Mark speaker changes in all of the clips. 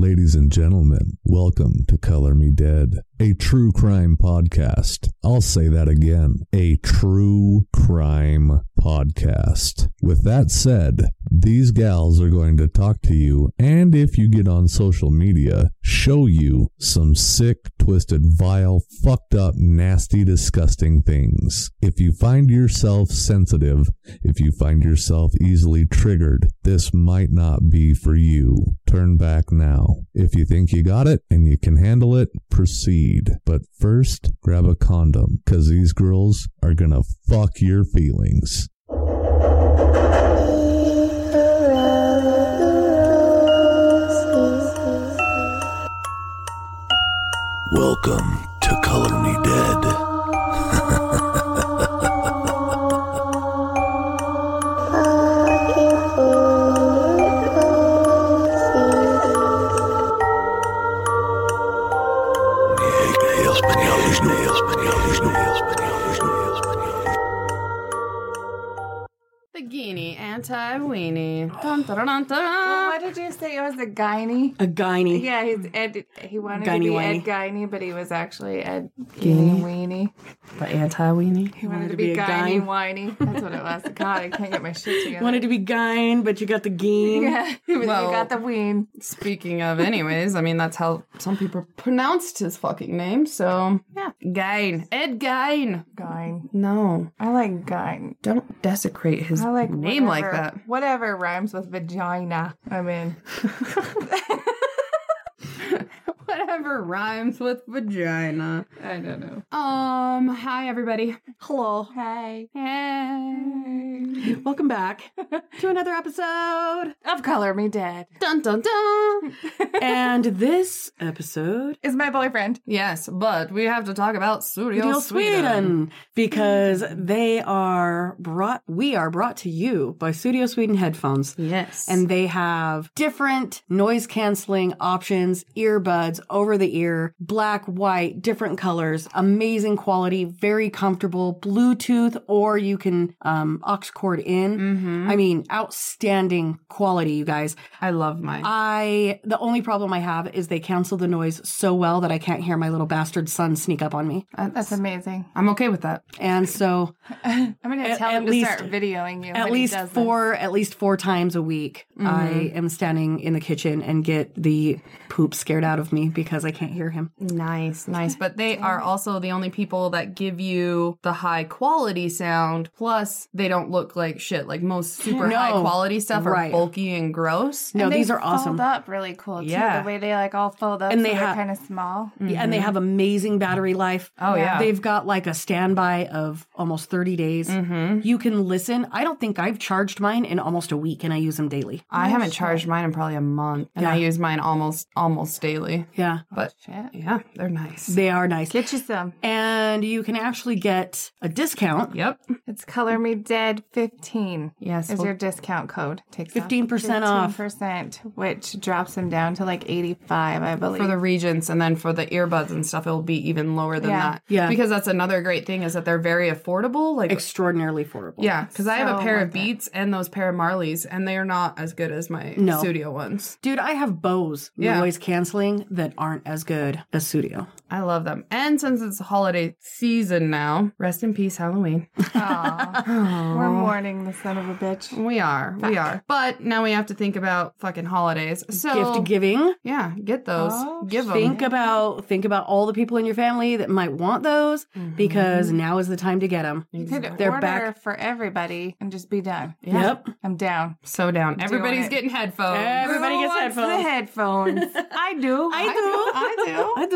Speaker 1: Ladies and gentlemen, welcome to Color Me Dead, a true crime podcast. I'll say that again a true crime podcast. With that said, these gals are going to talk to you, and if you get on social media, show you some sick, twisted, vile, fucked up, nasty, disgusting things. If you find yourself sensitive, if you find yourself easily triggered, this might not be for you. Turn back now. If you think you got it and you can handle it, proceed. But first, grab a condom, because these girls are gonna fuck your feelings.
Speaker 2: Welcome to Color Me Dead.
Speaker 3: The Guinea anti weenie. Dun, dun, dun, dun,
Speaker 4: Well,
Speaker 3: dun.
Speaker 4: what did you say? It was a Guiney?
Speaker 5: Ah. A guiney.
Speaker 4: Yeah, he's Ed, he wanted to be
Speaker 5: Guiney-weenie.
Speaker 4: Ed Guiney, but he was actually Ed Guinea Weenie.
Speaker 3: The anti weenie.
Speaker 4: He wanted, to be,
Speaker 5: a
Speaker 4: Guiney
Speaker 5: Guine.
Speaker 4: Whiny. That's what it was. God, I can't get my shit together.
Speaker 5: Wanted to be gine, but you got the geen.
Speaker 4: yeah, you
Speaker 3: Well-
Speaker 4: got the ween.
Speaker 3: Speaking of, anyways, I mean, that's how some people pronounced his fucking name, so. Yeah. Gain. Ed Gain.
Speaker 4: Guine.
Speaker 3: No.
Speaker 4: I like Guine.
Speaker 3: Don't desecrate his
Speaker 4: I like
Speaker 3: name like
Speaker 4: whatever-
Speaker 3: that.
Speaker 4: Whatever rhymes with vagina. I mean,
Speaker 3: Whatever rhymes with vagina.
Speaker 4: I don't know.
Speaker 3: Um, hi, everybody.
Speaker 5: Hello.
Speaker 4: Hey.
Speaker 3: Hey.
Speaker 5: Welcome back to another episode.
Speaker 4: Of Color Me Dead
Speaker 3: Dun dun dun.
Speaker 5: and this episode,
Speaker 4: is my boyfriend.
Speaker 3: Yes, but we have to talk about Studio,
Speaker 5: Deal Sweden, because they are brought, we are brought to you by Studio Sweden headphones.
Speaker 3: Yes.
Speaker 5: And they have different noise canceling options, earbuds, over the ear, black, white, different colors, amazing quality, very comfortable, Bluetooth, or you can um, aux cord in. I mean, outstanding quality, you guys.
Speaker 3: I love mine.
Speaker 5: I, the only problem I have is they cancel the noise so well that I can't hear my little bastard son sneak up on me.
Speaker 4: That's amazing.
Speaker 3: I'm okay with that.
Speaker 5: And so
Speaker 4: I'm gonna
Speaker 5: At-
Speaker 4: tell him
Speaker 5: at
Speaker 4: to
Speaker 5: least-
Speaker 4: start videoing you. when
Speaker 5: at
Speaker 4: he
Speaker 5: least
Speaker 4: does this.
Speaker 5: four at least four times a week i
Speaker 3: Mm-hmm.
Speaker 5: am standing in the kitchen and get the poop scared out of me because i can't hear him
Speaker 3: Nice, nice. But they are also the only people that give you the high quality sound. Plus, they don't look like shit. Like most super
Speaker 5: No.
Speaker 3: high quality stuff are
Speaker 5: Right.
Speaker 3: bulky and gross.
Speaker 5: no
Speaker 4: And they
Speaker 5: these are
Speaker 4: Fold
Speaker 5: awesome
Speaker 4: up really cool too.
Speaker 3: Yeah.
Speaker 4: The way they like all fold up
Speaker 5: And
Speaker 4: and
Speaker 5: they
Speaker 4: they are
Speaker 5: ha-
Speaker 4: kind of small.
Speaker 5: Yeah, and they have amazing battery life
Speaker 3: Mm-hmm. Oh yeah.
Speaker 5: They've got like a standby of almost 30 days.
Speaker 3: Mm-hmm.
Speaker 5: You can listen. I don't think I've charged mine in almost a week and I use them daily.
Speaker 3: I haven't charged mine in probably a month, and I use mine almost almost daily.
Speaker 5: Yeah,
Speaker 3: But Oh, yeah, they're nice.
Speaker 5: they are nice.
Speaker 4: Get you some.
Speaker 5: And you can actually get a discount
Speaker 3: Yep.
Speaker 4: It's color me dead fifteen.
Speaker 3: Yes.
Speaker 4: Is
Speaker 3: well-
Speaker 4: your discount code takes
Speaker 5: 15%
Speaker 4: off
Speaker 5: off.
Speaker 4: percent, which drops them down to like eighty five, I believe.
Speaker 3: for the regents and then for the earbuds and stuff it'll be even lower than
Speaker 4: Yeah.
Speaker 3: that
Speaker 5: Yeah.
Speaker 3: because that's another great thing is that they're very affordable like
Speaker 5: extraordinarily affordable.
Speaker 3: Yeah, because I have a
Speaker 4: So
Speaker 3: pair of
Speaker 4: worth it.
Speaker 3: Beats and those pair of Marleys, and they are not as good as my
Speaker 5: No.
Speaker 3: studio ones.
Speaker 5: Dude, I have Bose
Speaker 3: Yeah.
Speaker 5: noise canceling that aren't as good as Studio.
Speaker 3: I love them. And since it's holiday season now, rest in peace, Halloween.
Speaker 4: Aw. We're mourning the son of a bitch.
Speaker 3: We are, we are. But now we have to think about fucking holidays. So
Speaker 5: Gift giving.
Speaker 3: yeah, get those,
Speaker 4: Oh,
Speaker 3: give them.
Speaker 5: Think about think about all the people in your family that might want those because now is the time to get them.
Speaker 4: You could
Speaker 5: They're
Speaker 4: order
Speaker 5: back.
Speaker 4: for everybody and just be done.
Speaker 5: Yep.
Speaker 4: I'm down.
Speaker 3: so down. Everybody's
Speaker 4: it.
Speaker 3: getting headphones.
Speaker 5: Everybody
Speaker 4: Who
Speaker 5: gets
Speaker 4: wants the
Speaker 5: headphones.
Speaker 4: headphones? I do.
Speaker 3: I do. I do.
Speaker 5: I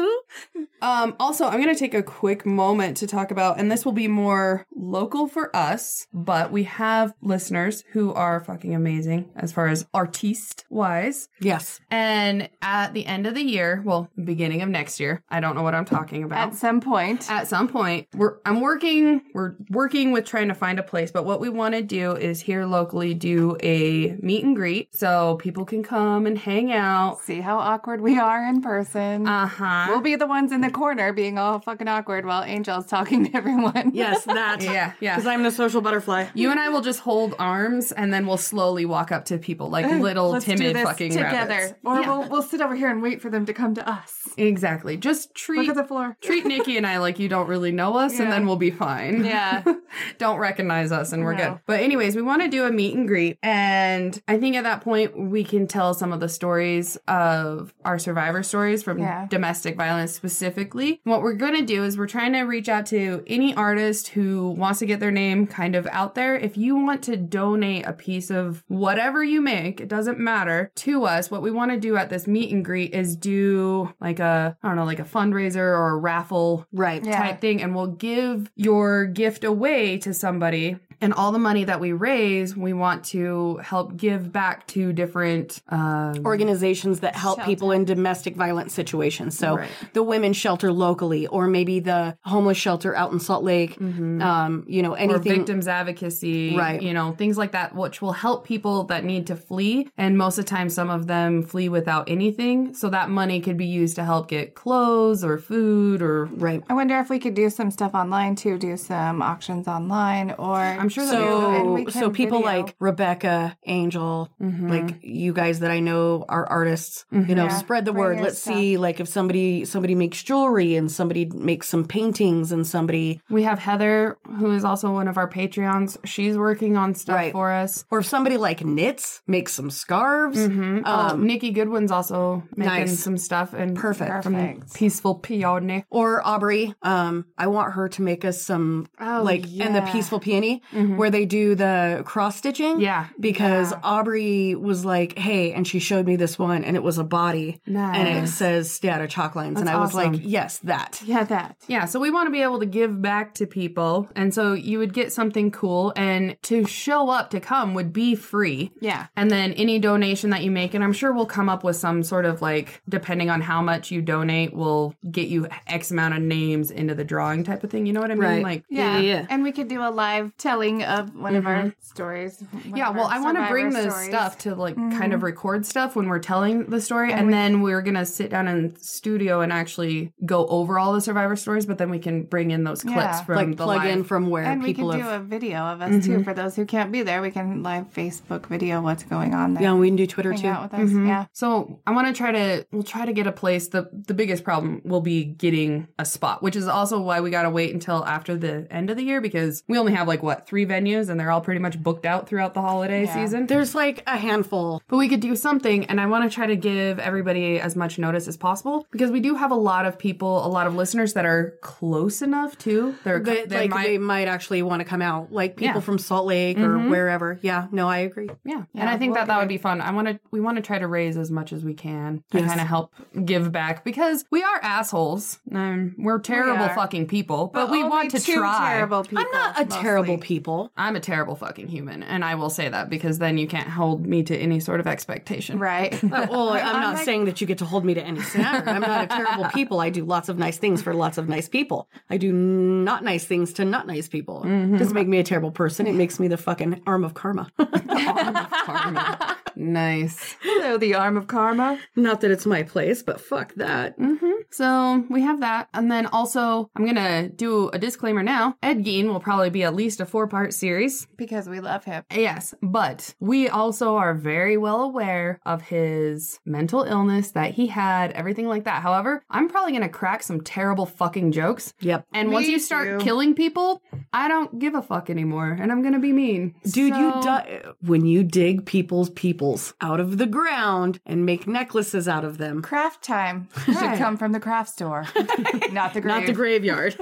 Speaker 5: do.
Speaker 3: Um, also, I'm going to take a quick moment to talk about, and this will be more local for us, but we have listeners who are fucking amazing as far as artiste wise.
Speaker 5: Yes.
Speaker 3: And at the end of the year, well, beginning of next year, I don't know what I'm talking about
Speaker 4: At some point.
Speaker 3: at some point we're i'm working we're working with trying to find a place but what we want to do is here locally do a meet and greet so people can come and hang out
Speaker 4: See how awkward we are in person.
Speaker 3: uh-huh
Speaker 4: We'll be the ones in the corner being all fucking awkward while Angel's talking to everyone.
Speaker 5: Yes, that.
Speaker 3: Yeah, yeah.
Speaker 5: Because I'm the social butterfly.
Speaker 3: You and I will just hold arms and then we'll slowly walk up to people like little
Speaker 4: Let's
Speaker 3: timid
Speaker 4: do this
Speaker 3: fucking
Speaker 4: together,
Speaker 3: rabbits.
Speaker 4: or we'll we'll sit over here and wait for them to come to us.
Speaker 3: Exactly. Just
Speaker 4: Look
Speaker 3: treat
Speaker 4: at the floor.
Speaker 3: treat Nikki and I like you don't really know us and
Speaker 4: Yeah.
Speaker 3: then we'll be fine.
Speaker 4: Yeah.
Speaker 3: don't recognize us and we're
Speaker 4: No.
Speaker 3: good. But anyways, we want to do a meet and greet and I think at that point we can tell some of the stories of our survivor stories from
Speaker 4: Yeah.
Speaker 3: domestic violence specifically. What we're going to do is we're trying to reach out to any artist who wants to get their name kind of out there. If you want to donate a piece of whatever you make, it doesn't matter to us. What we want to do at this meet and greet is do like a I don't know, like a fundraiser or a raffle
Speaker 5: Right.
Speaker 4: Yeah.
Speaker 3: type thing and we'll give your gift away to somebody and all the money that we raise we want to help give back to different um,
Speaker 5: Organizations that help people in domestic violence situations. So
Speaker 3: Right.
Speaker 5: the women's shelter locally, or maybe the homeless shelter out in Salt Lake. Um, you know,
Speaker 3: or
Speaker 5: anything.
Speaker 3: victims advocacy
Speaker 5: Right.
Speaker 3: you know things like that which will help people that need to flee and most of the time some of them flee without anything so that money could be used to help get clothes or food or
Speaker 5: Right.
Speaker 4: I wonder if we could do some stuff online too, do some auctions online, or I'm
Speaker 3: sure that we
Speaker 4: and
Speaker 5: So,
Speaker 4: we
Speaker 5: so
Speaker 4: can
Speaker 5: people
Speaker 4: video. Mm-hmm.
Speaker 5: like Rebecca, Angel, like you guys that I know are artists. You know,
Speaker 4: Yeah.
Speaker 5: spread the
Speaker 4: Bring
Speaker 5: word.
Speaker 4: your
Speaker 5: Let's
Speaker 4: stuff.
Speaker 5: see, like if somebody somebody makes jewelry and somebody makes some paintings and somebody
Speaker 3: we have heather who is also one of our patreons she's working on stuff
Speaker 5: Right.
Speaker 3: for us
Speaker 5: or if somebody like knits makes some scarves.
Speaker 4: Mm-hmm.
Speaker 3: Oh,
Speaker 5: Um,
Speaker 3: Nikki Goodwin's also making
Speaker 5: Nice.
Speaker 3: some stuff and
Speaker 5: Perfect.
Speaker 3: from
Speaker 4: Perfect.
Speaker 3: Peaceful Peony.
Speaker 5: Or Aubrey, um, I want her to make us some
Speaker 4: Oh,
Speaker 5: like and the
Speaker 4: yeah. Mm-hmm.
Speaker 5: peaceful peony where they do the cross stitching.
Speaker 3: Yeah.
Speaker 5: because Aubrey was like, "Hey," and she showed me this one, and it was a body, and it says Stata chalk lines, and I was
Speaker 3: awesome.
Speaker 5: like, "Yes, that."
Speaker 4: yeah that
Speaker 3: Yeah, so we want to be able to give back to people. And so you would get something cool and to show up to come would be free.
Speaker 4: Yeah.
Speaker 3: And then any donation that you make and I'm sure we'll come up with some sort of like depending on how much you donate will get you x amount of names into the drawing type of thing. You know what I mean?
Speaker 5: Right.
Speaker 3: Like
Speaker 4: Yeah. Mm-hmm.
Speaker 5: yeah, yeah.
Speaker 4: And we could do a live telling of one of our stories. one
Speaker 3: Yeah,
Speaker 4: of
Speaker 3: well,
Speaker 4: our
Speaker 3: I want to
Speaker 4: survivor
Speaker 3: bring this
Speaker 4: stories.
Speaker 3: stuff to like kind of record stuff when we're telling the story, and, then we're gonna sit down in studio and actually go over all the survivor stories. But then we can bring in those clips
Speaker 4: Yeah.
Speaker 3: from
Speaker 5: Like
Speaker 3: the
Speaker 5: plug
Speaker 3: live.
Speaker 5: in from where
Speaker 4: And we
Speaker 5: people
Speaker 4: can do
Speaker 5: have.
Speaker 4: a video of us too for those who can't be there. We can live Facebook video what's going on there.
Speaker 5: yeah, we can do Twitter
Speaker 4: Hang
Speaker 5: too.
Speaker 4: out with us. Yeah.
Speaker 3: So I want to try to we'll try to get a place. the The biggest problem will be getting a spot, which is also why we gotta wait until after the end of the year because we only have like what three venues, and they're all pretty much booked out throughout the holiday season.
Speaker 5: There's like a handful.
Speaker 3: But we could do something, and I want to try to give everybody as much notice as possible because we do have a lot of people, a lot of listeners that are close enough too. They're
Speaker 5: That,
Speaker 3: they
Speaker 5: like
Speaker 3: might-
Speaker 5: they might actually want to come out, like people
Speaker 3: Yeah.
Speaker 5: from Salt Lake
Speaker 4: Mm-hmm.
Speaker 5: or wherever. Yeah, no, I agree.
Speaker 3: yeah. and I think that that would be fun. I want to we want to try to raise as much as we can to kind of help give back because we are assholes. Um, we're terrible
Speaker 4: are.
Speaker 3: fucking people, but, we
Speaker 4: Only
Speaker 3: want to
Speaker 4: two
Speaker 3: try.
Speaker 4: Terrible people,
Speaker 5: I'm not a
Speaker 4: mostly.
Speaker 5: terrible people.
Speaker 3: I'm a terrible fucking human, and I will say that because then you can't hold me to any sort of expectation.
Speaker 4: Right.
Speaker 5: Well, I'm not saying that you get to hold me to any standard. I'm not a terrible people. I do lots of nice things for lots of nice people. I do not nice things to not nice people. It doesn't make me a terrible person. It makes me the fucking arm of karma.
Speaker 3: Karma. nice.
Speaker 4: so the arm of karma.
Speaker 5: not that it's my place, but fuck that.
Speaker 3: So we have that. And then also, I'm going to do a disclaimer now. Ed Gein will probably be at least a four part series.
Speaker 4: Because we love him.
Speaker 3: Yes, but we also are very well aware of his mental illness that he had, everything like that. However, I'm probably going to crack some terrible fucking jokes.
Speaker 5: Yep.
Speaker 3: And once
Speaker 4: Me
Speaker 3: you start
Speaker 4: too.
Speaker 3: killing people, I don't give a fuck anymore and I'm going to be mean.
Speaker 5: Dude, you
Speaker 3: So-
Speaker 5: di- when you dig people's peoples out of the ground and make necklaces out of them,
Speaker 4: Craft time should come from the craft store, not the grave.
Speaker 5: not the graveyard.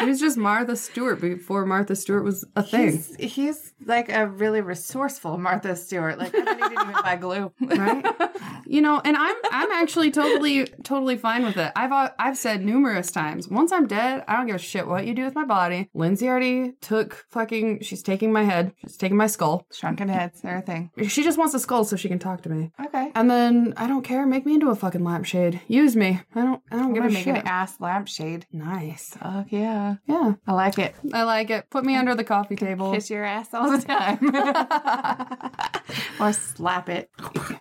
Speaker 3: It was just Martha Stewart before Martha Stewart was a thing.
Speaker 4: He's, he's like a really resourceful Martha Stewart. Like I bet he didn't even buy glue.
Speaker 3: right? You know, and I'm I'm actually totally totally fine with it. I've al- I've said numerous times, once I'm dead, I don't give a shit what you do with my body. Lindsay already took fucking she's taking my head, she's taking my skull.
Speaker 4: Shrunken heads, and everything.
Speaker 3: She just wants a skull so she can talk to me.
Speaker 4: Okay.
Speaker 3: And then I don't care, make me into a fucking lampshade. Use me. I don't I don't
Speaker 4: I'm
Speaker 3: give a
Speaker 4: gonna make
Speaker 3: shit.
Speaker 4: an ass lampshade.
Speaker 3: nice.
Speaker 4: Fuck yeah. Yeah.
Speaker 3: Yeah,
Speaker 4: I like it.
Speaker 3: I like it. Put me under the coffee table.
Speaker 4: Kiss your ass all the time. or slap it.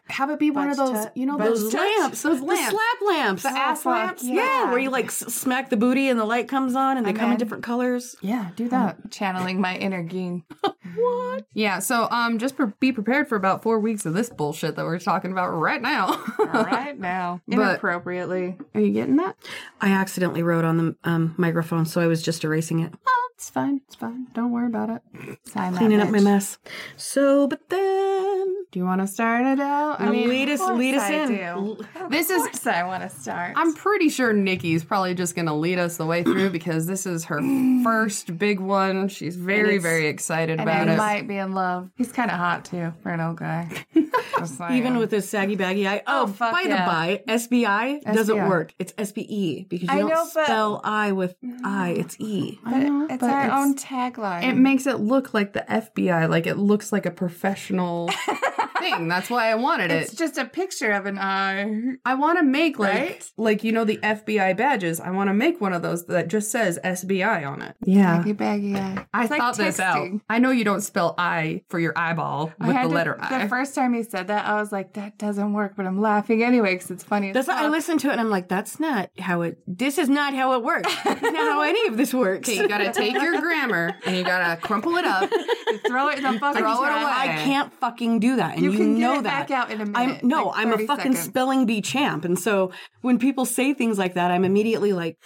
Speaker 3: Have it be one of
Speaker 4: Budge
Speaker 3: those,
Speaker 4: tut-
Speaker 3: you know,
Speaker 4: budge
Speaker 3: those
Speaker 4: tut.
Speaker 5: lamps, those
Speaker 3: lamps.
Speaker 5: the slap lamps,
Speaker 3: The ass
Speaker 4: Oh, fuck,
Speaker 3: lamps.
Speaker 5: Yeah.
Speaker 4: Yeah.
Speaker 5: where you like s- smack the booty and the light comes on, and they
Speaker 4: I'm
Speaker 5: come in
Speaker 4: in.
Speaker 5: different colors.
Speaker 3: Yeah, do that.
Speaker 4: Channeling my inner Gene.
Speaker 3: Um, Yeah, so um, just pre- be prepared for about four weeks of this bullshit that we're talking about right now.
Speaker 4: right now.
Speaker 3: But-
Speaker 4: Inappropriately.
Speaker 3: Are you getting that?
Speaker 5: I accidentally wrote on the um, microphone, so I was just erasing it,
Speaker 3: Oh, it's fine. It's fine. Don't worry about it.
Speaker 4: Sign that
Speaker 5: cleaning up my
Speaker 4: bitch.
Speaker 5: mess. So, but then
Speaker 3: Do you want to start it out? I mean,
Speaker 5: lead us,
Speaker 4: course
Speaker 5: lead us
Speaker 4: I
Speaker 5: in.
Speaker 4: do.
Speaker 5: L-
Speaker 3: this
Speaker 4: Of
Speaker 3: is.
Speaker 4: course I want to start.
Speaker 3: I'm pretty sure Nikki's probably just going to lead us the way through because this is her first big one. She's very,
Speaker 4: it's-
Speaker 3: very excited
Speaker 4: and
Speaker 3: about
Speaker 4: he
Speaker 3: it.
Speaker 4: might be in love. He's kind of hot too for an old guy. Just saying.
Speaker 5: Even with this saggy baggy eye. Oh,
Speaker 4: Oh, fuck
Speaker 5: by
Speaker 4: yeah.
Speaker 5: the by, SBI, doesn't
Speaker 4: SBI.
Speaker 5: work. It's SBE because you
Speaker 4: I
Speaker 5: don't
Speaker 4: know, but- Mm-hmm.
Speaker 5: spell I with I. It's E.
Speaker 3: I know,
Speaker 4: it's
Speaker 3: but
Speaker 4: our
Speaker 3: it's-
Speaker 4: own tagline.
Speaker 3: It makes it look like the FBI, like it looks like a professional thing. That's why I wanted it.
Speaker 4: it's just a picture of an eye.
Speaker 3: I want to make like
Speaker 4: Right?
Speaker 3: like you know the FBI badges. I want to make one of those that just says SBI on it. Yeah.
Speaker 4: Baggy, baggy eye.
Speaker 3: I
Speaker 4: It's like
Speaker 3: thought this out.
Speaker 4: texting.
Speaker 3: I know you don't spell I for your eyeball
Speaker 4: I
Speaker 3: with
Speaker 4: had
Speaker 3: the
Speaker 4: to-
Speaker 3: letter I.
Speaker 4: The first time he said that, I was like, "That doesn't work," but I'm laughing anyway because it's funny. as
Speaker 5: That's why I
Speaker 4: hell.
Speaker 5: listened to it and I'm like, that's not how it, this is not how it works. That's not how any of this works.
Speaker 3: Okay, you gotta take your grammar and you gotta crumple it up.
Speaker 4: Throw it in the fucking
Speaker 3: Throw it
Speaker 4: trash.
Speaker 3: away.
Speaker 5: I can't fucking do that. And you,
Speaker 4: You can get
Speaker 5: know
Speaker 4: it
Speaker 5: that.
Speaker 4: back out in a
Speaker 5: I'm,
Speaker 4: minute,
Speaker 5: no,
Speaker 4: like
Speaker 5: I'm a
Speaker 4: 30
Speaker 5: fucking
Speaker 4: seconds.
Speaker 5: spelling bee champ. And so when people say things like that, I'm immediately like,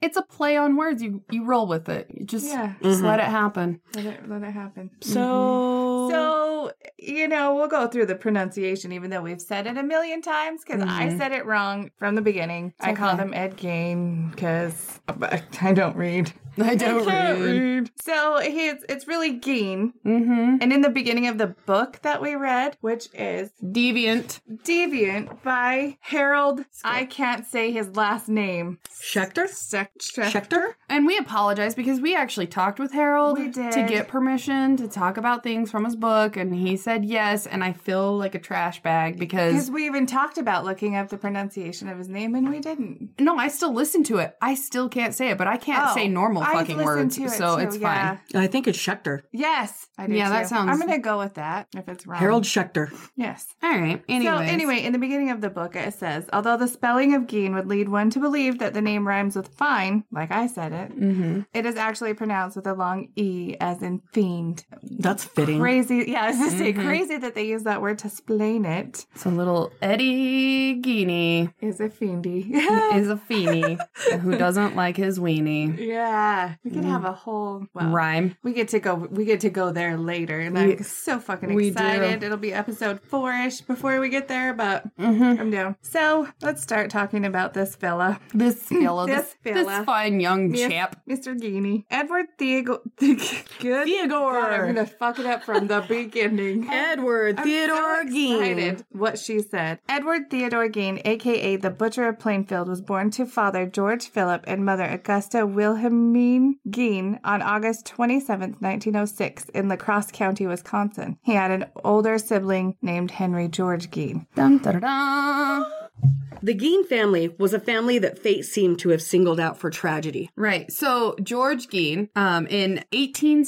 Speaker 3: It's a play on words. You you roll with it. You just
Speaker 4: Yeah.
Speaker 3: just let it happen.
Speaker 4: Let it, let it happen.
Speaker 5: so.
Speaker 3: Mm-hmm.
Speaker 4: So, you know, we'll go through the pronunciation, even though we've said it a million times, because
Speaker 3: Mm-hmm.
Speaker 4: I said it wrong from the beginning. I call them Ed Gain, because I don't read.
Speaker 3: I don't read.
Speaker 4: So he's, it's really Gain.
Speaker 3: Mm-hmm.
Speaker 4: And in the beginning of the book that we read, which is
Speaker 3: Deviant.
Speaker 4: Deviant by Harold, I can't say his last name.
Speaker 5: Schechter?
Speaker 4: Sec-
Speaker 5: Schechter?
Speaker 3: And we apologize because we actually talked with Harold
Speaker 4: We did.
Speaker 3: to get permission to talk about things from his book, and he said yes. And I feel like a trash bag
Speaker 4: Because
Speaker 3: because
Speaker 4: we even talked about looking up the pronunciation of his name, and we didn't.
Speaker 3: no, I still listen to it. I still can't say it, but I can't
Speaker 4: Oh,
Speaker 3: say normal
Speaker 4: I've
Speaker 3: fucking
Speaker 4: listened
Speaker 3: words,
Speaker 4: to it
Speaker 3: so
Speaker 4: too,
Speaker 3: it's fine.
Speaker 4: yeah.
Speaker 5: I think it's Schechter.
Speaker 4: Yes, I do
Speaker 3: Yeah, that
Speaker 4: too.
Speaker 3: sounds-
Speaker 4: I'm gonna go with that if it's wrong.
Speaker 5: Harold Schechter.
Speaker 4: Yes.
Speaker 3: All right. Anyway,
Speaker 4: So anyway, in the beginning of the book, it says, although the spelling of Geen would lead one to believe that the name rhymes with fine, like I said it, it is actually pronounced with a long e, as in fiend.
Speaker 5: That's fitting.
Speaker 4: Crazy, yeah, I was gonna say crazy that they use that word to explain it.
Speaker 3: so little Eddie Gini
Speaker 4: Is a fiendy.
Speaker 3: is a feeny who doesn't like his weenie
Speaker 4: yeah, we could have a whole well,
Speaker 3: rhyme.
Speaker 4: We get to go. We get to go there later, and I'm so fucking
Speaker 3: we
Speaker 4: excited.
Speaker 3: do.
Speaker 4: It'll be episode four-ish before we get there, but
Speaker 3: Mm-hmm.
Speaker 4: I'm down. So let's start talking about this fella,
Speaker 3: This fella, this,
Speaker 4: This
Speaker 3: this,
Speaker 4: fella.
Speaker 3: fine young
Speaker 4: Yes,
Speaker 3: chap.
Speaker 4: Mr. Gini, Edward Theogor. Good.
Speaker 5: Theodore.
Speaker 4: God, I'm gonna fuck it up from the beginning.
Speaker 5: Edward
Speaker 4: I'm
Speaker 5: Theodore
Speaker 4: so
Speaker 5: Geen.
Speaker 4: excited What she said. Edward Theodore Geen, aka the Butcher of Plainfield, was born to father George Philip and mother Augusta Wilhelmine Geen on August 27, 1906, in La Crosse County, Wisconsin. He had an older sibling named Henry George Geen.
Speaker 3: Dun, da, da, da.
Speaker 5: The Geen family was a family that fate seemed to have singled out for tragedy.
Speaker 3: Right. So George Geen, um, in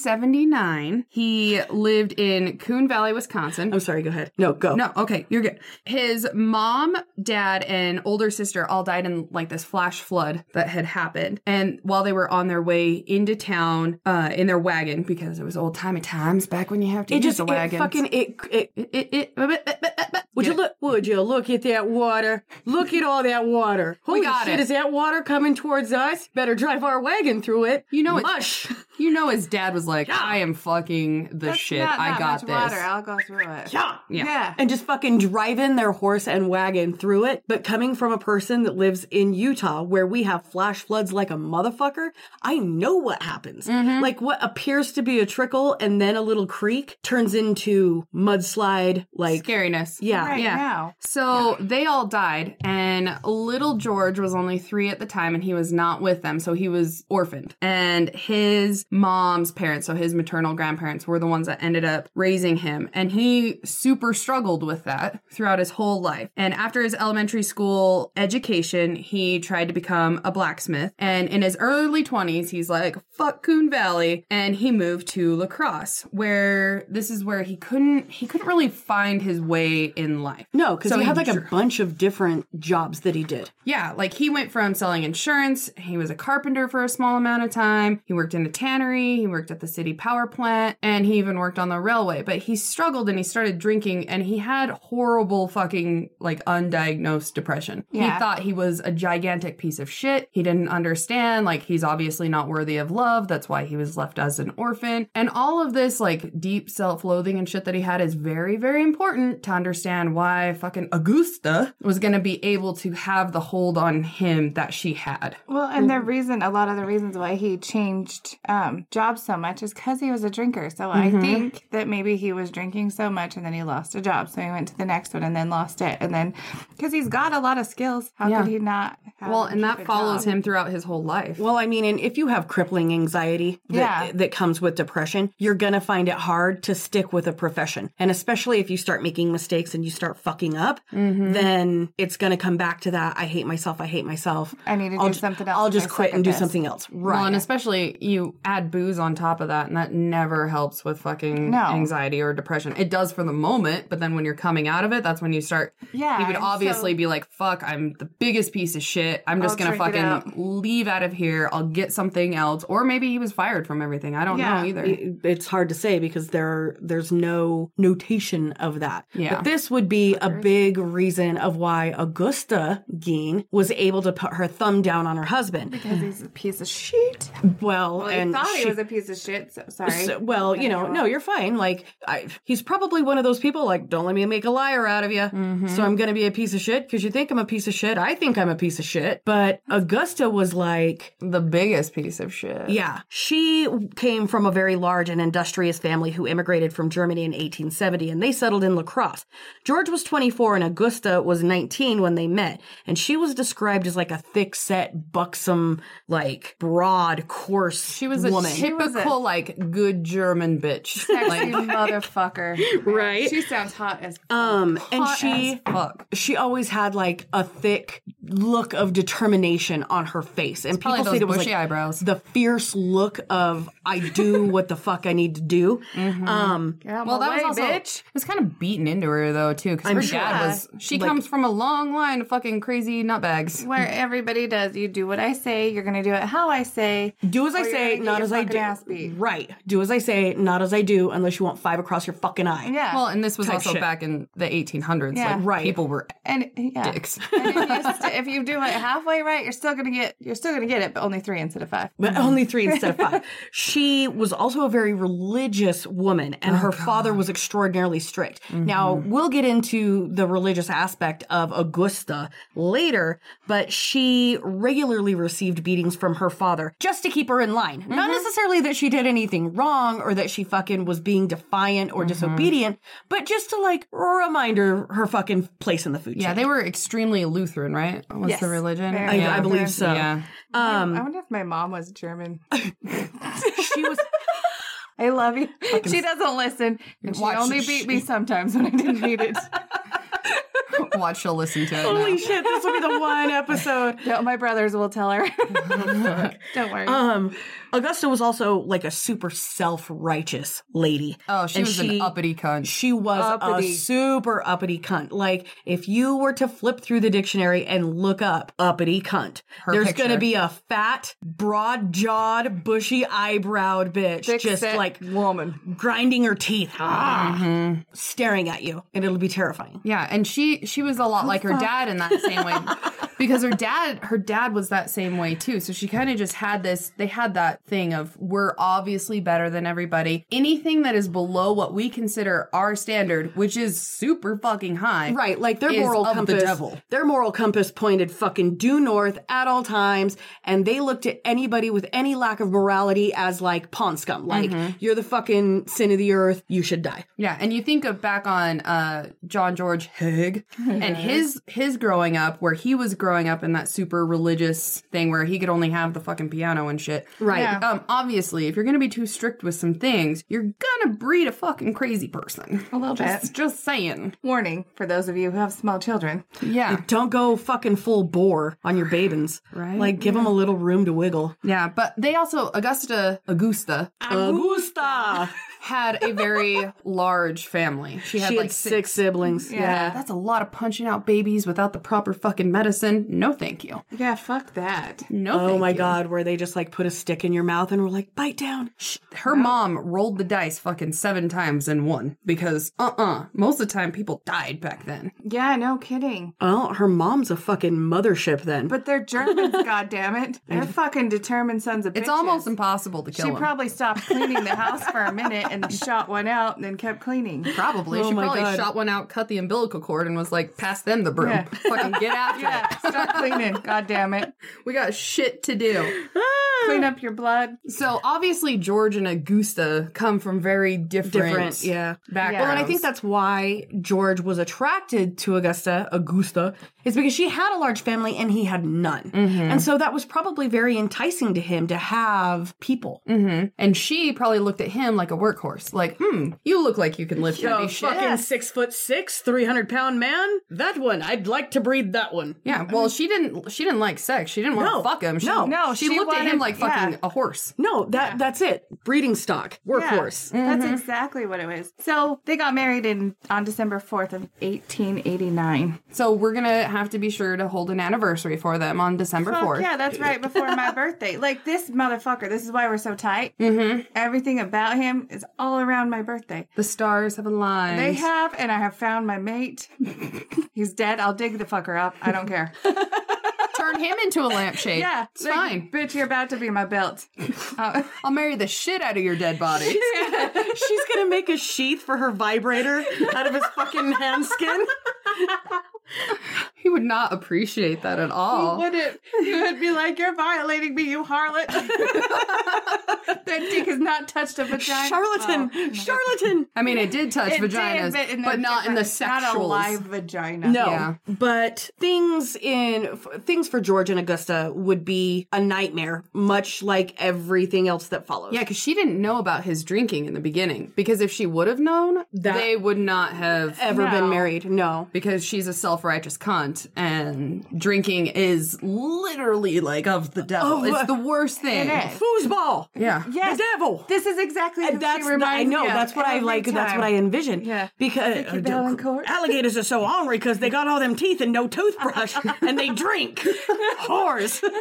Speaker 3: 1879, he lived in Coon Valley, Wisconsin.
Speaker 5: I'm sorry, go ahead. No, go.
Speaker 3: No, okay, you're good. His mom, dad, and older sister all died in like this flash flood that had happened. And while they were on their way into town, uh, in their wagon, because it was old timey times back when you have to
Speaker 5: it
Speaker 3: use
Speaker 5: just
Speaker 3: the
Speaker 5: it
Speaker 3: wagon.
Speaker 5: fucking it, it
Speaker 3: it, it, it,
Speaker 5: would you look would you look at that water? Look at all that water. Holy
Speaker 3: got
Speaker 5: shit,
Speaker 3: it.
Speaker 5: is that water coming towards us? Better drive our wagon through it.
Speaker 3: You know it's-
Speaker 5: Mush.
Speaker 3: you know his dad was like, I am fucking the
Speaker 4: That's
Speaker 3: shit.
Speaker 4: not
Speaker 3: I
Speaker 4: that
Speaker 3: got
Speaker 4: much
Speaker 3: this.
Speaker 4: Water. I'll go through it.
Speaker 5: Yeah.
Speaker 3: Yeah.
Speaker 4: Yeah.
Speaker 5: And just fucking driving their horse and wagon through it. But coming from a person that lives in Utah where we have flash floods like a motherfucker, I know what happens. Like what appears to be a trickle and then a little creek turns into mudslide. Like,
Speaker 3: Scariness.
Speaker 5: yeah.
Speaker 4: Right
Speaker 3: Yeah.
Speaker 4: now.
Speaker 3: So they all died, and little George was only three at the time, and he was not with them, so he was orphaned. And his his mom's parents, so his maternal grandparents, were the ones that ended up raising him. And he super struggled with that throughout his whole life. And after his elementary school education, he tried to become a blacksmith. And in his early 20s, he's like, fuck Coon Valley. And he moved to La Crosse, where this is where he couldn't, he couldn't really find his way in life.
Speaker 5: No, because
Speaker 3: So
Speaker 5: he had like a
Speaker 3: dr-
Speaker 5: bunch of different jobs that he did.
Speaker 3: yeah, like he went from selling insurance, he was a carpenter for a small amount of time, he worked in a tannery, he worked at the city power plant, and he even worked on the railway. But he struggled and he started drinking and he had horrible fucking like undiagnosed depression.
Speaker 4: Yeah.
Speaker 3: He thought he was a gigantic piece of shit. He didn't understand, like he's obviously not worthy of love. That's why he was left as an orphan. And all of this like deep self-loathing and shit that he had is very, very important to understand why fucking Augusta was gonna be able to have the hold on him that she had.
Speaker 4: Well, and the reason, a lot of the reasons why he changed um, jobs so much is because he was a drinker. So
Speaker 5: Mm-hmm.
Speaker 4: I think that maybe he was drinking so much and then he lost a job. So he went to the next one and then lost it. And then, because he's got a lot of skills, how
Speaker 3: Yeah.
Speaker 4: could he not? Have
Speaker 3: Well, and that follows
Speaker 4: him.
Speaker 3: him throughout his whole life.
Speaker 5: Well, I mean, and if you have crippling anxiety that,
Speaker 4: Yeah.
Speaker 5: that comes with depression, you're going to find it hard to stick with a profession. And especially if you start making mistakes and you start fucking up,
Speaker 4: Mm-hmm.
Speaker 5: then it's going to come back to that. I hate myself. I hate myself.
Speaker 4: I need to
Speaker 5: I'll
Speaker 4: do
Speaker 5: ju-
Speaker 4: something else.
Speaker 5: I'll
Speaker 4: if I
Speaker 5: just
Speaker 4: suck
Speaker 5: quit
Speaker 4: at
Speaker 5: and do
Speaker 4: this."
Speaker 5: something else. Right.
Speaker 3: Well, and especially you add booze on top of that, and that never helps with fucking
Speaker 4: No.
Speaker 3: anxiety or depression. It does for the moment, but then when you're coming out of it, that's when you start.
Speaker 4: Yeah,
Speaker 3: He would
Speaker 4: and
Speaker 3: obviously
Speaker 4: so-
Speaker 3: be like, fuck, I'm the biggest piece of shit. I'm just
Speaker 4: I'll
Speaker 3: going to
Speaker 4: drink it
Speaker 3: fucking leave out of here. I'll get something else. Or maybe he was fired from everything. I don't
Speaker 4: Yeah.
Speaker 3: know either.
Speaker 5: It- it's hard to say because there there's no notation of that.
Speaker 3: Yeah.
Speaker 5: But this would be a big reason of why Augusta Gein was able to put her thumb down on her husband.
Speaker 4: Because he's a piece of shit.
Speaker 5: Well,
Speaker 4: Well,
Speaker 5: and
Speaker 4: he thought he
Speaker 5: she-
Speaker 4: was a piece of shit. So sorry.
Speaker 5: So- well, you know, no, you're fine. Like, I, he's probably one of those people. Like, don't let me make a liar out of you.
Speaker 3: Mm-hmm.
Speaker 5: So I'm gonna be a piece of shit because you think I'm a piece of shit. I think I'm a piece of shit. But Augusta was like,
Speaker 3: The biggest piece of shit.
Speaker 5: yeah, she came from a very large and industrious family who immigrated from Germany in 1870, and they settled in La Crosse. George was 24 and Augusta was 19 when they met, and she was described as like a thick-set, buxom, like broad, coarse.
Speaker 3: She was a
Speaker 5: woman.
Speaker 3: typical, like, good German bitch.
Speaker 4: Sexy
Speaker 3: like,
Speaker 4: motherfucker.
Speaker 5: Right.
Speaker 4: She sounds hot as
Speaker 5: um, and
Speaker 3: hot
Speaker 5: she
Speaker 3: as fuck.
Speaker 5: she always had like a thick look of determination on her face, and people
Speaker 3: Probably
Speaker 5: say
Speaker 3: those
Speaker 5: it was
Speaker 3: bushy
Speaker 5: like
Speaker 3: eyebrows.
Speaker 5: the fierce look of "I do what the fuck I need to do."
Speaker 3: Mm-hmm.
Speaker 5: Um,
Speaker 3: Well, that was also
Speaker 4: bitch.
Speaker 3: it was kind of beaten into her though too, because her dad was. She comes from a long line of fucking crazy nutbags.
Speaker 4: Where everybody does, you do what I say, you're gonna do it how I say.
Speaker 5: do as I
Speaker 4: or you're
Speaker 5: say,
Speaker 4: gonna get
Speaker 5: not
Speaker 4: your
Speaker 5: as I
Speaker 4: fucking
Speaker 5: do.
Speaker 4: ass beat.
Speaker 5: Right? Do as I say, not as I do, unless you want five across your fucking eye.
Speaker 4: Yeah.
Speaker 3: Well, and this was also
Speaker 5: shit.
Speaker 3: back in the 1800s.
Speaker 4: Yeah.
Speaker 3: like,
Speaker 5: Right.
Speaker 3: People were
Speaker 4: and yeah.
Speaker 3: dicks.
Speaker 4: And if, you st- if you do it halfway right, you're still gonna get you're still gonna get it, but only three instead of five.
Speaker 5: but
Speaker 3: Mm-hmm.
Speaker 5: only three instead of five. She was also a very religious woman,
Speaker 3: Oh,
Speaker 5: and her father was extraordinarily strict. Now,
Speaker 3: Mm-hmm.
Speaker 5: we'll get into the religious aspect of Augusta later, but she regularly received beatings from her father just to keep her in line.
Speaker 3: Mm-hmm.
Speaker 5: Not necessarily that she did anything wrong or that she fucking was being defiant
Speaker 3: Mm-hmm.
Speaker 5: or disobedient, but just to like remind her her fucking place in the food chain.
Speaker 3: yeah, they were extremely Lutheran, right? Was
Speaker 4: Yes.
Speaker 3: the religion?
Speaker 4: Very
Speaker 5: I,
Speaker 4: Yeah.
Speaker 5: I believe so.
Speaker 3: Yeah.
Speaker 4: I wonder if my mom was German.
Speaker 5: She was.
Speaker 4: I love you. She doesn't listen. And she
Speaker 3: Watch
Speaker 4: only
Speaker 3: sh-
Speaker 4: beat me sometimes when I didn't need it.
Speaker 3: Watch, she'll listen to it.
Speaker 5: Holy
Speaker 3: now.
Speaker 5: shit! This will be the one episode.
Speaker 4: No, my brothers will tell her. Don't worry.
Speaker 5: Um, Augusta was also like a super self-righteous lady.
Speaker 3: Oh, she
Speaker 5: And
Speaker 3: was an uppity cunt.
Speaker 5: She was
Speaker 4: Uppity.
Speaker 5: a super uppity cunt. Like if you were to flip through the dictionary and look up uppity cunt, there's
Speaker 3: picture.
Speaker 5: going to be a fat, broad-jawed, bushy-eyebrowed bitch just
Speaker 4: Thick-set
Speaker 5: like
Speaker 4: woman.
Speaker 5: grinding her teeth, ah,
Speaker 3: Mm-hmm.
Speaker 5: staring at you, and it'll be terrifying.
Speaker 3: Yeah, and she she was a lot like her dad in that same way. Because her dad her dad was that same way too. So she kind of just had this they had that thing of we're obviously better than everybody. Anything that is below what we consider our standard, which is super fucking high.
Speaker 5: Right, like their
Speaker 3: is
Speaker 5: moral
Speaker 3: of the
Speaker 5: compass.
Speaker 3: devil.
Speaker 5: Their moral compass pointed fucking due north at all times, and they looked at anybody with any lack of morality as like pawn scum. Like
Speaker 3: Mm-hmm.
Speaker 5: you're the fucking sin of the earth. You should die.
Speaker 3: Yeah, and you think of back on uh John George Haig and his his growing up where he was growing up in that super religious thing where he could only have the fucking piano and shit.
Speaker 5: Right.
Speaker 4: Yeah.
Speaker 3: Um, obviously, if you're gonna be too strict with some things, you're gonna breed a fucking crazy person.
Speaker 4: A little bit.
Speaker 3: Just, just saying.
Speaker 4: Warning for those of you who have small children.
Speaker 3: Yeah.
Speaker 5: Don't go fucking full bore on your babins.
Speaker 3: Right.
Speaker 5: Like, give them a little room to wiggle.
Speaker 3: Yeah, but they also Augusta Augusta
Speaker 5: Augusta!
Speaker 3: had a very large family.
Speaker 5: She
Speaker 3: She had
Speaker 5: had
Speaker 3: like
Speaker 5: six siblings.
Speaker 3: Yeah, that's a lot of punching out babies without the proper fucking medicine. No, thank you.
Speaker 4: Yeah, fuck that.
Speaker 3: No,
Speaker 5: Oh
Speaker 3: thank
Speaker 5: my
Speaker 3: you.
Speaker 5: god, where they just like put a stick in your mouth and were like, bite down.
Speaker 3: Sh- Her mom rolled the dice fucking seven times and won because uh uh most of the time people died back then.
Speaker 4: Yeah, no kidding.
Speaker 5: Oh, her mom's a fucking mothership then.
Speaker 4: But they're Germans, goddammit. They're fucking determined sons of bitches.
Speaker 3: It's almost impossible to kill
Speaker 4: She
Speaker 3: 'em.
Speaker 4: probably stopped cleaning the house for a minute and shot one out and then kept cleaning.
Speaker 3: Probably.
Speaker 5: Oh
Speaker 3: she
Speaker 5: my
Speaker 3: probably
Speaker 5: God.
Speaker 3: shot one out, cut the umbilical cord, and was like, pass them the broom.
Speaker 4: Yeah.
Speaker 3: Fucking get after
Speaker 4: Yeah,
Speaker 3: it.
Speaker 4: stop cleaning, goddammit.
Speaker 3: We got shit to do.
Speaker 4: Clean up your blood.
Speaker 3: So obviously, George and Augusta come from very different,
Speaker 5: different. Yeah.
Speaker 3: backgrounds.
Speaker 5: Well, and I think that's why George was attracted to Augusta, Augusta, is because she had a large family and he had none. And so that was probably very enticing to him to have people.
Speaker 3: hmm And she probably looked at him like a workhorse. Like, hmm, you look like you can lift heavy shit.
Speaker 5: six foot six, 300 pound man. That one. I'd like to breed that one.
Speaker 3: Yeah, well, she didn't. She didn't like sex. She didn't want
Speaker 5: No,
Speaker 3: to fuck him. She,
Speaker 5: no,
Speaker 4: no,
Speaker 3: She,
Speaker 4: she
Speaker 3: looked at
Speaker 4: wanted-
Speaker 3: him like fucking
Speaker 4: yeah.
Speaker 3: a horse.
Speaker 5: No, that that's it. Breeding stock,
Speaker 4: Yeah,
Speaker 5: workhorse.
Speaker 4: That's exactly what it was. So they got married in on December 4th of 1889.
Speaker 3: So we're gonna have to be sure to hold an anniversary for them on December
Speaker 4: Fuck
Speaker 3: fourth.
Speaker 4: yeah, that's right before my birthday. Like this motherfucker. This is why we're so tight. Mm-hmm. Everything about him is all around my birthday.
Speaker 3: The stars have aligned.
Speaker 4: They have, and I have found my mate. He's dead. I'll dig the fucker up. I don't care.
Speaker 3: turned him into a lampshade.
Speaker 4: Yeah,
Speaker 3: it's
Speaker 4: like,
Speaker 3: fine.
Speaker 4: Bitch, you're about to be my belt. Uh,
Speaker 3: I'll marry the shit out of your dead body.
Speaker 5: She's gonna make a sheath for her vibrator out of his fucking hand skin.
Speaker 3: he would not appreciate that at all.
Speaker 4: would it? You would be like, you're violating me, you harlot. that dick has not touched a vagina.
Speaker 5: Charlatan, charlatan.
Speaker 3: I mean, it did touch
Speaker 4: It did,
Speaker 3: vaginas, but,
Speaker 4: a
Speaker 3: not in the
Speaker 4: different-
Speaker 3: sexuals.
Speaker 4: Not a live vagina.
Speaker 5: No,
Speaker 3: Yeah.
Speaker 5: but things in f- things for George and Augusta would be a nightmare, much like everything else that follows.
Speaker 3: Yeah, because she didn't know about his drinking in the beginning. Because if she would have known,
Speaker 5: That-
Speaker 3: they would not have.
Speaker 5: ever
Speaker 4: No.
Speaker 5: been married? No.
Speaker 3: Because she's a self righteous cunt, and drinking is literally like of the devil.
Speaker 5: Oh,
Speaker 3: it's the worst thing.
Speaker 4: It is.
Speaker 5: Foosball,
Speaker 3: Yeah.
Speaker 4: Yes.
Speaker 5: the devil.
Speaker 4: This is exactly who
Speaker 5: And that's
Speaker 4: she
Speaker 5: the, I
Speaker 4: reminds
Speaker 5: know.
Speaker 4: me of
Speaker 5: That's what I
Speaker 4: every
Speaker 5: like. That's
Speaker 4: time.
Speaker 5: what I envision.
Speaker 4: Yeah.
Speaker 5: because uh,
Speaker 4: Vicky Valancourt.
Speaker 5: alligators are so hungry because they got all them teeth and no toothbrush, and they drink. Whores.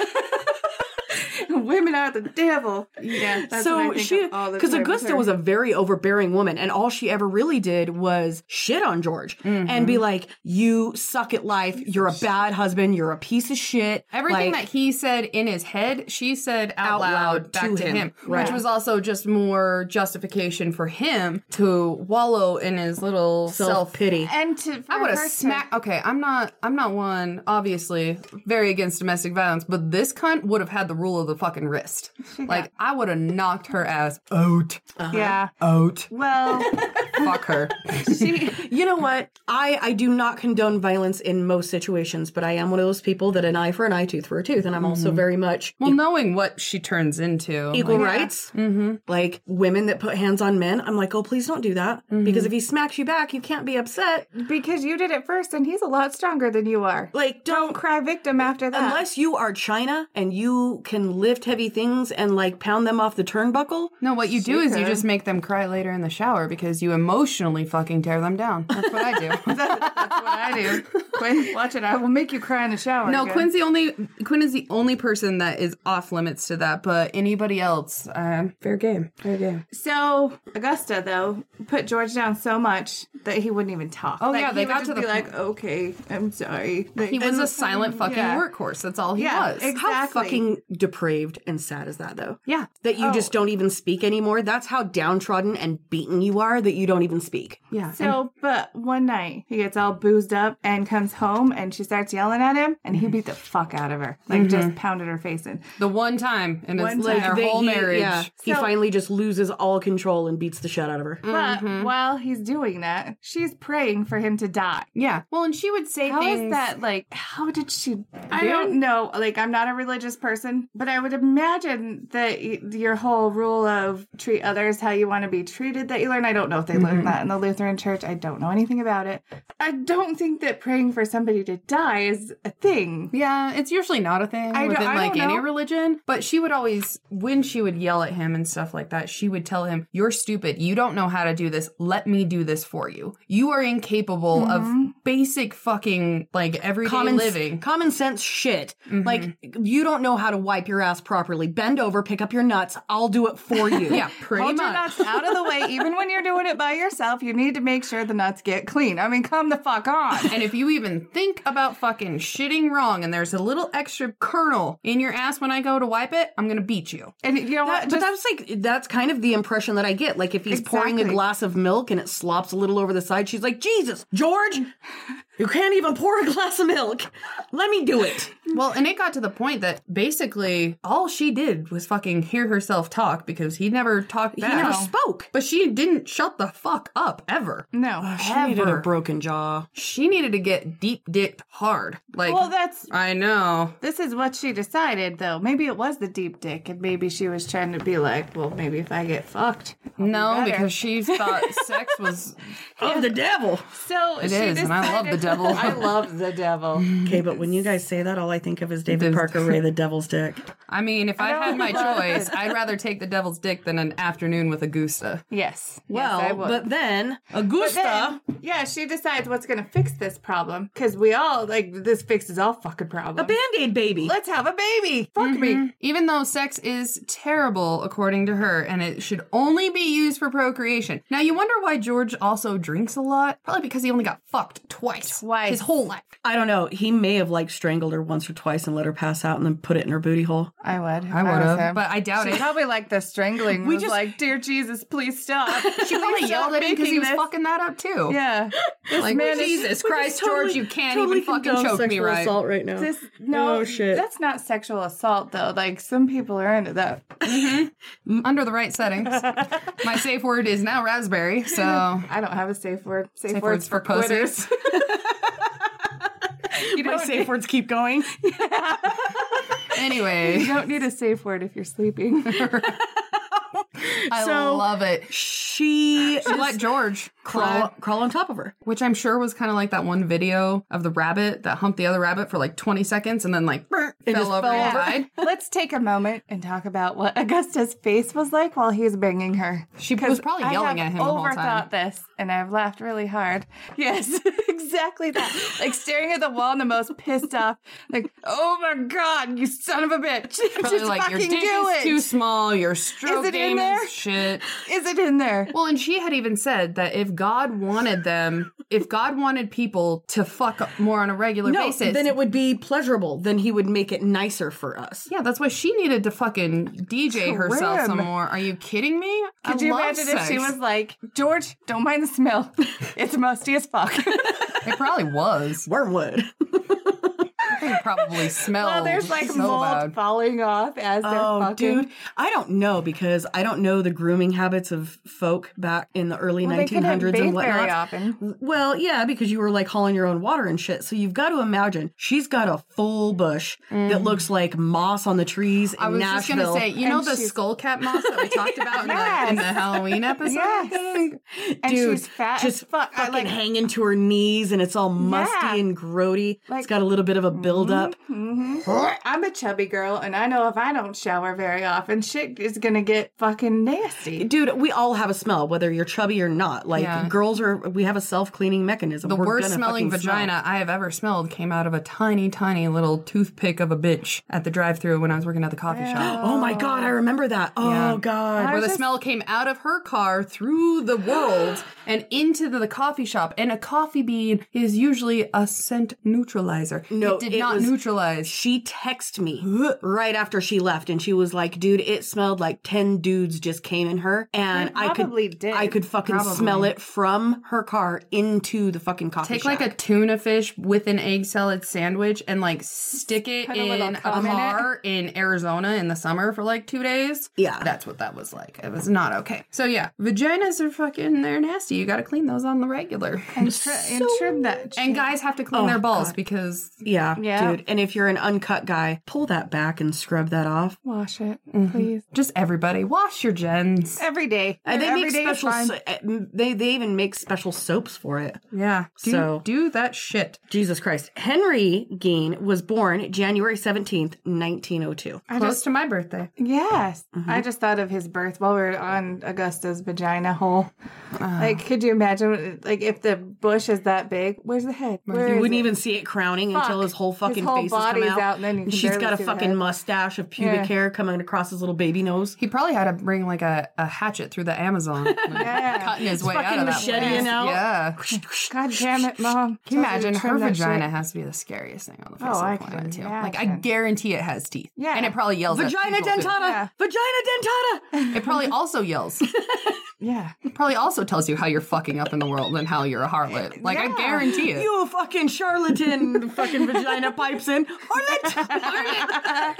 Speaker 4: Women are the devil. Yeah. That's what I
Speaker 5: so
Speaker 4: think
Speaker 5: she,
Speaker 4: of all the
Speaker 5: because
Speaker 4: time with
Speaker 5: Augusta
Speaker 4: her.
Speaker 5: was a very overbearing woman, and all she ever really did was shit on George and
Speaker 4: Mm-hmm.
Speaker 5: be like, "You suck at life. You're a bad husband. You're a piece of shit."
Speaker 3: Everything
Speaker 5: Like,
Speaker 3: that he said in his head, she said out,
Speaker 5: Out
Speaker 3: loud,
Speaker 5: loud
Speaker 3: back
Speaker 5: to
Speaker 3: to him,
Speaker 5: him. Right.
Speaker 3: which was also just more justification for him to wallow in his little self
Speaker 5: self-pity.
Speaker 4: And to, for
Speaker 3: I would have
Speaker 4: her to-
Speaker 3: smacked. Okay, I'm not. I'm not one. Obviously, very against domestic violence, but this cunt would have had the rule of the fucking wrist. Like I would have knocked her ass out.
Speaker 4: Yeah.
Speaker 5: Out.
Speaker 4: Well,
Speaker 3: Fuck her.
Speaker 4: she.
Speaker 5: You know what? I I do not condone violence in most situations, but I am one of those people that an eye for an eye, tooth for a tooth, and I'm also
Speaker 4: Mm-hmm.
Speaker 5: very much
Speaker 3: Well, knowing what she turns into,
Speaker 5: equal
Speaker 3: like,
Speaker 5: rights.
Speaker 4: Mm-hmm.
Speaker 5: Like women that put hands on men, I'm like, oh, please don't do that
Speaker 4: Mm-hmm.
Speaker 5: because if he smacks you back, you can't be upset.
Speaker 4: Because you did it first, and he's a lot stronger than you are.
Speaker 5: Like,
Speaker 4: Don't cry victim after
Speaker 3: Ah.
Speaker 4: that.
Speaker 5: Unless you are China and you can lift heavy things and like pound them off the turnbuckle.
Speaker 3: no, what you do is you just make them cry later in the shower because you emotionally fucking tear them down. That's what I do.
Speaker 4: That's what I do. Quinn, watch it. I will make you cry in the shower.
Speaker 3: no,
Speaker 4: again.
Speaker 3: Quinn's the only. Quinn is the only person that is off limits to that. But anybody else, uh, fair game. Fair game.
Speaker 4: So Augusta though put George down so much that he wouldn't even talk.
Speaker 3: Oh,
Speaker 4: Like,
Speaker 3: yeah, they
Speaker 4: he would
Speaker 3: got
Speaker 4: just
Speaker 3: to the
Speaker 4: be
Speaker 3: point-
Speaker 4: like, okay, I'm sorry. Like,
Speaker 3: He was a silent fucking
Speaker 4: yeah.
Speaker 3: workhorse. That's all he
Speaker 4: Yeah,
Speaker 3: was.
Speaker 4: ex-
Speaker 5: How
Speaker 4: Exactly.
Speaker 5: fucking depraved and sad is that though?
Speaker 3: yeah.
Speaker 5: That you
Speaker 4: Oh.
Speaker 5: just don't even speak anymore. That's how downtrodden and beaten you are that you don't won't even speak.
Speaker 3: Yeah. and-
Speaker 4: So, but one night he gets all boozed up and comes home, and she starts yelling at him, and
Speaker 3: Mm-hmm.
Speaker 4: he beat the fuck out of her, like just pounded her face in.
Speaker 3: the one time, and
Speaker 4: One
Speaker 3: it's like
Speaker 4: time.
Speaker 3: their
Speaker 5: They-
Speaker 3: whole
Speaker 5: he-
Speaker 3: marriage.
Speaker 5: yeah, he
Speaker 4: So-
Speaker 5: finally just loses all control and beats the shit out of her.
Speaker 4: But
Speaker 3: Mm-hmm.
Speaker 4: while he's doing that, she's praying for him to die.
Speaker 3: Yeah. Well, and she would say
Speaker 4: How
Speaker 3: things
Speaker 4: is that like? How did she? I
Speaker 3: Do
Speaker 4: don't know. Like, I'm not a religious person, but I would imagine that y- your whole rule of treat others how you want to be treated that you learn. I don't know if they learn that in the Lutheran Church. I don't know anything about it. I don't think that praying for somebody to die is a thing.
Speaker 3: Yeah, it's usually not a thing
Speaker 4: I don't-
Speaker 3: within
Speaker 4: I
Speaker 3: like
Speaker 4: don't
Speaker 3: any
Speaker 4: know.
Speaker 3: religion. But she would always, when she would yell at him and stuff like that, she would tell him, "You're stupid. You don't know how to do this. Let me do this for you. You are incapable
Speaker 4: Mm-hmm.
Speaker 3: of basic fucking like everyday
Speaker 5: Common s-
Speaker 3: living." Mm-hmm.
Speaker 5: common sense shit. Like you don't know how to wipe your ass properly. Bend over, pick up your nuts. I'll do it for you.
Speaker 3: yeah, pretty
Speaker 4: Hold your
Speaker 3: much.
Speaker 4: nuts out of the way. Even when you're doing it by yourself, you need to make sure the nuts get clean. I mean, come the fuck on.
Speaker 3: And if you even think about fucking shitting wrong and there's a little extra kernel in your ass when I go to wipe it, I'm gonna beat you.
Speaker 4: And you know what?
Speaker 5: But that's like that's kind of the impression that I get. Like if he's pouring a
Speaker 4: Exactly.
Speaker 5: glass of milk and it slops a little over the side, she's like, "Jesus, George, you can't even pour a glass of milk. Let me do it."
Speaker 4: Mm.
Speaker 3: Well, and it got to the point that basically all she did was fucking hear herself talk because he never talked back.
Speaker 5: He never spoke.
Speaker 3: But she didn't shut the fuck up ever.
Speaker 4: no.
Speaker 5: She needed
Speaker 3: Ever.
Speaker 5: a broken jaw.
Speaker 3: She needed to get deep dicked hard. Like,
Speaker 4: Well, that's
Speaker 3: I know.
Speaker 4: this is what she decided though. Maybe it was the deep dick, and maybe she was trying to be like, well, maybe if I get fucked.
Speaker 3: No,
Speaker 4: better.
Speaker 3: because she thought sex was.
Speaker 5: Of the devil.
Speaker 4: So
Speaker 3: It is, and I love the devil.
Speaker 4: I love the devil.
Speaker 5: Okay, but when you guys say that, all I think of is David
Speaker 3: There's-
Speaker 5: Parker Ray, the devil's dick.
Speaker 3: I mean, if I had my choice, I'd rather take the devil's dick than an afternoon with Augusta.
Speaker 4: Yes.
Speaker 5: Well,
Speaker 4: yes, I would.
Speaker 5: but then Augusta.
Speaker 4: Then, yeah, she decides what's going to fix this problem because we all like this fixes all fucking problems.
Speaker 5: Band-aid baby.
Speaker 4: Let's have a baby. Fuck me.
Speaker 3: Even though sex is terrible, according to her, and it should only be used for procreation. Now, you wonder why George also drinks a lot? Probably because he only got fucked twice.
Speaker 4: Twice.
Speaker 3: His whole life.
Speaker 5: I don't know. He may have like strangled her once or twice and let her pass out and then put it in her booty hole.
Speaker 4: I would.
Speaker 3: I would have, but I doubt
Speaker 4: She
Speaker 3: it.
Speaker 4: probably like the strangling.
Speaker 5: We
Speaker 4: was
Speaker 5: just-
Speaker 4: like, dear Jesus, please stop.
Speaker 3: She probably yelled at him because he was fucking that up too.
Speaker 4: Yeah. This
Speaker 3: Like,
Speaker 4: man is.
Speaker 3: Jesus Christ, George, you can't even fucking
Speaker 5: condone
Speaker 3: choke me
Speaker 5: sexual
Speaker 3: right.
Speaker 5: assault right now.
Speaker 4: This, no,
Speaker 5: Oh, shit.
Speaker 4: that's not sexual assault though. Like some people are into that.
Speaker 3: Under the right settings. My safe word is now raspberry, so.
Speaker 4: I don't have a safe word. Safe,
Speaker 3: Safe
Speaker 4: words, for quitters.
Speaker 3: pussies.
Speaker 4: you
Speaker 5: My
Speaker 4: don't,
Speaker 5: safe words keep going.
Speaker 3: Anyway,
Speaker 4: you don't need a safe word if you're sleeping.
Speaker 3: I
Speaker 5: So-
Speaker 3: love it.
Speaker 5: She
Speaker 3: She let George
Speaker 5: crawl,
Speaker 3: crawl,
Speaker 5: crawl on top of her.
Speaker 3: which I'm sure was kind of like that one video of the rabbit that humped the other rabbit for like 20 seconds and then like fell
Speaker 5: just
Speaker 3: over
Speaker 5: fell
Speaker 3: and
Speaker 5: over.
Speaker 3: died.
Speaker 4: Let's take a moment and talk about what Augusta's face was like while he was banging her.
Speaker 3: She
Speaker 4: 'Cause
Speaker 3: was probably yelling
Speaker 4: I
Speaker 3: at
Speaker 4: have
Speaker 3: him the whole time.
Speaker 4: overthought this, and I've laughed really hard. Yes, exactly that. like staring at the wall and the most pissed off. Like, oh my god, you son of a bitch!
Speaker 3: Probably
Speaker 4: Just
Speaker 3: like your
Speaker 4: fucking
Speaker 3: dick
Speaker 4: do
Speaker 3: is
Speaker 4: it.
Speaker 3: too small, your stroke
Speaker 4: in
Speaker 3: game
Speaker 4: there?
Speaker 3: is shit.
Speaker 4: Is it in there?
Speaker 3: Well, and she had even said that if God wanted them, if God wanted people to fuck more on a regular
Speaker 5: No,
Speaker 3: basis,
Speaker 5: then it would be pleasurable. Then he would make it nicer for us.
Speaker 3: yeah, that's why she needed to fucking DJ herself some
Speaker 4: Trim.
Speaker 3: more. Are you kidding me?
Speaker 4: Could you imagine if she was like, George, don't mind the smell. It's musty as fuck.
Speaker 3: It probably was.
Speaker 5: Wormwood.
Speaker 3: It probably smelled.
Speaker 4: well, there's like
Speaker 3: so
Speaker 4: mold
Speaker 3: bad.
Speaker 4: falling off as they're
Speaker 5: Oh,
Speaker 4: fucking.
Speaker 5: dude. I don't know because I don't know the grooming habits of folk back in the early
Speaker 4: Well, they couldn't
Speaker 5: 1900s
Speaker 4: bathe
Speaker 5: and
Speaker 4: very
Speaker 5: whatnot.
Speaker 4: often.
Speaker 5: Well, yeah, because you were like hauling your own water and shit. So you've got to imagine she's got a full bush that looks like moss on the trees in
Speaker 3: I was
Speaker 5: Nashville.
Speaker 3: just gonna say, you know
Speaker 4: And
Speaker 3: the
Speaker 4: she's-
Speaker 3: skull cap moss that we talked about in, the, in the Halloween episode.
Speaker 4: Yes. And
Speaker 5: Dude,
Speaker 4: she's fat
Speaker 5: just
Speaker 4: as fuck. I
Speaker 5: fucking
Speaker 4: like
Speaker 5: hanging to her knees, and it's all musty
Speaker 4: Yeah.
Speaker 5: and grody. it's
Speaker 4: Like- mm-hmm.
Speaker 5: got a little bit of a buildup.
Speaker 4: I'm a chubby girl and I know if I don't shower very often, shit is gonna get fucking nasty.
Speaker 5: Dude, we all have a smell, whether you're chubby or not. Like
Speaker 3: Yeah.
Speaker 5: girls are, we have a self cleaning mechanism.
Speaker 3: The
Speaker 5: We're
Speaker 3: worst
Speaker 5: gonna
Speaker 3: smelling
Speaker 5: fucking smell.
Speaker 3: vagina I have ever smelled came out of a tiny, tiny little toothpick of a bitch at the drive through when I was working at the coffee shop.
Speaker 5: Oh my god, I remember that. Oh
Speaker 3: Yeah.
Speaker 5: god.
Speaker 3: Where the smell came out of her car through the world and into the, the coffee shop. And a coffee bean is usually a scent neutralizer.
Speaker 5: No,
Speaker 3: it did
Speaker 5: it
Speaker 3: not
Speaker 5: was-
Speaker 3: neutralized.
Speaker 5: She texted me right after she left and she was like, dude, it smelled like 10 dudes just came in her and
Speaker 4: They
Speaker 5: I
Speaker 4: probably
Speaker 5: could
Speaker 4: did.
Speaker 5: I could fucking
Speaker 3: Probably.
Speaker 5: smell it from her car into the fucking coffee
Speaker 3: Take like a
Speaker 5: shack.
Speaker 3: tuna fish with an egg salad sandwich and like stick it
Speaker 4: Put a little
Speaker 3: in a
Speaker 4: cum in it.
Speaker 3: car in Arizona in the summer for like two days.
Speaker 5: Yeah.
Speaker 3: That's what that was like. It was not okay. So yeah, vaginas are fucking they're nasty. You gotta clean those on the regular.
Speaker 4: And, Oh, tri- and trim that.
Speaker 3: And guys have to clean their balls because
Speaker 5: yeah,
Speaker 4: Yeah.
Speaker 5: dude. And if you're an uncut guy, pull that back and scrub that off.
Speaker 4: wash it,
Speaker 5: Mm-hmm.
Speaker 4: please.
Speaker 3: just everybody wash your gens.
Speaker 4: Every day.
Speaker 5: And they
Speaker 4: Every
Speaker 5: make
Speaker 4: day is
Speaker 5: special.
Speaker 4: fine.
Speaker 5: So- eh, m- they they even make special soaps for it.
Speaker 3: Yeah. Do,
Speaker 5: So-
Speaker 3: do that shit.
Speaker 5: Jesus Christ. Henry Gein was born January oh 17th, 1902.
Speaker 3: Close to my birthday.
Speaker 4: Yes.
Speaker 5: Mm-hmm.
Speaker 4: I just thought of his birth while we were on Augusta's vagina hole.
Speaker 5: Ah.
Speaker 4: Like, could you imagine, like, if the bush is that big, where's the head? Where
Speaker 5: You
Speaker 4: is
Speaker 5: wouldn't
Speaker 4: it?
Speaker 5: even see it crowning until his whole fucking
Speaker 4: His whole
Speaker 5: face has come
Speaker 4: body's
Speaker 5: out.
Speaker 4: out and then you can
Speaker 5: She's
Speaker 4: barely
Speaker 5: got a
Speaker 4: see the
Speaker 5: fucking
Speaker 4: head.
Speaker 5: mustache of pubic
Speaker 4: Yeah.
Speaker 5: hair coming across his little baby nose.
Speaker 3: He probably had to bring like a, a hatchet through the Amazon. like, Cutting his way out
Speaker 5: fucking
Speaker 3: of that
Speaker 5: machete
Speaker 3: place.
Speaker 5: and out.
Speaker 3: Yeah.
Speaker 4: God damn it, mom.
Speaker 3: Can you imagine her
Speaker 4: Trim that shit.
Speaker 3: vagina has to be the scariest thing on the face
Speaker 4: Oh,
Speaker 3: of the
Speaker 4: I
Speaker 3: planet
Speaker 4: can
Speaker 3: too. Like I
Speaker 4: imagine.
Speaker 3: guarantee it has teeth.
Speaker 4: Yeah.
Speaker 3: And it probably yells at
Speaker 5: Vagina
Speaker 3: people, too.
Speaker 5: dentata!
Speaker 4: Yeah.
Speaker 5: Vagina dentata!
Speaker 3: It probably also yells.
Speaker 4: Yeah.
Speaker 3: It probably also tells you how you're fucking up in the world and how you're a harlot. Like I
Speaker 4: Yeah.
Speaker 3: guarantee it.
Speaker 5: You fucking charlatan! fucking vagina pipes in. Harlot!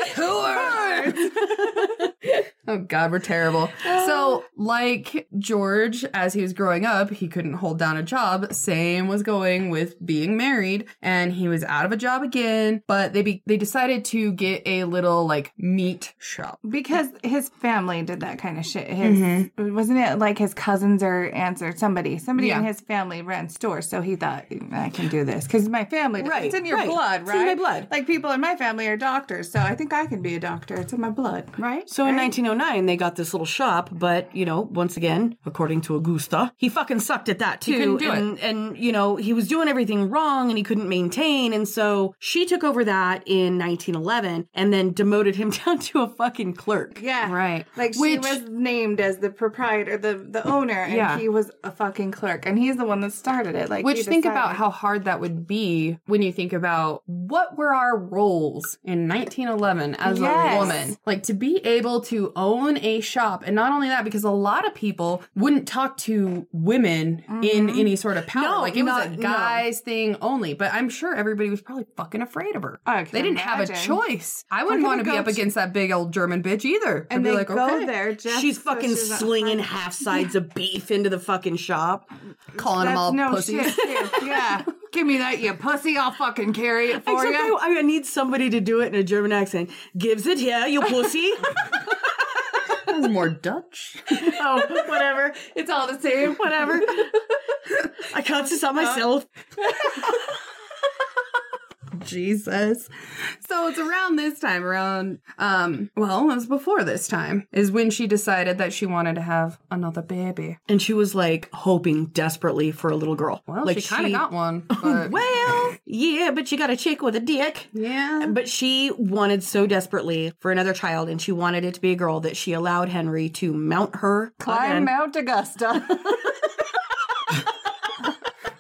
Speaker 3: Oh God, we're terrible.
Speaker 4: Oh.
Speaker 3: So, like George, as he was growing up, he couldn't hold down a job. Same was going with being married, and he was out of a job again. But they be- they decided to get a little like meat shop.
Speaker 4: Because his family did that kind of shit. His wasn't it like his cousins or aunts or somebody, somebody in
Speaker 3: Yeah.
Speaker 4: his family ran stores. So he thought I can do this because my family. does-
Speaker 5: Right,
Speaker 4: it's in your
Speaker 5: right.
Speaker 4: blood,
Speaker 5: It's
Speaker 4: right?
Speaker 5: in my blood.
Speaker 4: Like people in my family are doctors, so I think I can be a doctor. It's in my blood, right?
Speaker 5: So in 1909, they got this little shop, but you know, once again, according to Augusta, he fucking sucked at that too.
Speaker 3: couldn't do it.
Speaker 5: and, and you know, he was doing everything wrong, and he couldn't maintain, and so she took over that in 1911, and then demoted him down to a fucking clerk.
Speaker 4: yeah,
Speaker 3: Right.
Speaker 4: Like she
Speaker 3: Which-
Speaker 4: was named as the proprietor, the the owner, and
Speaker 3: Yeah.
Speaker 4: he was a fucking clerk, and he's the one that started it. Like,
Speaker 3: Which
Speaker 4: he
Speaker 3: think about
Speaker 4: decided-
Speaker 3: how hard that would be when you think about what were our roles in 1911 as
Speaker 4: Yes.
Speaker 3: a woman. Like to be able to own a shop and not only that because a lot of people wouldn't talk to women in
Speaker 4: Mm-hmm.
Speaker 3: any sort of power.
Speaker 5: No,
Speaker 3: like it was a
Speaker 5: not- no.
Speaker 3: guy's thing only, but I'm sure everybody was probably fucking afraid of her.
Speaker 4: I can
Speaker 3: They didn't have a
Speaker 4: imagine.
Speaker 3: choice. I wouldn't
Speaker 4: could
Speaker 3: want
Speaker 4: it
Speaker 3: to be
Speaker 4: go
Speaker 3: up
Speaker 4: to-
Speaker 3: against that big old German bitch either. I'd
Speaker 4: And
Speaker 3: be
Speaker 4: they
Speaker 3: like,
Speaker 4: go
Speaker 3: okay,
Speaker 4: there just
Speaker 5: She's
Speaker 4: so
Speaker 5: fucking
Speaker 4: she's not
Speaker 5: slinging
Speaker 4: frightened.
Speaker 5: half sides of beef into the fucking shop.
Speaker 3: calling them
Speaker 4: That's
Speaker 3: all
Speaker 4: no
Speaker 3: pussies.
Speaker 4: shit, too. Yeah. Give me that, you pussy. I'll fucking carry it for
Speaker 5: Except
Speaker 4: you.
Speaker 5: I, I need somebody to do it in a German accent. Gives it here, you pussy.
Speaker 3: That was more Dutch.
Speaker 5: oh, whatever.
Speaker 4: It's all the same.
Speaker 5: Whatever. I can't this out myself.
Speaker 3: Jesus. So it's around this time, around um well, it was before this time, is when she decided that she wanted to have another baby.
Speaker 5: And she was like hoping desperately for a little girl.
Speaker 3: Well,
Speaker 5: like
Speaker 3: she kinda got one. But
Speaker 5: Well, yeah, but you got a chick with a dick.
Speaker 3: yeah.
Speaker 5: But she wanted so desperately for another child, and she wanted it to be a girl that she allowed Henry to mount her.
Speaker 4: Climb Mount Augusta.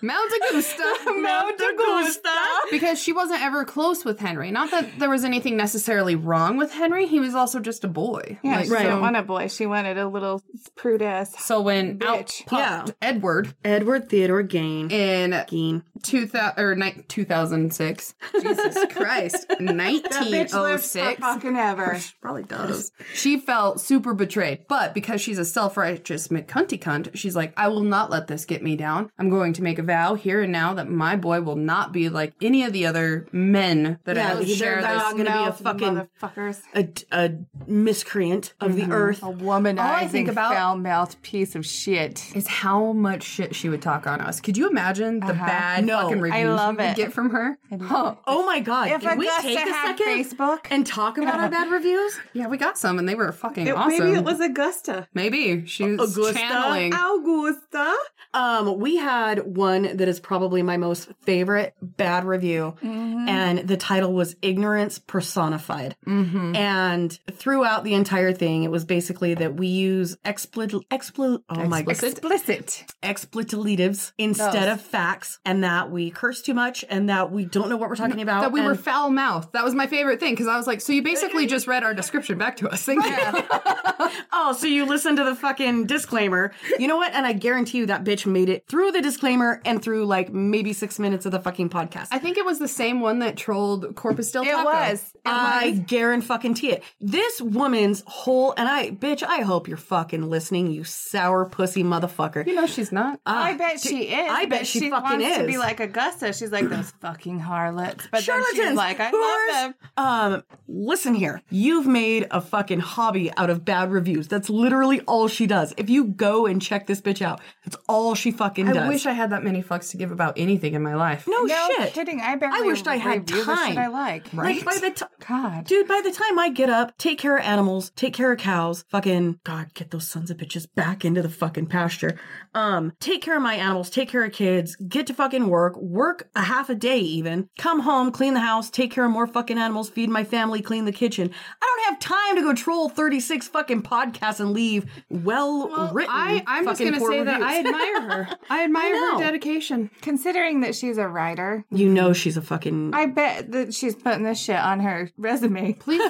Speaker 3: Mount Augusta. Mount
Speaker 5: Augusta.
Speaker 3: because she wasn't ever close with Henry. Not that there was anything necessarily wrong with Henry, he was also just a boy.
Speaker 4: Yeah,
Speaker 3: Like,
Speaker 4: she didn't
Speaker 5: so-
Speaker 4: want a boy. She wanted a little prude ass.
Speaker 3: so when out
Speaker 4: Bitch.
Speaker 3: popped Edward
Speaker 5: Edward Theodore Gain.
Speaker 3: in
Speaker 5: Gain.
Speaker 3: 2000 or ni- 2006. Jesus Christ.
Speaker 4: Oh,
Speaker 3: 1906.
Speaker 4: fucking ever.
Speaker 3: Probably does. She felt super betrayed, but because she's a self righteous McCunty cunt, she's like, I will not let this get me down. I'm going to make a vow here and now that my boy will not be like any of the other men that
Speaker 5: Yeah,
Speaker 3: I have
Speaker 5: they're
Speaker 3: share
Speaker 5: not
Speaker 3: this.
Speaker 5: gonna be a
Speaker 4: Mouth
Speaker 5: fucking-
Speaker 4: motherfuckers.
Speaker 5: a, a miscreant of
Speaker 3: Mm-hmm.
Speaker 5: the earth.
Speaker 4: A
Speaker 3: Oh,
Speaker 4: womanizing,
Speaker 3: All I think about-
Speaker 4: foul mouthed piece of shit.
Speaker 3: Is how much shit she would talk on us. Could you imagine the bad
Speaker 5: No,
Speaker 3: fucking
Speaker 5: I
Speaker 3: reviews
Speaker 4: Uh-huh. love
Speaker 3: we would
Speaker 4: it.
Speaker 3: get from her? Huh.
Speaker 5: Oh my god!
Speaker 4: If
Speaker 5: Can we
Speaker 4: Augusta
Speaker 5: take a
Speaker 4: had
Speaker 5: second
Speaker 4: Facebook-
Speaker 5: and talk about our bad reviews?
Speaker 3: Yeah, we got some, and they were fucking
Speaker 4: It-
Speaker 3: awesome.
Speaker 4: Maybe it was Augusta.
Speaker 3: Maybe she was
Speaker 5: Augusta?
Speaker 3: channeling.
Speaker 4: Augusta.
Speaker 5: Um, we had one one that is probably my most favorite bad review. And the title was Ignorance Personified.
Speaker 3: Mm-hmm.
Speaker 5: And throughout the entire thing, it was basically that we use expli- expli- oh my god,
Speaker 3: Explicit?
Speaker 4: Explicit.
Speaker 5: explicitives instead
Speaker 3: Those.
Speaker 5: of facts, and that we curse too much, and that we don't know what we're talking about.
Speaker 3: That we were
Speaker 5: and-
Speaker 3: foul mouthed. That was my favorite thing because I was like, so you basically just read our description back to us. Thank you.
Speaker 5: oh, so you listen to the fucking disclaimer. You know what? And I guarantee you that bitch made it through the disclaimer and through like maybe six minutes of the fucking podcast.
Speaker 3: I think it was the same one that trolled Corpus del
Speaker 4: It
Speaker 3: Taco.
Speaker 4: was.
Speaker 5: I guarantee fucking tea it. This woman's whole and I, bitch, I hope you're fucking listening, you sour pussy motherfucker.
Speaker 3: You know she's not.
Speaker 4: I bet Ah, she is.
Speaker 5: I bet
Speaker 4: but
Speaker 5: she fucking
Speaker 4: wants to be
Speaker 5: is.
Speaker 4: like Augusta. She's like those fucking harlots. But then she's
Speaker 5: Charlatans,
Speaker 4: like, I
Speaker 5: whores.
Speaker 4: love them.
Speaker 5: Um, listen here. You've made a fucking hobby out of bad reviews. That's literally all she does. If you go and check this bitch out, that's all she fucking does.
Speaker 3: I wish I had that many fucks to give about anything in my life.
Speaker 5: no,
Speaker 4: No
Speaker 5: Oh, shit.
Speaker 4: kidding. I barely.
Speaker 5: wished I had
Speaker 4: review the shit
Speaker 5: time.
Speaker 4: I like.
Speaker 5: Like by the time,
Speaker 4: God.
Speaker 5: dude, by the time I get up, take care of animals, take care of cows, fucking God, get those sons of bitches back into the fucking pasture. Um, take care of my animals, take care of kids, get to fucking work, work a half a day even, come home, clean the house, take care of more fucking animals, feed my family, clean the kitchen. I don't have time to go troll thirty six fucking podcasts and leave well written.
Speaker 3: I, I'm just going to say that I admire her. I admire
Speaker 5: know.
Speaker 3: her dedication.
Speaker 4: Considering that she's a writer,
Speaker 5: you know she's a fucking.
Speaker 4: I bet that she's putting this shit on her resume.
Speaker 3: Please,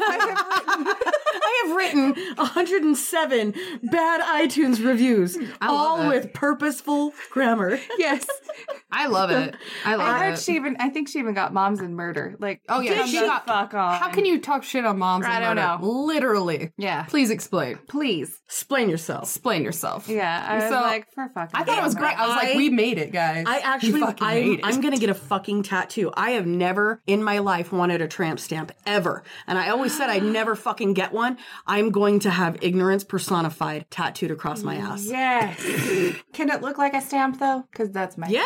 Speaker 5: I have written 107 bad iTunes reviews, all with purposeful grammar.
Speaker 4: yes.
Speaker 3: I love it. I love
Speaker 4: I heard
Speaker 3: it.
Speaker 4: she even. I think she even got moms and murder. Like,
Speaker 3: Oh, yeah,
Speaker 4: come
Speaker 3: Uh, she
Speaker 4: the
Speaker 3: got-
Speaker 4: fuck on.
Speaker 3: How can you talk shit on moms?
Speaker 4: I
Speaker 3: and
Speaker 4: don't
Speaker 3: murder?
Speaker 4: know.
Speaker 3: Literally.
Speaker 4: Yeah.
Speaker 3: Please explain.
Speaker 4: please?
Speaker 5: Explain yourself.
Speaker 3: Explain yourself.
Speaker 4: Yeah, I was
Speaker 3: So-
Speaker 4: like, for fucking.
Speaker 3: I thought it was great. I was like,
Speaker 5: I-
Speaker 3: we made it, guys.
Speaker 5: I
Speaker 3: We
Speaker 5: actually,
Speaker 3: fucking
Speaker 5: I,
Speaker 3: made it.
Speaker 5: I'm gonna get a fucking tattoo. I have never in my life wanted a tramp stamp ever, and I always said I'd never fucking get one. I'm going to have ignorance personified tattooed across my ass.
Speaker 4: Yes. Can it look like a stamp though? Because that's my.
Speaker 5: Yeah,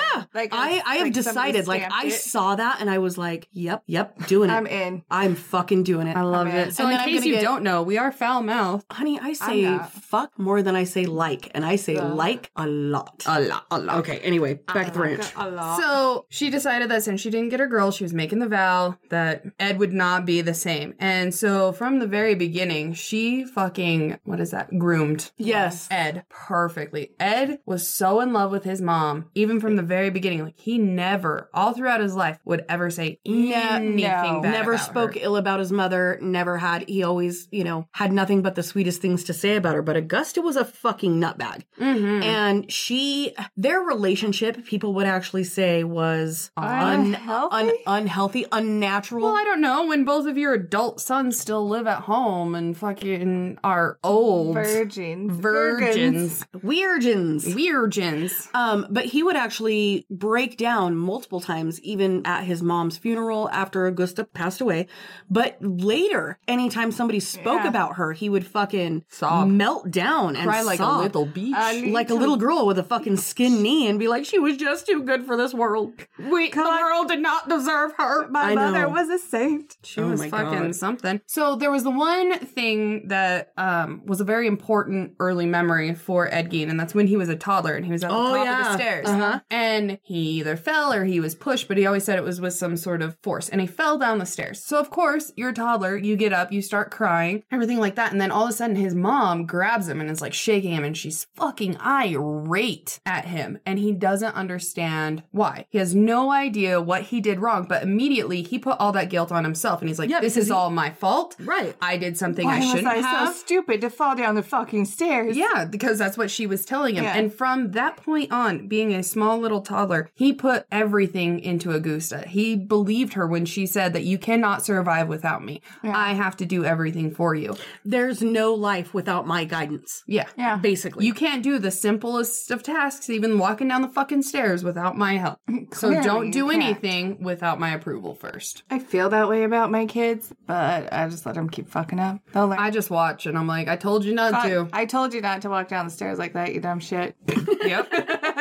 Speaker 5: like
Speaker 4: Like,
Speaker 5: I, I have
Speaker 4: like somebody
Speaker 5: decided. Like I
Speaker 4: stamped it.
Speaker 5: saw that, and I was like, "Yep, yep, doing it.
Speaker 4: I'm in.
Speaker 5: I'm fucking doing it. I love
Speaker 4: it.
Speaker 3: So, in case you don't know, we are foul mouthed.
Speaker 5: Honey, I say
Speaker 4: not.
Speaker 5: fuck more than I say like, and I say like a lot. A lot, a lot. Okay, anyway, back at
Speaker 3: Uh,
Speaker 5: the ranch.
Speaker 4: A lot.
Speaker 3: So she decided that since she didn't get her girl, she was making the vow that Ed would not be the same. And so from the very beginning, she fucking, what is that? Groomed.
Speaker 5: Yes.
Speaker 3: Ed perfectly. Ed was so in love with his mom, even from the very beginning. Like he never, all throughout his life, would ever say anything
Speaker 4: no.
Speaker 3: bad.
Speaker 5: Never
Speaker 3: about
Speaker 5: spoke
Speaker 3: her.
Speaker 5: ill about his mother, never had, he always, you know, had nothing but the sweetest things to say about her. But Augusta was a fucking nutbag.
Speaker 3: Mhm.
Speaker 5: And she, their relationship, people would actually say was
Speaker 4: Unhealthy?
Speaker 5: un- unhealthy, unnatural.
Speaker 3: Well, I don't know. When both of your adult sons still live at home and fucking are old,
Speaker 4: Virgins.
Speaker 3: virgins,
Speaker 5: Weirgins.
Speaker 3: virgins.
Speaker 5: Um, but he would actually break down multiple times, even at his mom's funeral after Augusta passed away. But later, anytime somebody spoke
Speaker 4: Yeah.
Speaker 5: about her, he would fucking
Speaker 3: Sob.
Speaker 5: melt down and
Speaker 3: Cry like
Speaker 5: sob
Speaker 3: a little bitch.
Speaker 5: like a little girl with a fucking skin knee and be like, she was just too good for this world.
Speaker 3: we, the world did not deserve her.
Speaker 4: My
Speaker 5: I
Speaker 4: mother
Speaker 5: know.
Speaker 4: was a saint.
Speaker 3: She
Speaker 5: Oh
Speaker 3: was
Speaker 5: my
Speaker 3: fucking
Speaker 5: God.
Speaker 3: something. So there was the one thing that um, was a very important early memory for Ed Gein, and that's when he was a toddler and he was at the
Speaker 5: Oh,
Speaker 3: top of
Speaker 5: yeah.
Speaker 3: the stairs.
Speaker 5: Uh-huh.
Speaker 3: And he either fell or he was pushed, but he always said it was with some sort of force. And he fell down the stairs. So of course, you're a toddler, you get up, you start crying, everything like that, and then all of a sudden his mom grabs him and is like shaking him and she's fucking irate at him. And he doesn't understand why. He has no idea what he did wrong, but immediately he put all that guilt on himself and he's like,
Speaker 5: Yeah,
Speaker 3: This
Speaker 5: because
Speaker 3: is
Speaker 5: he-
Speaker 3: all my fault.
Speaker 5: Right.
Speaker 3: I did something
Speaker 4: Why
Speaker 3: I
Speaker 4: was
Speaker 3: shouldn't
Speaker 4: I
Speaker 3: have.
Speaker 4: so stupid to fall down the fucking stairs?
Speaker 3: Yeah, because that's what she was telling him.
Speaker 4: Yeah.
Speaker 3: And from that point on, being a small little toddler, he put everything into Augusta. He believed her when she said that you cannot survive without me. I have to do everything for you.
Speaker 5: There's no life without my guidance,
Speaker 3: Yeah.
Speaker 4: Yeah.
Speaker 5: basically.
Speaker 3: You can't do the simplest of tasks, even walking down the fucking stairs without my help. so
Speaker 4: Clearly
Speaker 3: don't do
Speaker 4: you can't.
Speaker 3: anything without my approval first.
Speaker 4: I feel that way about my kids, but I just let them keep fucking up. He'll learn.
Speaker 5: I just watch and I'm like, I told you not to.
Speaker 4: I told you not to walk down the stairs like that, you dumb shit.
Speaker 5: yep.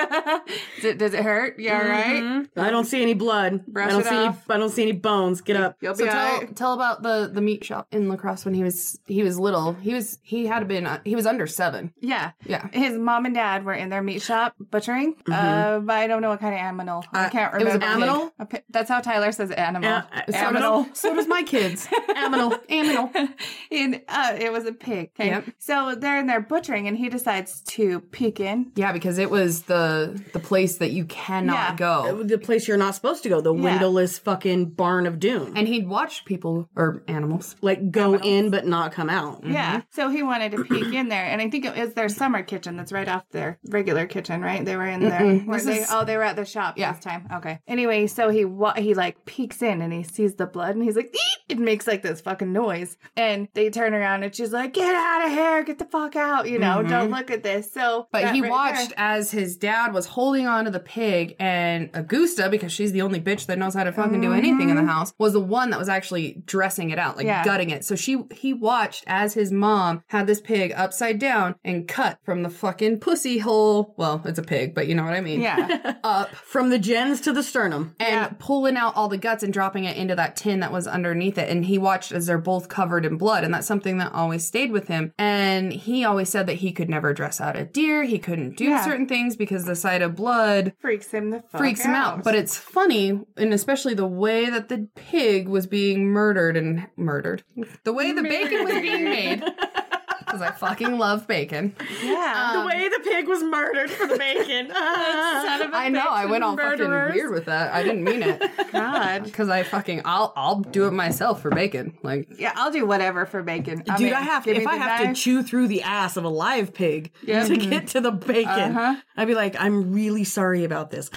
Speaker 4: does, it, does it hurt? You all right?
Speaker 3: Mm-hmm.
Speaker 5: I don't see any blood.
Speaker 4: Brush
Speaker 5: I don't
Speaker 4: it
Speaker 5: see any,
Speaker 4: off.
Speaker 5: I don't see any bones. Get up.
Speaker 4: You'll
Speaker 3: So
Speaker 4: be all
Speaker 3: tell,
Speaker 4: right.
Speaker 3: tell about the the meat shop in Lacrosse when he was he was little. He was he had been uh, he was under seven.
Speaker 4: Yeah.
Speaker 3: Yeah. Mm-hmm.
Speaker 4: His mom and dad were in their meat shop butchering. Uh, but I don't know what kind of aminal. I
Speaker 3: Uh,
Speaker 4: can't
Speaker 3: it was
Speaker 4: remember.
Speaker 3: a pig. uh,
Speaker 4: Aminal? A pi- That's how Tyler says animal.
Speaker 5: A- a-
Speaker 3: So
Speaker 4: aminal.
Speaker 3: does, so does my kids. Aminal, aminal.
Speaker 4: and uh, it was a pig. 'Kay.
Speaker 3: Yep.
Speaker 4: So they're in there butchering, and he decides to peek in.
Speaker 3: Yeah, because it was the the place that you cannot
Speaker 4: Yeah.
Speaker 3: go.
Speaker 5: The place you're not supposed to go, the windowless fucking barn of doom.
Speaker 3: And he'd watched people or animals.
Speaker 5: like go in but not come out.
Speaker 4: Yeah. So he wanted to peek in there, and I think it was their summer kitchen that's right off their regular kitchen, right? They were in there. Were
Speaker 3: This
Speaker 4: they?
Speaker 3: is-
Speaker 4: Oh, they were at the shop
Speaker 3: Yeah.
Speaker 4: this time. Okay. Anyway, so he wa- he like peeks in and he sees the blood, and he's like, "Eek!" it makes like this fucking noise, and they turn around, and she's like, "Get out of here! Get the fuck out! You know, don't look at this." So,
Speaker 3: But
Speaker 4: that
Speaker 3: he
Speaker 4: right
Speaker 3: watched
Speaker 4: there-
Speaker 3: as his dad was holding on to the pig, and Augusta, because she's the only bitch that knows how to fucking do anything in the house, was the one that was actually dressing it out, like
Speaker 4: Mm-hmm. Yeah.
Speaker 3: gutting it. So she he watched as his mom had this pig upside down and cut from the fucking pussy hole. Well, it's a pig, but you know what I mean.
Speaker 4: Yeah.
Speaker 3: Up
Speaker 5: From the gens to the sternum.
Speaker 3: and pulling out all the guts and dropping it into that tin that was underneath it. And he watched as they're both covered in blood. And that's something that always stayed with him. And he always said that he could never dress out a deer. He couldn't do
Speaker 4: Yeah.
Speaker 3: certain things because the sight of blood
Speaker 4: Freaks him the fuck
Speaker 3: freaks him out. But it's funny, and especially the way that the pig was being murdered and murdered. The way the bacon was being made. Because I fucking love bacon.
Speaker 4: yeah. Um,
Speaker 5: the way the pig was murdered for the bacon.
Speaker 4: Son of a
Speaker 3: I know,
Speaker 4: bitch
Speaker 3: I went all
Speaker 4: murderers.
Speaker 3: fucking weird with that. I didn't mean it.
Speaker 4: God.
Speaker 3: Because I fucking, I'll, I'll do it myself for bacon. Like,
Speaker 4: Yeah, I'll do whatever for bacon. I'm
Speaker 5: Dude,
Speaker 4: in.
Speaker 5: I have to,
Speaker 4: Give me
Speaker 5: if I
Speaker 4: the Mm-hmm.
Speaker 5: have
Speaker 4: knife.
Speaker 5: to chew through the ass of a live pig to get to the bacon,
Speaker 4: Uh-huh.
Speaker 5: I'd be like, I'm really sorry about this.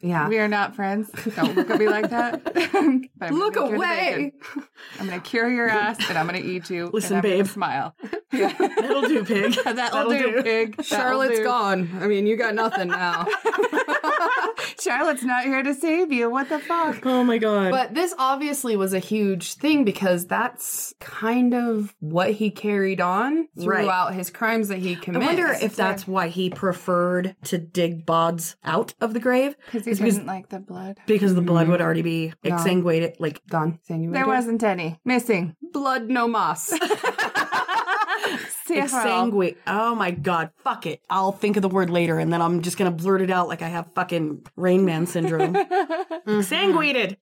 Speaker 3: yeah.
Speaker 4: We are not friends. Don't look at me like that. But I'm gonna
Speaker 3: Look
Speaker 4: cure the
Speaker 3: away.
Speaker 4: bacon. I'm going to cure your ass and I'm going to eat you.
Speaker 5: Listen,
Speaker 4: and I'm gonna
Speaker 5: babe.
Speaker 4: Smile. Yeah.
Speaker 5: That'll do, pig. That'll,
Speaker 4: That'll do, pig. That'll
Speaker 3: Charlotte's
Speaker 4: do.
Speaker 3: gone. I mean, you got nothing now.
Speaker 4: Charlotte's not here to save you. What the fuck?
Speaker 5: Oh my god.
Speaker 3: but this obviously was a huge thing because that's kind of what he carried on
Speaker 5: Right.
Speaker 3: throughout his crimes that he
Speaker 5: I
Speaker 3: committed.
Speaker 5: wonder if that's why he preferred to dig bods out of the grave
Speaker 4: Because he didn't like the blood.
Speaker 5: because the
Speaker 4: Mm-hmm.
Speaker 5: blood would already be exsanguated. Like,
Speaker 3: gone. Saying you
Speaker 4: There wasn't any. Missing.
Speaker 3: blood, no moss.
Speaker 5: Uh-huh.
Speaker 4: CFL.
Speaker 5: exsanguate. Oh my god, fuck it. I'll think of the word later and then I'm just gonna blurt it out like I have fucking Rain Man syndrome. Exsanguated.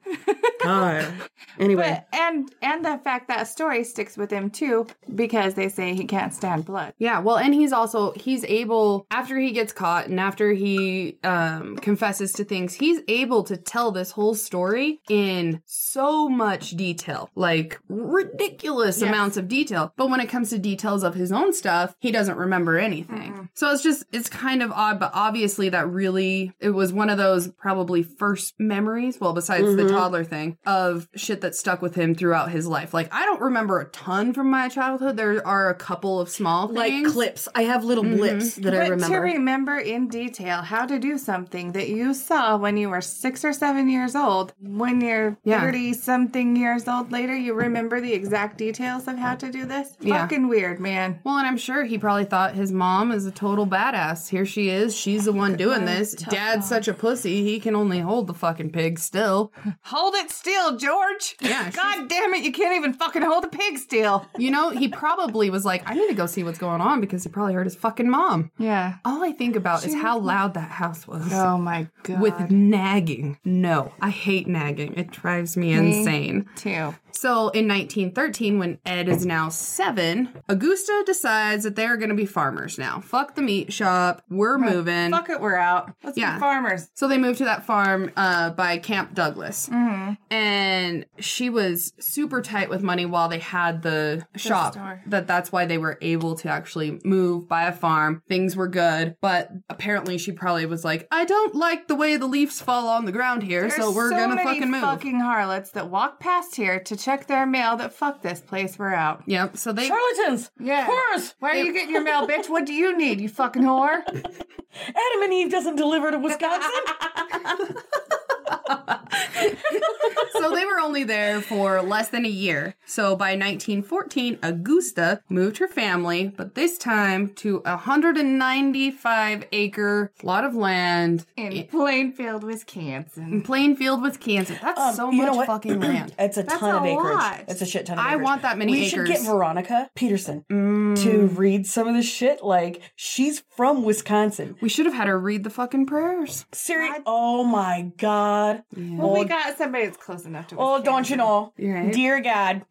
Speaker 5: God. Anyway.
Speaker 4: But, and and the fact that story sticks with him too because they say he can't stand blood.
Speaker 3: yeah. Well, and he's also he's able after he gets caught and after he um, confesses to things, he's able to tell this whole story in so much detail, like ridiculous amounts of detail. But when it comes to details of his own stuff, he doesn't remember anything. So it's just it's kind of odd, but obviously that really it was one of those probably first memories, well besides the toddler thing, of shit that stuck with him throughout his life. Like I don't remember a ton from my childhood. There are a couple of small
Speaker 5: like
Speaker 3: things.
Speaker 5: clips. I have little blips that I
Speaker 4: But
Speaker 5: remember.
Speaker 4: to remember in detail how to do something that you saw when you were six or seven years old, when you're
Speaker 3: Yeah.
Speaker 4: 30 something years old later, you remember the exact details of how to do this?
Speaker 3: Yeah.
Speaker 4: Fucking weird, man.
Speaker 3: Well, and I'm sure he probably thought his mom is a total badass. Here she is. She's the one doing this. Dad's such a pussy. He can only hold the fucking pig still.
Speaker 4: Hold it still, George.
Speaker 3: Yeah,
Speaker 4: God damn it, you can't even fucking hold a pig still.
Speaker 3: You know, he probably was like, I need to go see what's going on because he probably heard his fucking mom.
Speaker 4: Yeah.
Speaker 3: All I think about is how loud that house was.
Speaker 4: Oh my god.
Speaker 3: With nagging. No, I hate nagging. It drives me insane.
Speaker 4: two.
Speaker 3: So in 1913, when Ed is now seven, Augusta decides that they're going to be farmers now. Fuck the meat shop. We're moving.
Speaker 4: Fuck it, we're out. Let's
Speaker 3: Yeah.
Speaker 4: be farmers.
Speaker 3: So they moved to that farm uh, by Camp Douglas,
Speaker 4: Mm-hmm.
Speaker 3: and she was super tight with money while they had the, shop.
Speaker 4: store.
Speaker 3: That that's why they were able to actually move, buy a farm. Things were good, but apparently she probably was like, "I don't like the way the leaves fall on the ground here, so
Speaker 4: There's
Speaker 3: we're gonna
Speaker 4: many
Speaker 3: fucking move."
Speaker 4: fucking harlots that walk past here to check their mail that fuck this place, we're out.
Speaker 3: Yep. So they
Speaker 5: Charlatans.
Speaker 4: Yeah.
Speaker 5: Whores!
Speaker 4: Where are you getting your mail, bitch? What do you need, you fucking whore?
Speaker 5: Adam and Eve doesn't deliver to Wisconsin.
Speaker 3: so they were only there for less than a year. So by 1914, Augusta moved her family, but this time to a 195 acre plot of land
Speaker 4: in Plainfield, Wisconsin.
Speaker 3: in Plainfield, Wisconsin. That's
Speaker 5: Um,
Speaker 3: so
Speaker 5: you know
Speaker 3: much
Speaker 5: what?
Speaker 3: fucking land.
Speaker 5: It's a
Speaker 4: That's
Speaker 5: ton
Speaker 4: a
Speaker 5: of acreage.
Speaker 4: lot.
Speaker 5: It's a shit ton of
Speaker 3: I
Speaker 5: acreage.
Speaker 3: want that many
Speaker 5: we
Speaker 3: acres.
Speaker 5: should get Veronica Peterson
Speaker 3: Mm.
Speaker 5: to read some of this shit. Like, she's from Wisconsin.
Speaker 3: we should have had her read the fucking prayers.
Speaker 5: Siri,
Speaker 4: God.
Speaker 5: oh my God.
Speaker 4: Well, we got somebody that's close enough to.
Speaker 5: Oh, don't you know?
Speaker 3: Right.
Speaker 5: Dear God,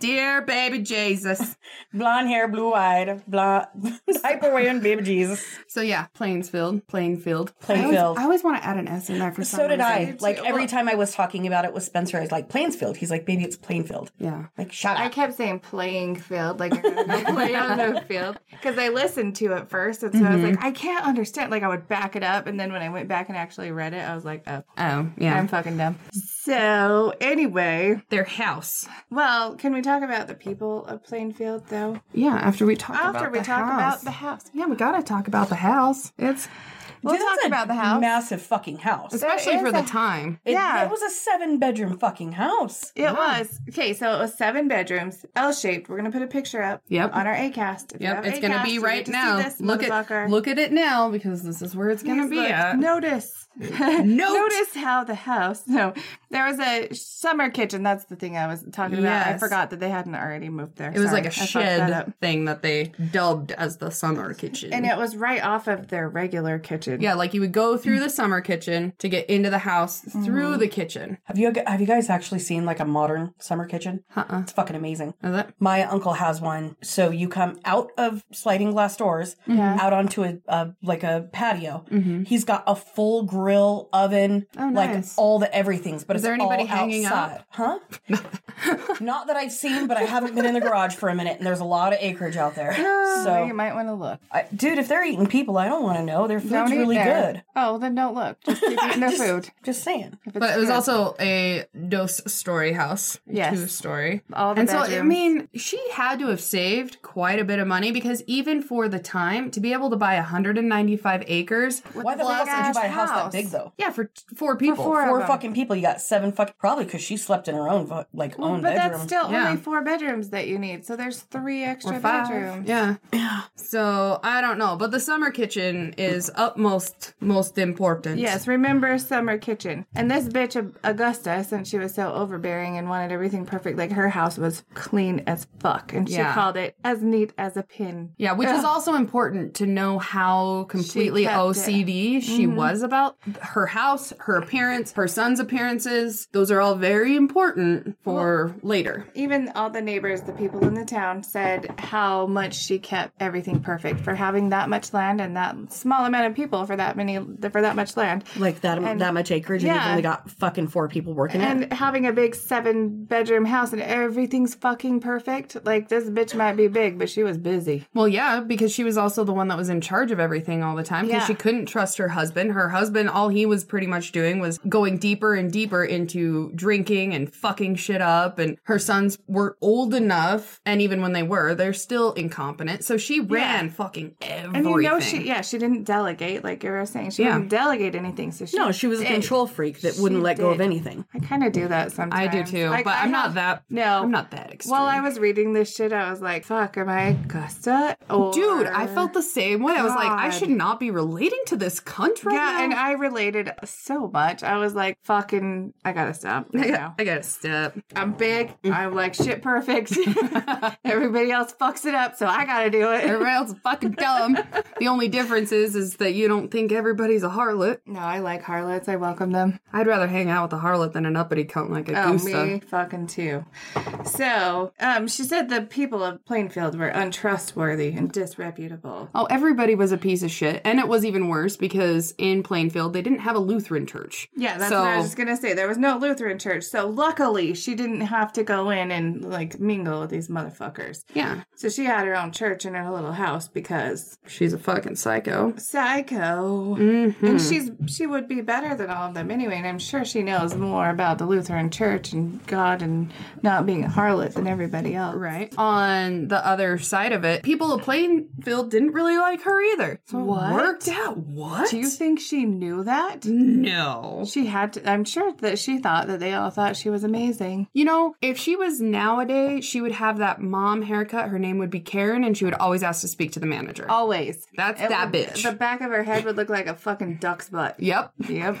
Speaker 3: Dear baby Jesus.
Speaker 5: blonde hair, blue eyed, blonde, diaper wearing baby Jesus.
Speaker 3: So yeah, Plainsfield, Plainfield, I
Speaker 5: Plainfield.
Speaker 3: always, want to add an S in there for some
Speaker 5: So did
Speaker 3: reason.
Speaker 5: I. Like, every time I was talking about it with Spencer, I was like, Plainsfield. He's like, baby, it's Plainfield.
Speaker 3: Yeah.
Speaker 5: Like, shut
Speaker 4: I
Speaker 5: up.
Speaker 4: kept saying playing field, like you're gonna go play on the field, because I listened to it first, and so I was
Speaker 3: Mm-hmm.
Speaker 4: like, I can't understand. Like I would back it up, and then when I went back and actually read it, I was like, oh,
Speaker 3: Oh yeah.
Speaker 4: I'm fucking dumb. So anyway,
Speaker 3: their house.
Speaker 4: well, can we talk about the people of Plainfield though?
Speaker 3: Yeah, after we talk about
Speaker 4: After we
Speaker 3: the
Speaker 4: talk
Speaker 3: house.
Speaker 4: about the house,
Speaker 3: Yeah, we gotta talk about the house. It's
Speaker 4: we'll
Speaker 5: This is
Speaker 4: talk
Speaker 5: a
Speaker 4: about the house.
Speaker 5: Massive fucking house. It,
Speaker 3: especially
Speaker 4: is
Speaker 3: for the
Speaker 4: a-
Speaker 3: time.
Speaker 4: yeah.
Speaker 5: it was a seven bedroom fucking house.
Speaker 4: It was. Okay, so it was seven bedrooms, L shaped. We're gonna put a picture up
Speaker 3: Yep.
Speaker 4: on our ACAST. If you
Speaker 3: Yep,
Speaker 4: have
Speaker 3: it's gonna
Speaker 4: Acast,
Speaker 3: be
Speaker 4: you
Speaker 3: right
Speaker 4: get to see
Speaker 3: now.
Speaker 4: this
Speaker 3: look
Speaker 4: motherfucker.
Speaker 3: at look at it now because this is where it's gonna
Speaker 4: Please
Speaker 3: be
Speaker 4: look.
Speaker 3: at.
Speaker 4: Notice. Notice how the house. No, there was a summer kitchen. That's the thing I was talking about. I
Speaker 3: Yes.
Speaker 4: forgot that they hadn't already moved there.
Speaker 3: It was
Speaker 4: Sorry,
Speaker 3: like a
Speaker 4: I fucked that up.
Speaker 3: shed thing that they dubbed as the summer kitchen.
Speaker 4: And it was right off of their regular kitchen.
Speaker 3: yeah, like you would go through
Speaker 4: Mm.
Speaker 3: the summer kitchen to get into the house through the kitchen.
Speaker 5: Have you have you guys actually seen like a modern summer kitchen?
Speaker 3: Uh-uh.
Speaker 5: It's fucking amazing.
Speaker 3: Is that?
Speaker 5: My uncle has one. So you come out of sliding glass doors, out onto a, a like a patio.
Speaker 4: Mm-hmm.
Speaker 5: He's got a full grill, oven,
Speaker 3: Oh,
Speaker 5: like
Speaker 3: nice.
Speaker 5: all the everything's. But
Speaker 3: Is
Speaker 5: it's
Speaker 3: there anybody
Speaker 5: all
Speaker 3: hanging
Speaker 5: outside. Huh? Not that I've seen, but I haven't been in the garage for a minute, and there's a lot of acreage out there.
Speaker 4: So
Speaker 5: So,
Speaker 4: Oh, you might want to look.
Speaker 5: I, dude, if they're eating people, I don't want to know. Their food's
Speaker 4: Don't eat
Speaker 5: really
Speaker 4: there.
Speaker 5: good.
Speaker 4: Oh, then don't look. Just keep eating their food.
Speaker 5: Just saying.
Speaker 4: If it's
Speaker 3: But it was
Speaker 4: good.
Speaker 3: also a dose story house,
Speaker 4: Yes.
Speaker 3: two story.
Speaker 4: all the
Speaker 3: and so, I
Speaker 4: bedrooms.
Speaker 3: mean, she had to have saved quite a bit of money because even for the time, to be able to buy 195 acres,
Speaker 5: Why the fuck would you
Speaker 4: big-ass
Speaker 5: buy a house that
Speaker 4: house.
Speaker 5: big though?
Speaker 3: yeah, for t- four people.
Speaker 4: four of
Speaker 5: Four
Speaker 4: them.
Speaker 5: fucking people. You got seven fucking. Probably because she slept in her own fu- like own
Speaker 4: But
Speaker 5: bedroom.
Speaker 4: that's still
Speaker 3: Yeah.
Speaker 4: only four bedrooms that you need. So there's three extra bedrooms.
Speaker 3: Yeah. So I don't know, but the summer kitchen is upmost most important.
Speaker 4: Yes, remember summer kitchen. And this bitch Ag- Augusta, since she was so overbearing and wanted everything perfect, like her house was clean as fuck, and she
Speaker 3: Yeah.
Speaker 4: called it as neat as a pin.
Speaker 3: Yeah, which is also important to know how completely
Speaker 4: kept it. Mm-hmm.
Speaker 3: OCD she was about her house, her appearance, her son's appearances. Those are all very important for later.
Speaker 4: Even all the neighbors, the people in the town, said how much she kept everything perfect for having that much land and that small amount of people for that many for that much land.
Speaker 5: like that that much acreage, and
Speaker 4: yeah.
Speaker 5: you've only got fucking four people working it.
Speaker 4: And having a big seven bedroom house and everything's fucking perfect. Like this bitch might be big, but she was busy.
Speaker 3: Well, yeah, because she was also the one that was in charge of everything all the time because
Speaker 4: Yeah.
Speaker 3: she couldn't trust her husband. Her husband, all he was pretty much doing was going deeper and deeper into drinking and fucking shit up. And her sons were old enough, and even when they were, they're still incompetent. So she ran fucking everything.
Speaker 4: And you know she yeah, she didn't delegate like you were saying. She
Speaker 3: Yeah.
Speaker 4: didn't delegate anything, so she
Speaker 5: no, she was a control freak that wouldn't let go of
Speaker 4: did.
Speaker 5: anything.
Speaker 4: I kind of do that sometimes.
Speaker 3: I do too,
Speaker 4: Like,
Speaker 3: but
Speaker 4: I
Speaker 3: I'm not
Speaker 4: have-
Speaker 3: that.
Speaker 4: No.
Speaker 3: I'm not that extreme.
Speaker 4: While I was reading this shit, I was like, "Fuck, am I Augusta?" Or...
Speaker 3: Dude, I felt the same way. I was like, I
Speaker 4: God.
Speaker 3: should not be relating to this country.
Speaker 4: yeah, and I related so much. I was like, "Fucking, I gotta stop right now."
Speaker 3: I gotta step.
Speaker 4: I'm big. I'm like shit perfect. Everybody else fucks it up, so I gotta do it.
Speaker 3: Everybody else is fucking dumb. The only difference is, is that you don't think everybody's a harlot.
Speaker 4: No, I like harlots. I welcome them.
Speaker 3: I'd rather hang out with a harlot than an uppity cunt like a
Speaker 4: Oh,
Speaker 3: goose.
Speaker 4: me fucking too. So, um, she said the people of Plainfield were untrustworthy and disreputable.
Speaker 3: Oh, everybody was a piece of shit, and it was even worse because in Plainfield they didn't have a Lutheran church.
Speaker 4: Yeah, that's
Speaker 3: so
Speaker 4: what I was just gonna say. There was no Lutheran church, so luckily she didn't have to go in and like mingle with these motherfuckers.
Speaker 3: yeah,
Speaker 4: So she had her own church in her little house because
Speaker 3: she's a fucking psycho.
Speaker 4: psycho. know. And she's she would be better than all of them anyway, and I'm sure she knows more about the Lutheran Church and God and not being a harlot than everybody else.
Speaker 3: Right. On the other side of it, people of Plainfield didn't really like her either. So
Speaker 4: What?
Speaker 3: it worked out. What?
Speaker 4: Do you think she knew that?
Speaker 3: no.
Speaker 4: She had to. I'm sure that she thought that they all thought she was amazing.
Speaker 3: You know, if she was nowadays, she would have that mom haircut. Her name would be Karen, and she would always ask to speak to the manager.
Speaker 4: Always.
Speaker 3: That's
Speaker 4: It
Speaker 3: that
Speaker 4: would-
Speaker 3: bitch.
Speaker 4: The back of her head would look like a fucking duck's butt.
Speaker 3: Yep.
Speaker 4: Yep.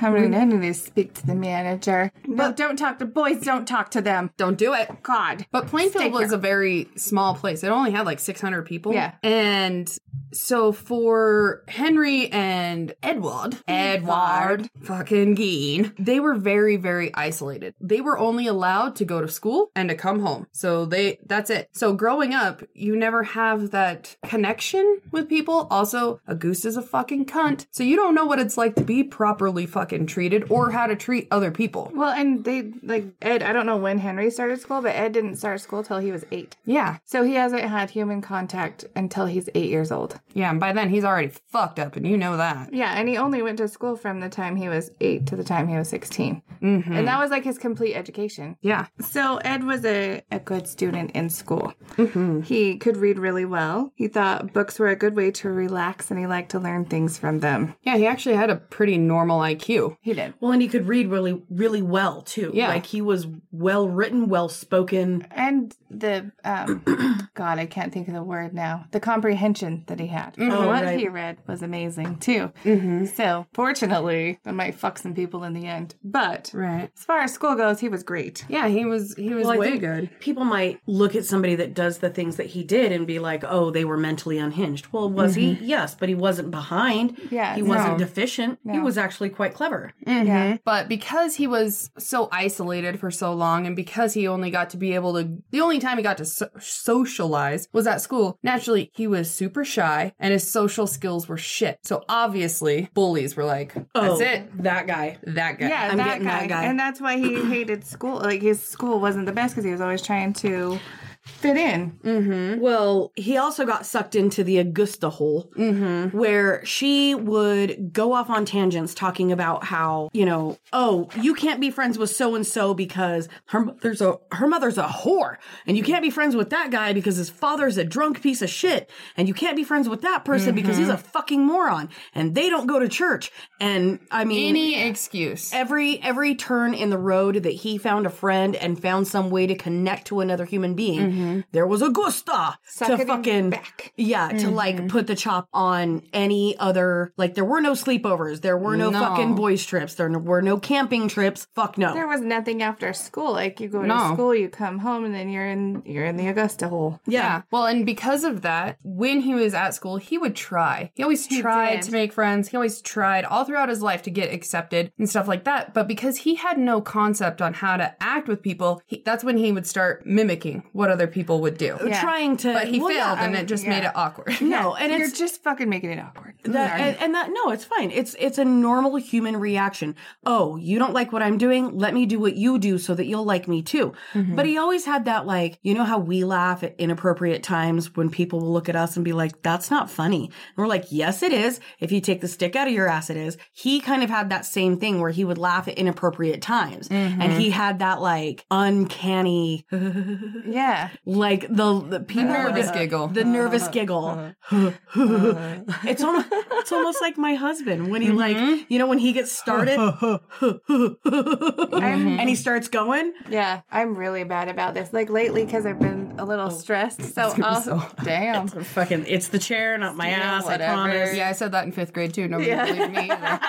Speaker 4: I mean, I need to speak to the manager. No, don't talk to boys. Don't talk to them.
Speaker 3: Don't do it.
Speaker 4: God.
Speaker 3: But Plainfield
Speaker 4: Stay
Speaker 3: was
Speaker 4: here.
Speaker 3: a very small place. It only had like 600 people.
Speaker 4: Yeah.
Speaker 3: And so for Henry and Edward, Edward fucking Gein, they were very, very isolated. They were only allowed to go to school and to come home. So they, that's it. So growing up, you never have that connection with people. Also, a goose is a fucking cunt. So you don't know what it's like to be properly fucking treated or how to treat other people.
Speaker 4: Well, and they like Ed. I don't know when Henry started school, but Ed didn't start school till he was eight.
Speaker 3: Yeah.
Speaker 4: So he hasn't had human contact until he's eight years old.
Speaker 3: Yeah. And by then, he's already fucked up, and you know that.
Speaker 4: Yeah, and he only went to school from the time he was eight to the time he was 16. Mm-hmm. And that was like his complete education.
Speaker 3: Yeah.
Speaker 4: So Ed was a, a good student in school. He could read really well. He thought books were a good way to relax and he liked to learn things from them.
Speaker 3: Yeah, he actually had a pretty normal IQ.
Speaker 4: He did.
Speaker 5: Well, and he could read really, really well too.
Speaker 3: Yeah.
Speaker 5: like he was well written, well spoken.
Speaker 4: And the, um, God, I can't think of the word now. The comprehension that he had.
Speaker 5: Oh,
Speaker 4: what
Speaker 5: right.
Speaker 4: he read was amazing too. Mm-hmm. So fortunately, I might fuck some people in the end. But
Speaker 3: Right.
Speaker 4: as far as school goes, he was great.
Speaker 3: Yeah, he was he was
Speaker 5: Well, I
Speaker 3: way
Speaker 5: think
Speaker 3: good.
Speaker 5: People might look at somebody that does the things that he did and be like, "Oh, they were mentally unhinged." Well, was he? Yes, but he wasn't behind.
Speaker 4: Mm-hmm. Yeah,
Speaker 5: he
Speaker 4: no.
Speaker 5: wasn't deficient. He was actually quite clever.
Speaker 4: Yeah.
Speaker 3: But because he was so isolated for so long and because he only got to be able to the only time he got to so- socialize was at school, naturally he was super shy and his social skills were shit. So obviously bullies were like, that's
Speaker 5: oh,
Speaker 3: it.
Speaker 5: That guy.
Speaker 3: That guy.
Speaker 4: Yeah,
Speaker 5: I'm
Speaker 4: that,
Speaker 5: getting
Speaker 4: guy.
Speaker 5: that guy.
Speaker 4: And that's why he hated school. Like his school wasn't the best because he was always trying to fit in.
Speaker 5: Well, he also got sucked into the Augusta hole, where she would go off on tangents talking about how you know, oh, you can't be friends with so and so because her mother's a her mother's a whore, and you can't be friends with that guy because his father's a drunk piece of shit, and you can't be friends with that person because he's a fucking moron, and they don't go to church, and I mean,
Speaker 3: Any excuse.
Speaker 5: every every turn in the road that he found a friend and found some way to connect to another human being
Speaker 3: Mm-hmm.
Speaker 5: there was augusta to
Speaker 4: Sucking
Speaker 5: fucking
Speaker 4: back.
Speaker 5: yeah to
Speaker 3: Mm-hmm.
Speaker 5: like put the chop on any other like there were no sleepovers there were no,
Speaker 3: No.
Speaker 5: fucking boys trips there were no camping trips fuck no
Speaker 4: There was nothing after school. Like you go
Speaker 3: No.
Speaker 4: to school, you come home, and then you're in you're in the Augusta hole.
Speaker 3: Yeah. Well, and because of that, when he was at school, he would try. He always tried
Speaker 4: did.
Speaker 3: to make friends. He always tried all throughout his life to get accepted and stuff like that. But because he had no concept on how to act with people, he, that's when he would start mimicking what other people would do.
Speaker 4: Yeah.
Speaker 5: trying to
Speaker 3: But he
Speaker 5: well,
Speaker 3: failed,
Speaker 5: yeah,
Speaker 3: and
Speaker 5: I-
Speaker 3: it just
Speaker 4: yeah.
Speaker 3: made it awkward.
Speaker 5: no and
Speaker 4: You're
Speaker 5: it's
Speaker 4: just fucking making it awkward.
Speaker 5: That, and, and that no, it's fine. It's it's a normal human reaction. Oh, you don't like what I'm doing? Let me do what you do so that you'll like me too. But he always had that like, you know how we laugh at inappropriate times when people will look at us and be like, "That's not funny." And we're like, "Yes, it is. If you take the stick out of your ass, it is." He kind of had that same thing where he would laugh at inappropriate times, and he had that like uncanny,
Speaker 4: yeah.
Speaker 5: like the, the people
Speaker 3: nervous
Speaker 5: the,
Speaker 3: giggle.
Speaker 5: the nervous giggle. it's almost it's almost like my husband when he like you know when he gets started and he starts going.
Speaker 4: Yeah. I'm really bad about this. Like lately, because I've been a
Speaker 3: Oh.
Speaker 4: little stressed. So I'll damn.
Speaker 5: Fucking, it's the chair, not my ass.
Speaker 4: whatever.
Speaker 5: I promise.
Speaker 3: Yeah, I said that in fifth grade too. Nobody believed me. Either.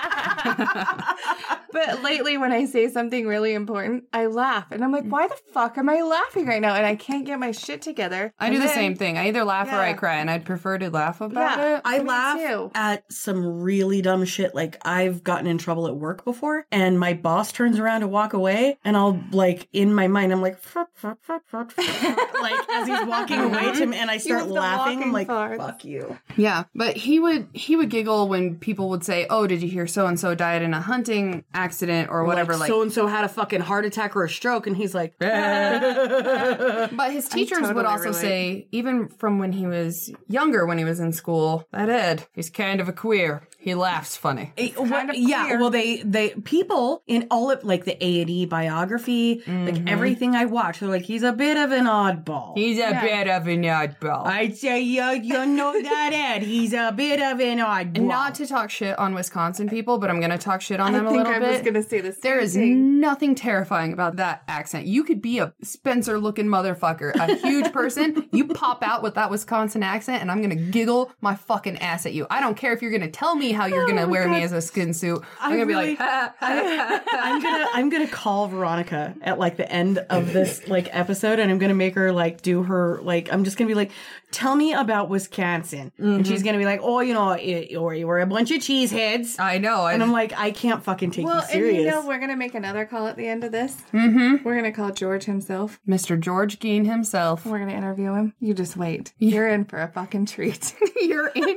Speaker 4: But lately, when I say something really important, I laugh, and I'm like, "Why the fuck am I laughing right now?" And I can't get my shit together.
Speaker 3: I do the same thing. I either laugh or I
Speaker 4: Yeah.
Speaker 3: cry, and I'd prefer to laugh about
Speaker 4: Yeah.
Speaker 3: it.
Speaker 5: I
Speaker 4: Me
Speaker 5: laugh
Speaker 4: too.
Speaker 5: at some really dumb shit. Like I've gotten in trouble at work before, and my boss turns around to walk away, and I'll like in my mind, I'm like, "Fuck, fuck, fuck, fuck, fuck," like as he's walking away to me, and I start
Speaker 4: have the
Speaker 5: laughing. I'm
Speaker 4: walking
Speaker 5: like,
Speaker 4: parts.
Speaker 5: fuck you.
Speaker 3: Yeah, but he would he would giggle when people would say, "Oh, did you hear so and so died in a hunting accident or whatever. Like,
Speaker 5: so and so had a fucking heart attack or a stroke, and he's like,
Speaker 3: but his teachers would
Speaker 4: totally
Speaker 3: also
Speaker 4: relate.
Speaker 3: say, even from when he was younger, when he was in school, that Ed, he's kind of a queer. He laughs funny.
Speaker 5: Eh, what- yeah. Well, they they people in all of like the A and E biography,
Speaker 3: Mm-hmm.
Speaker 5: like everything I watch, they're like, he's a bit of an oddball.
Speaker 3: He's a bit of an oddball.
Speaker 5: I'd say you you know that Ed. He's a bit of an oddball.
Speaker 3: Not to talk shit on Wisconsin people, but I'm going to talk shit on
Speaker 4: I
Speaker 3: them a
Speaker 4: think
Speaker 3: little
Speaker 4: I
Speaker 3: bit.
Speaker 4: was going to say this.
Speaker 3: There is nothing terrifying about that accent. You could be a Spencer looking motherfucker, a huge person. you pop out with that Wisconsin accent, and I'm going to giggle my fucking ass at you. I don't care if you're going to tell me how you're going
Speaker 4: Oh
Speaker 3: to wear me as a skin suit. I'm going to be
Speaker 5: really-
Speaker 3: like, "Ah, "Ha, ha, ha, ha."
Speaker 5: I'm gonna I'm gonna call Veronica at like the end of this like episode, and I'm gonna make her like do her like I'm just gonna be like, tell me about Wisconsin,
Speaker 3: Mm-hmm.
Speaker 5: and she's gonna be like, oh, you know, it, or you were a bunch of cheeseheads,
Speaker 3: I know.
Speaker 5: and I'm like, I can't fucking take
Speaker 4: Well,
Speaker 5: you
Speaker 4: and
Speaker 5: serious.
Speaker 4: you know, we're going to make another call at the end of this. Mm-hmm. We're going to call George himself.
Speaker 3: Mr. George Gein himself.
Speaker 4: We're going to interview him. You just wait. You're in for a fucking treat.
Speaker 3: You're in.
Speaker 5: what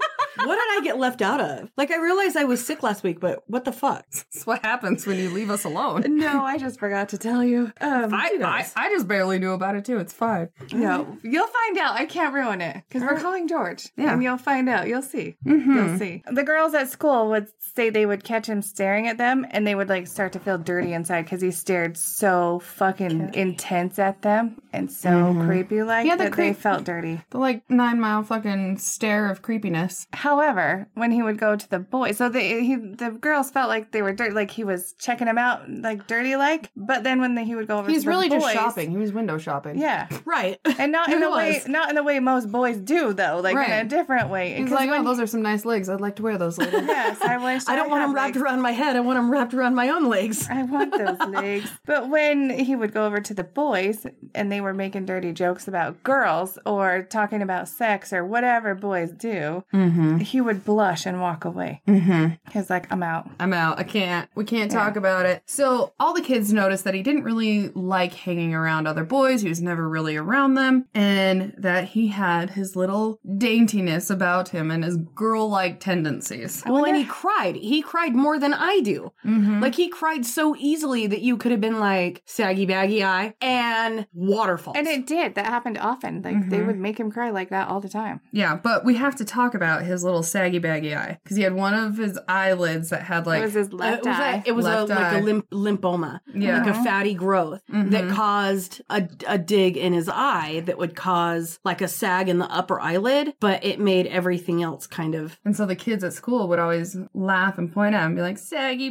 Speaker 5: did I get left out of? Like, I realized I was sick last week, but what the fuck?
Speaker 3: That's what happens when you leave us alone.
Speaker 4: no, I just forgot to tell you. Um,
Speaker 3: I, I, I just barely knew about it too. It's fine.
Speaker 4: no, you'll find out. I can't ruin it because we're calling George.
Speaker 3: Yeah.
Speaker 4: And you'll find out. You'll see. You'll see. Mm-hmm. The girls at school would say they would catch him staring at them and they would like start to feel dirty inside because he stared so fucking intense at them and so creepy like
Speaker 3: Yeah, the
Speaker 4: that they
Speaker 3: creep-
Speaker 4: felt dirty.
Speaker 3: The like nine mile fucking stare of creepiness.
Speaker 4: However, when he would go to the boy, so the he, the girls felt like they were dirty, like he was checking them out, like dirty, like. But then when the, he would go over, to
Speaker 3: He's
Speaker 4: the
Speaker 3: really just
Speaker 4: boys-
Speaker 3: shopping. He was window shopping.
Speaker 4: Yeah,
Speaker 5: Right.
Speaker 4: and not in
Speaker 3: He
Speaker 4: the way,
Speaker 3: was.
Speaker 4: not in the way most boys do, though, like
Speaker 3: Right.
Speaker 4: in a different way.
Speaker 3: He's
Speaker 4: 'Cause
Speaker 3: like,
Speaker 4: when
Speaker 3: oh, those are some nice legs. I'd like to wear those later.
Speaker 4: he- yes, I wish.
Speaker 5: I don't want
Speaker 4: had
Speaker 5: him wrapped
Speaker 4: legs.
Speaker 5: around my head. I want him wrapped around my own legs.
Speaker 4: I want those legs. But when he would go over to the boys and they were making dirty jokes about girls or talking about sex or whatever boys do,
Speaker 3: Mm-hmm.
Speaker 4: he would blush and walk away. Mm-hmm. He's like, I'm out.
Speaker 3: I'm out. I can't. We can't talk about it. So all the kids noticed that he didn't really like hanging around other boys. He was never really around them, and that he had his little daintiness about him and his girl-like tendencies.
Speaker 5: Well, and he cried. He cried more than I do.
Speaker 4: Mm-hmm.
Speaker 5: Like he cried so easily that you could have been like saggy baggy eye and waterfalls.
Speaker 4: And it did. That happened often. Like they would make him cry like that all the time.
Speaker 3: Yeah, but we have to talk about his little saggy baggy eye because he had one of his eyelids that had like
Speaker 4: it was his
Speaker 5: Uh,
Speaker 4: left
Speaker 5: it was,
Speaker 4: eye.
Speaker 5: a, it was a,
Speaker 3: Left
Speaker 5: like
Speaker 3: eye.
Speaker 5: a limp, lymphoma,
Speaker 3: Yeah.
Speaker 5: like a fatty growth that caused a, a dig in his eye that would cause like a sag in the upper eyelid, but it made everything else kind of.
Speaker 3: And so the kids at school would always laugh and point at him and be like, saggy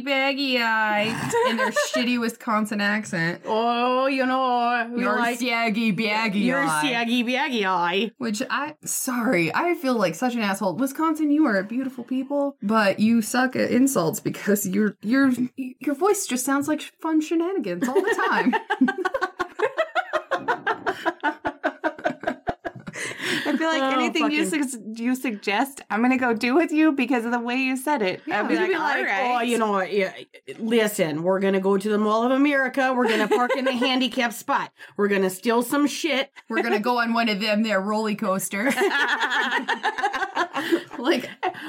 Speaker 3: baggy eye in their shitty Wisconsin accent.
Speaker 5: Oh, you know, we
Speaker 3: Your
Speaker 5: like
Speaker 3: saggy baggy
Speaker 5: your
Speaker 3: eye.
Speaker 5: saggy baggy eye.
Speaker 3: Which I, sorry, I feel like such an asshole. Wisconsin, you are beautiful people, but you suck at insults because your your your voice just sounds like fun shenanigans all the time.
Speaker 4: I feel like
Speaker 5: Oh,
Speaker 4: anything you,
Speaker 5: fucking-
Speaker 4: su- you suggest, I'm going to go do with you because of the way you said it. I'd be
Speaker 5: You'd
Speaker 4: like,
Speaker 5: be like,
Speaker 4: all right.
Speaker 5: oh, you know, what, yeah, listen, we're gonna go to the Mall of America. We're gonna park in the handicapped spot. We're gonna steal some shit.
Speaker 3: We're gonna go on one of them there roller coasters. like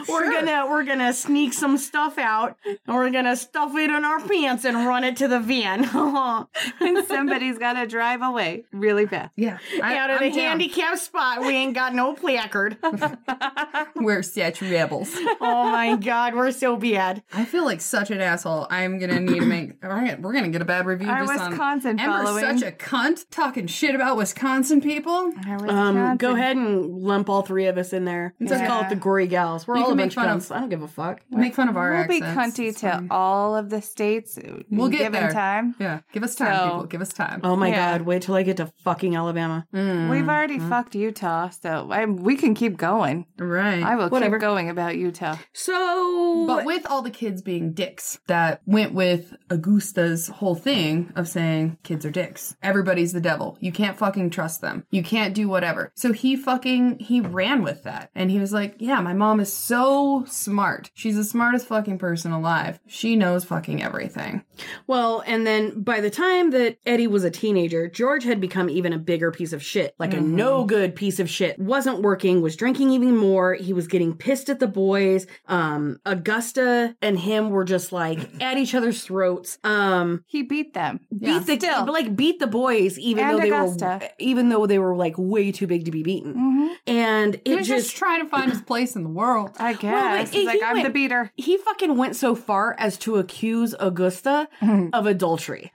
Speaker 5: We're gonna we're gonna sneak some stuff out, and we're gonna stuff it in our pants and run it to the van. out
Speaker 4: and somebody's got to drive away really fast.
Speaker 3: yeah, I,
Speaker 5: of
Speaker 3: I'm
Speaker 5: the
Speaker 3: down.
Speaker 5: handicapped spot, we ain't got no placard.
Speaker 3: We're such rebels.
Speaker 5: oh my god, we're so bad.
Speaker 3: I feel like such an asshole. I'm gonna need to make. We're gonna, we're gonna get a bad review
Speaker 4: Our
Speaker 3: just on
Speaker 4: Wisconsin
Speaker 3: Amber's
Speaker 4: following.
Speaker 3: such a cunt talking shit about Wisconsin people.
Speaker 5: Um, go ahead and lump all three of us in there. Just call it the gory gals. We're
Speaker 3: You
Speaker 5: all
Speaker 3: can
Speaker 5: a bunch
Speaker 3: make fun of-
Speaker 5: cunts. I don't give a fuck.
Speaker 3: Make fun of our
Speaker 4: We'll be
Speaker 3: accents.
Speaker 4: cunty to all of the states.
Speaker 3: We'll get
Speaker 4: given
Speaker 3: there.
Speaker 4: time.
Speaker 3: Yeah, give us time,
Speaker 4: So-
Speaker 3: people. Give us time.
Speaker 5: Oh my
Speaker 4: Yeah.
Speaker 5: god, wait till I get to fucking Alabama.
Speaker 4: We've already fucked Utah, so I, we can keep going.
Speaker 3: right.
Speaker 4: I will keep going about Utah.
Speaker 5: So
Speaker 3: but with all the kids being dicks, that went with Augusta's whole thing of saying kids are dicks. Everybody's the devil. You can't fucking trust them. You can't do whatever. So he fucking he ran with that, and he was like, "Yeah, my mom is so smart. She's the smartest fucking person alive. She knows fucking everything.
Speaker 6: Well, and then by the time that Eddie was a teenager, George had become even a bigger piece of shit, like a
Speaker 3: Mm-hmm.
Speaker 6: no good piece of shit. Wasn't working, was drinking even more. He was getting pissed at the boys. Um, Augusta and him were just like at each other's throats. Um,
Speaker 4: He beat them.
Speaker 3: Yeah.
Speaker 6: beat the
Speaker 4: Still.
Speaker 6: like beat the boys, even
Speaker 4: And
Speaker 6: though they were
Speaker 4: Augusta.
Speaker 6: even though they were like way too big to be beaten. And it
Speaker 3: Mm-hmm. He was just, trying to find his place in the world.
Speaker 4: I guess. He's
Speaker 6: he
Speaker 4: like, I'm the
Speaker 6: went-
Speaker 4: beater.
Speaker 6: he fucking went so far as to accuse Augusta of adultery.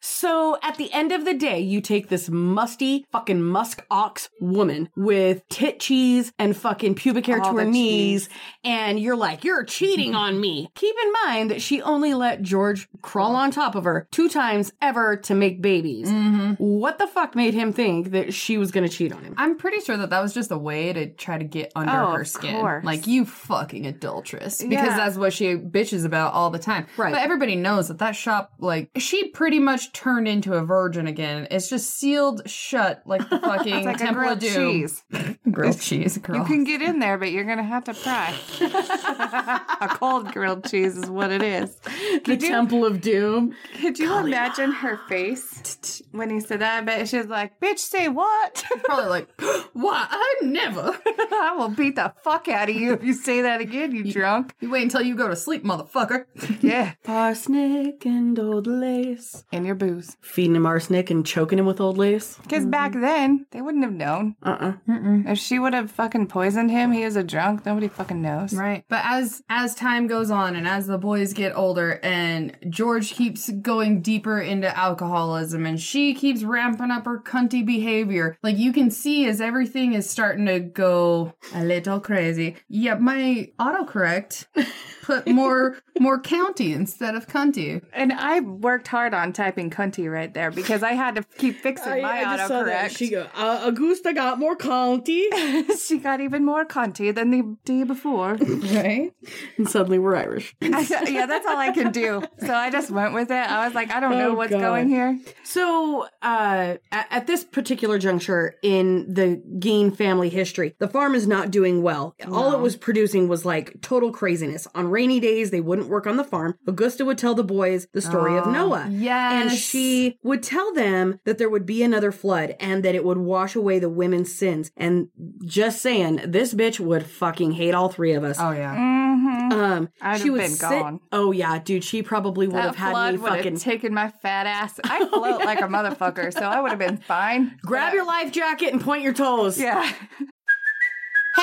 Speaker 6: So at the end of the day, you take this musty fucking musk ox woman with tit cheese and fucking pubic hair
Speaker 4: All
Speaker 6: to her
Speaker 4: the
Speaker 6: knees, and you're like, you're cheating on me. Keep in mind that she only let George crawl on top of her two times ever to make babies. What the fuck made him think that she was gonna cheat on him?
Speaker 3: I'm pretty sure that that was just a way to try to get under
Speaker 4: Oh,
Speaker 3: her
Speaker 4: of
Speaker 3: skin.
Speaker 4: course.
Speaker 3: Like, you fucking adulteress. Because
Speaker 4: Yeah.
Speaker 3: that's what she bitches about all the time.
Speaker 6: Right.
Speaker 3: But everybody knows that that shop, like, she pretty much turned into a virgin again. It's just sealed shut like the fucking
Speaker 4: It's like a
Speaker 3: Temple
Speaker 4: grilled
Speaker 3: of Doom.
Speaker 4: cheese.
Speaker 3: Grilled cheese, girl.
Speaker 4: You can get in there, but you're gonna have to pry. a cold grilled cheese is what it is.
Speaker 6: the Temple of Doom.
Speaker 4: Could you imagine her face when he said that? I bet she's like, "Bitch, say what?
Speaker 3: probably like, why? I never.
Speaker 4: I will beat the fuck out of you if you say that again, you drunk."
Speaker 3: You wait until you go to sleep, motherfucker.
Speaker 4: Yeah,
Speaker 6: Parsnick and old lace.
Speaker 4: and your booze. Mm-hmm.
Speaker 6: Feeding him arsenic and choking him with old lace.
Speaker 4: Because back then they wouldn't have known
Speaker 6: Uh-uh.
Speaker 4: if she would have fucking poisoned him. He was a drunk. Nobody fucking knows.
Speaker 3: Right. But as as time goes on and as the boys get older and George keeps going deeper into alcoholism and she keeps ramping up her cunty behavior, like you can see as everything is starting to go a little crazy. Yeah, my autocorrect put more more county instead of cunty.
Speaker 4: And I worked hard on typing cunty right there because I had to keep fixing my autocorrect.
Speaker 6: She go, uh, Augusta got more county.
Speaker 4: she got even more cunty than the day before.
Speaker 3: Right?
Speaker 6: and suddenly we're Irish.
Speaker 4: I- yeah, that's all I could do. So I just went with it. I was like, I don't know
Speaker 6: Oh,
Speaker 4: what's
Speaker 6: God.
Speaker 4: going here.
Speaker 6: So, uh, at, at this particular juncture in the Gein family history, the farm is not doing well. All it was producing was like total craziness. On rainy days, they wouldn't work on the farm. Augusta would tell the boys the story
Speaker 4: Ah,
Speaker 6: of Noah.
Speaker 3: yes.
Speaker 6: And she would tell them that there would be another flood and that it would wash away the women's sins. And just saying, this bitch would fucking hate all three of us.
Speaker 3: Oh yeah.
Speaker 4: Mm-hmm.
Speaker 6: Um,
Speaker 4: I'd
Speaker 6: she
Speaker 4: have
Speaker 6: was
Speaker 4: been
Speaker 6: sit-
Speaker 4: gone.
Speaker 6: Oh yeah, dude, she probably would
Speaker 4: That
Speaker 6: have had
Speaker 4: flood
Speaker 6: me
Speaker 4: would
Speaker 6: fucking
Speaker 4: have taken my fat ass.
Speaker 6: Oh,
Speaker 4: I float like a motherfucker, so I would have been fine.
Speaker 6: grab your life jacket and point your toes.
Speaker 4: Yeah.
Speaker 7: Hey,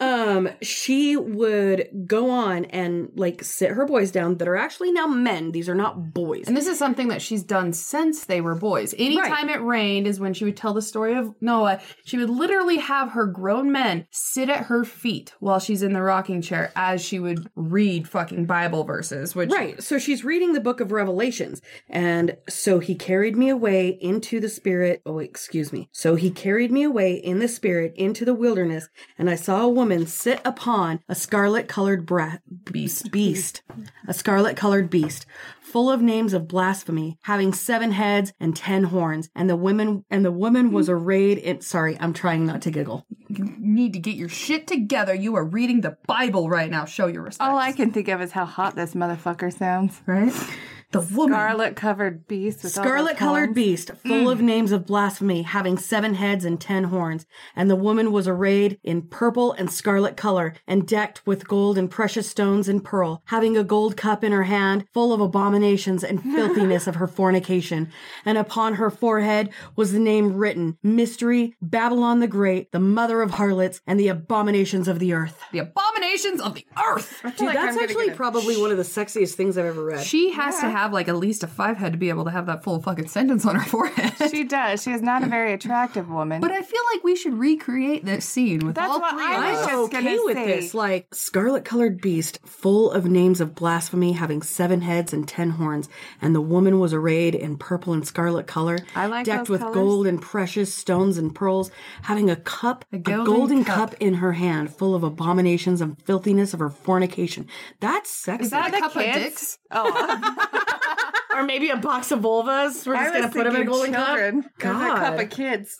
Speaker 6: Um, she would go on and like sit her boys down that are actually now men. These are not boys.
Speaker 3: And this is something that she's done since they were boys. Anytime it rained is when she would tell the story of Noah. She would literally have her grown men sit at her feet while she's in the rocking chair as she would read fucking Bible verses, which
Speaker 6: Right. So she's reading the book of Revelations. And so he carried me away into the spirit. Oh, excuse me. So he carried me away in the spirit into the wilderness. And I saw a woman sit upon a scarlet colored bra- beast. beast, a scarlet colored beast full of names of blasphemy, having seven heads and ten horns. And the women, and the woman was arrayed in, sorry, I'm trying not to giggle.
Speaker 3: you need to get your shit together. You are reading the Bible right now. Show your respect.
Speaker 4: All Oh, I can think of is how hot this motherfucker sounds.
Speaker 3: right? The woman.
Speaker 4: Scarlet covered beast with all those
Speaker 6: Scarlet colored
Speaker 4: horns.
Speaker 6: beast, full of names of blasphemy, having seven heads and ten horns. And the woman was arrayed in purple and scarlet color, and decked with gold and precious stones and pearl, having a gold cup in her hand, full of abominations and filthiness of her fornication. And upon her forehead was the name written Mystery, Babylon the Great, the mother of harlots, and the abominations of the earth.
Speaker 3: the abominations of the earth.
Speaker 6: Dude, that's actually probably one of the sexiest things I've ever read.
Speaker 3: She has to have like at least a five head to be able to have that full fucking sentence on her forehead.
Speaker 4: She does. She is not a very attractive woman.
Speaker 3: but I feel like we should recreate this scene with
Speaker 4: That's
Speaker 3: all
Speaker 4: what
Speaker 3: three.
Speaker 4: I
Speaker 3: of
Speaker 4: was
Speaker 3: us.
Speaker 4: just
Speaker 6: I'm okay
Speaker 4: gonna
Speaker 6: with
Speaker 4: say-
Speaker 6: this. Like scarlet colored beast, full of names of blasphemy, having seven heads and ten horns, and the woman was arrayed in purple and scarlet color,
Speaker 4: I like
Speaker 6: decked
Speaker 4: those
Speaker 6: with
Speaker 4: colors.
Speaker 6: gold and precious stones and pearls, having a cup, a golden,
Speaker 3: golden
Speaker 6: cup.
Speaker 3: cup.
Speaker 6: in her hand, full of abominations and filthiness of her fornication. That's sexy.
Speaker 4: Is that the
Speaker 3: cup of
Speaker 4: kids?
Speaker 3: dicks?
Speaker 4: Oh,
Speaker 6: or maybe a box of vulvas. We're
Speaker 4: I
Speaker 6: just
Speaker 4: was
Speaker 6: gonna put them in a
Speaker 4: thinking
Speaker 6: golden
Speaker 4: children.
Speaker 6: cup. God.
Speaker 4: There's a cup of kids.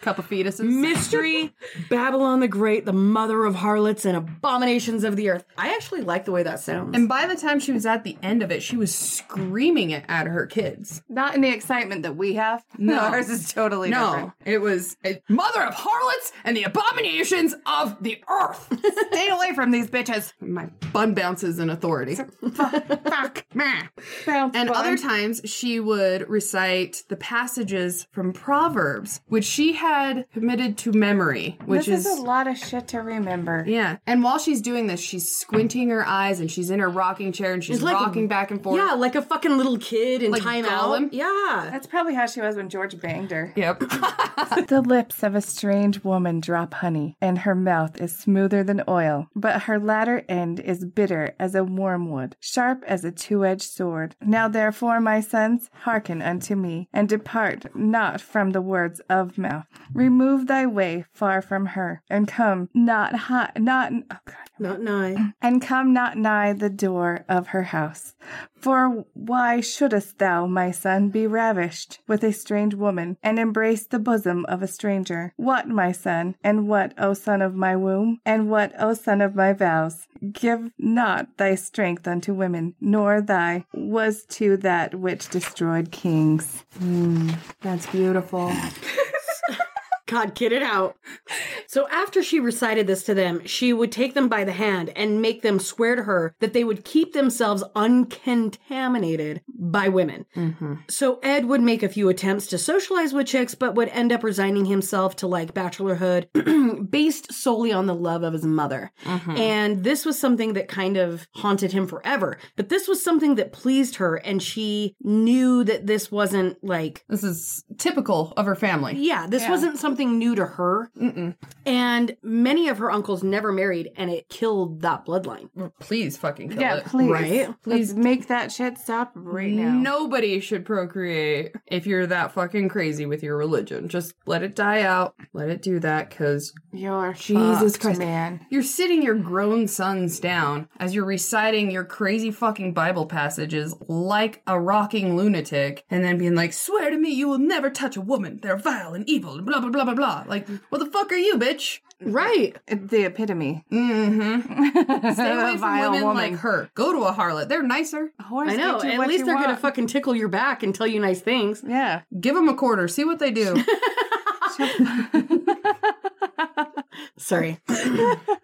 Speaker 3: Cup of fetuses.
Speaker 6: Mystery, Babylon the Great, the mother of harlots and abominations of the earth. I actually like the way that sounds.
Speaker 3: and by the time she was at the end of it, she was screaming it at her kids.
Speaker 4: Not in the excitement that we have.
Speaker 3: No.
Speaker 4: Ours is totally
Speaker 3: No, it was a mother of harlots and the abominations of the earth.
Speaker 4: different. Stay away from these bitches.
Speaker 3: My bun bounces in authority. Fuck. Meh.
Speaker 4: Bounce,
Speaker 3: And
Speaker 4: bounce.
Speaker 3: other times she would recite the passages from Proverbs, which she had committed to memory, which
Speaker 4: this is, a lot of shit to remember.
Speaker 3: yeah. And while she's doing this, she's squinting her eyes and she's in her rocking chair and she's
Speaker 6: like a-
Speaker 3: rocking back and forth.
Speaker 6: Yeah, like a fucking little kid in
Speaker 3: Like
Speaker 6: time
Speaker 3: Gollum?
Speaker 6: out. Yeah.
Speaker 4: That's probably how she was when George banged her.
Speaker 3: Yep.
Speaker 4: The lips of a strange woman drop honey, and her mouth is smoother than oil, but her latter end is bitter as a wormwood, sharp as a two edged sword. Now therefore, my sons, hearken unto me, and depart not from the words of mouth. Remove thy way far from her, and come not high, not oh God,
Speaker 6: Not nine.
Speaker 4: and come not nigh the door of her house. For why shouldest thou, my son, be ravished with a strange woman, and embrace the bosom of a stranger? What, my son, and what, O son of my womb, and what, O son of my vows? Give not thy strength unto women, nor thy was to that which destroyed kings. Hmm,
Speaker 3: That's beautiful.
Speaker 6: God, get it out. So after she recited this to them, she would take them by the hand and make them swear to her that they would keep themselves uncontaminated by women. So Ed would make a few attempts to socialize with chicks, but would end up resigning himself to like bachelorhood based solely on the love of his mother. And this was something that kind of haunted him forever. But this was something that pleased her, and she knew that this wasn't like
Speaker 3: This is typical of her family.
Speaker 6: yeah, this wasn't something new to her. And many of her uncles never married, and it killed that bloodline.
Speaker 3: Please fucking kill
Speaker 4: Yeah,
Speaker 3: it.
Speaker 4: please.
Speaker 6: Right?
Speaker 4: Please make that shit stop right now.
Speaker 3: Nobody should procreate if you're that fucking crazy with your religion. Just let it die out. Let it do that because
Speaker 4: You're
Speaker 3: Jesus
Speaker 4: fucked,
Speaker 3: Christ.
Speaker 4: man.
Speaker 3: You're sitting your grown sons down as you're reciting your crazy fucking Bible passages like a rocking lunatic and then being like, swear to me you will never touch a woman. They're vile and evil and blah, blah, blah, blah, blah. Like, what the fuck are you, bitch?
Speaker 6: Right.
Speaker 4: The epitome.
Speaker 3: Stay away from
Speaker 4: Vile
Speaker 3: women
Speaker 4: woman.
Speaker 3: like her. Go to a harlot. They're nicer.
Speaker 4: Whores
Speaker 6: I know.
Speaker 4: get you
Speaker 6: At
Speaker 4: what
Speaker 6: least
Speaker 4: you
Speaker 6: they're going to
Speaker 4: want.
Speaker 6: fucking tickle your back and tell you nice things.
Speaker 4: Yeah.
Speaker 3: Give them a quarter. See what they do.
Speaker 6: Sorry.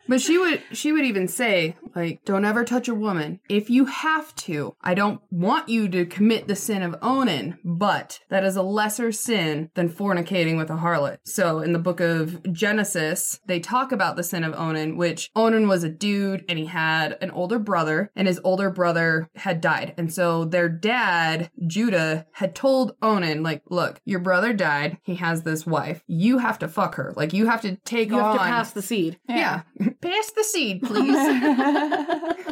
Speaker 3: But she would she would even say like don't ever touch a woman if you have to. I don't want you to commit the sin of onan, but that is a lesser sin than fornicating with a harlot. So in the book of Genesis, they talk about the sin of onan, which Onan was a dude and he had an older brother and his older brother had died. And so their dad, Judah, had told Onan like, "Look, your brother died. He has this wife. You have to fuck her. Like you have to take
Speaker 6: You have
Speaker 3: on
Speaker 6: to pass the seed.
Speaker 3: yeah. Pass the seed, please.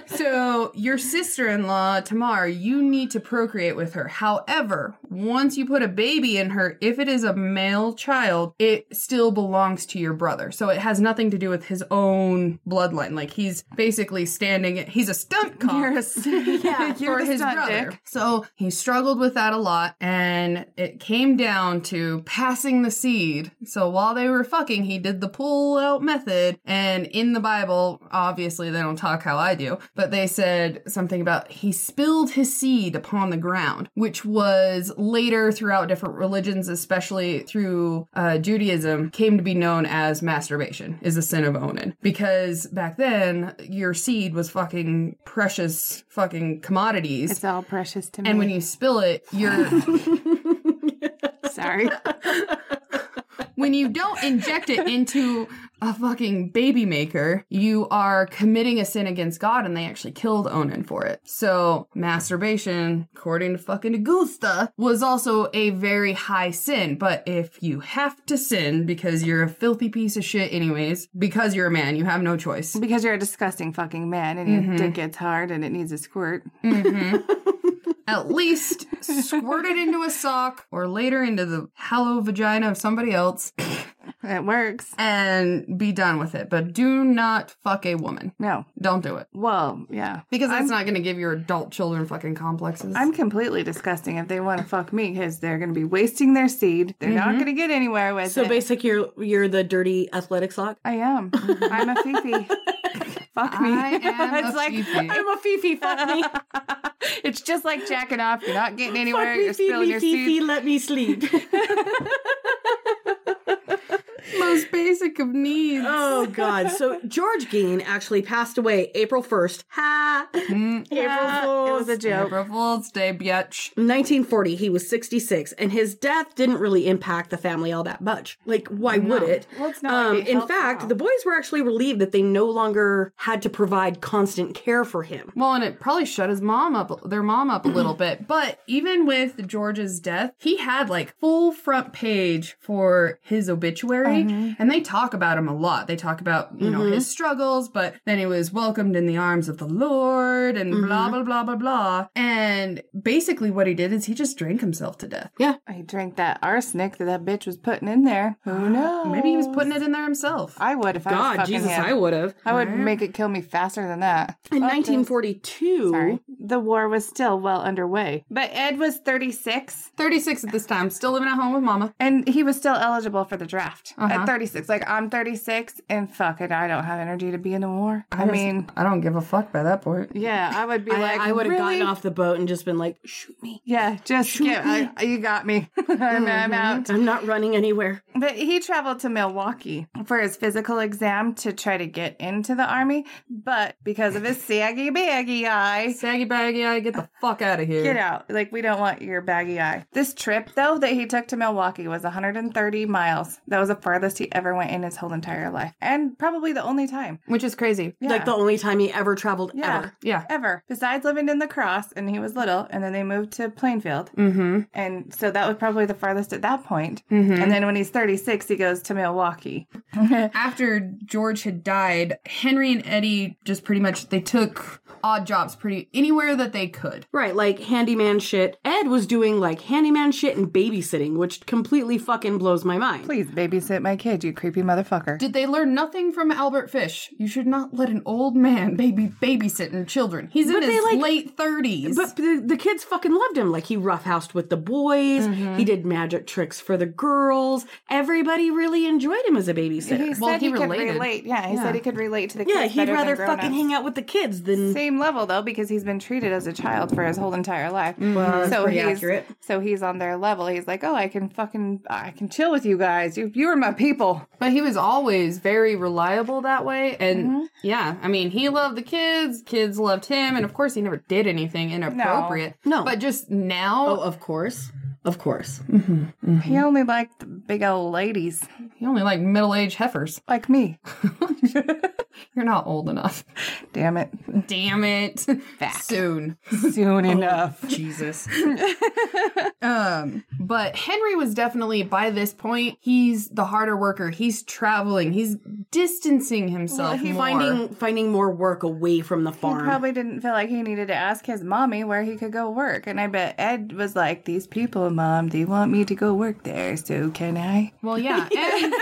Speaker 3: so, your sister in law, Tamar, you need to procreate with her. However, once you put a baby in her, if it is a male child, it still belongs to your brother. So, it has nothing to do with his own bloodline. Like, he's basically standing, he's a stunt cock
Speaker 4: yeah,
Speaker 3: for his brother. So he struggled with that a lot, and it came down to passing the seed. So while they were fucking, he did the pull out method. And in the Bible, obviously they don't talk how I do, but they said something about he spilled his seed upon the ground, which was later throughout different religions, especially through uh, Judaism, came to be known as masturbation, is the sin of Onan. Because back then, your seed was fucking precious fucking commodities.
Speaker 4: It's all precious to me.
Speaker 3: and when you spill it, you're
Speaker 4: Sorry.
Speaker 3: when you don't inject it into a fucking baby maker, you are committing a sin against God, and they actually killed Onan for it. So, masturbation, according to fucking Augusta, was also a very high sin. But if you have to sin because you're a filthy piece of shit, anyways, because you're a man, you have no choice.
Speaker 4: Because you're a disgusting fucking man and your
Speaker 3: Mm-hmm.
Speaker 4: dick gets hard and it needs a squirt.
Speaker 3: at least squirt it into a sock or later into the hollow vagina of somebody else
Speaker 4: It works.
Speaker 3: and be done with it. But do not fuck a woman.
Speaker 4: No.
Speaker 3: Don't do it.
Speaker 4: Well, yeah.
Speaker 3: Because that's not going to give your adult children fucking complexes.
Speaker 4: I'm completely disgusting if they want to fuck me because they're going to be wasting their seed. They're
Speaker 3: Mm-hmm.
Speaker 4: not going to get anywhere with
Speaker 6: So
Speaker 4: it.
Speaker 6: basically, you're you're the dirty athletic sock.
Speaker 4: I am. I'm a fifi. fuck me.
Speaker 3: I am
Speaker 4: it's
Speaker 3: a
Speaker 4: like
Speaker 3: fifi.
Speaker 4: I'm a fifi. Fuck me. it's just like jacking off. You're not getting anywhere. You're spilling your seed.
Speaker 6: let me sleep.
Speaker 3: most basic of needs.
Speaker 6: oh God! So George Gein actually passed away April first. Ha! Mm. April
Speaker 4: It
Speaker 6: Fools.
Speaker 4: was a joke.
Speaker 3: April Fool's Day, bitch.
Speaker 6: 1940, he was 66, and his death didn't really impact the family all that much. Like, why would it? Um,
Speaker 4: Well, it's not like it
Speaker 6: in
Speaker 4: helped
Speaker 6: fact,
Speaker 4: out.
Speaker 6: the boys were actually relieved that they no longer had to provide constant care for him.
Speaker 3: Well, and it probably shut his mom up, their mom up a little bit. But even with George's death, he had like full front page for his obituary,
Speaker 4: Uh-huh.
Speaker 3: and they talk about him a lot. They talk about you
Speaker 4: Mm-hmm.
Speaker 3: know his struggles, but then he was welcomed in the arms of the Lord, and blah
Speaker 4: Mm-hmm.
Speaker 3: blah blah blah blah. And basically, what he did is he just drank himself to death.
Speaker 4: I drank that arsenic that that bitch was putting in there. Who knows?
Speaker 3: Maybe he was putting it in there himself.
Speaker 4: I would if I was
Speaker 6: God,
Speaker 4: fucking
Speaker 6: Jesus,
Speaker 4: him.
Speaker 6: I would have.
Speaker 4: I would make it kill me faster than that.
Speaker 6: In 1942,
Speaker 4: Sorry. The war was still well underway. But Ed was 36
Speaker 3: Thirty six at this time, still living at home with Mama.
Speaker 4: and he was still eligible for the draft
Speaker 3: Uh-huh.
Speaker 4: at 36. Like, I'm 36 and fuck it, I don't have energy to be in the war. I, mean,
Speaker 3: I don't give a fuck by that point.
Speaker 4: yeah, I would be
Speaker 6: I-
Speaker 4: like,
Speaker 6: I, would have
Speaker 4: really?
Speaker 6: gotten off the boat and just been like, shoot me.
Speaker 4: Yeah, just get, I, you got me. I'm,
Speaker 6: Mm-hmm.
Speaker 4: I'm out.
Speaker 6: I'm not running anywhere.
Speaker 4: But he traveled to Milwaukee for his physical exam to try to get into the army. But because of his saggy baggy eye,
Speaker 3: Saggy baggy, I get the fuck out of here.
Speaker 4: Get out. Like, we don't want your baggy eye. This trip, though, that he took to Milwaukee was 130 miles. That was the farthest he ever went in his whole entire life. And probably the only time.
Speaker 3: Which is crazy.
Speaker 4: Yeah.
Speaker 6: Like the only time he ever traveled
Speaker 4: yeah.
Speaker 6: ever.
Speaker 3: Yeah.
Speaker 4: Ever. Besides living in the cross, and he was little, and then they moved to Plainfield.
Speaker 3: Mm-hmm.
Speaker 4: And so that was probably the farthest at that point.
Speaker 6: Mm-hmm.
Speaker 4: And then when he's 36, he goes to Milwaukee.
Speaker 3: after George had died, Henry and Eddie just pretty much they took odd jobs pretty anywhere that they could.
Speaker 6: Right, like handyman shit. Ed was doing like handyman shit and babysitting, which completely fucking blows my mind.
Speaker 4: Please babysit my kid, you creepy motherfucker.
Speaker 3: Did they learn nothing from Albert Fish? You should not let an old man baby babysitting children. He's in
Speaker 6: But they,
Speaker 3: his
Speaker 6: like-
Speaker 3: late thirties.
Speaker 6: But the, the kids fucking loved him. Like he roughhoused with the boys.
Speaker 4: Mm-hmm.
Speaker 6: He did magic tricks for the girls. Everybody really enjoyed him as a babysitter.
Speaker 4: he said
Speaker 3: Well,
Speaker 4: he,
Speaker 3: he
Speaker 4: could
Speaker 3: related.
Speaker 4: relate. Yeah, he said he could relate to the kids.
Speaker 6: yeah, he'd
Speaker 4: better than
Speaker 6: rather fucking
Speaker 4: grown-ups.
Speaker 6: hang out with the kids than
Speaker 4: same level though because he's been treated as a child for his whole entire life. so
Speaker 6: pretty
Speaker 4: he's
Speaker 6: accurate.
Speaker 4: so he's on their level. He's like, "Oh, I can fucking I can chill with you guys. You you are my people."
Speaker 3: But he was always very reliable that way. And
Speaker 6: Mm-hmm.
Speaker 3: yeah, I mean, he loved the kids, kids loved him. And of course, he never did anything inappropriate.
Speaker 6: No.
Speaker 3: But just now,
Speaker 6: Oh, of course. Of course.
Speaker 4: He only liked the big old ladies
Speaker 3: he only liked middle aged heifers.
Speaker 4: like me.
Speaker 3: You're not old enough.
Speaker 4: Damn it. Oh,
Speaker 3: Damn it. Soon.
Speaker 4: Soon enough.
Speaker 6: Jesus.
Speaker 3: Um, but Henry was definitely by this point, he's the harder worker. He's traveling. He's distancing himself. more.
Speaker 6: Finding finding more work away from the
Speaker 4: He
Speaker 6: farm.
Speaker 4: probably didn't feel like he needed to ask his mommy where he could go work. And I bet Ed was like, These people, mom, they want me to go work there, so can I?
Speaker 3: Well, yeah. And,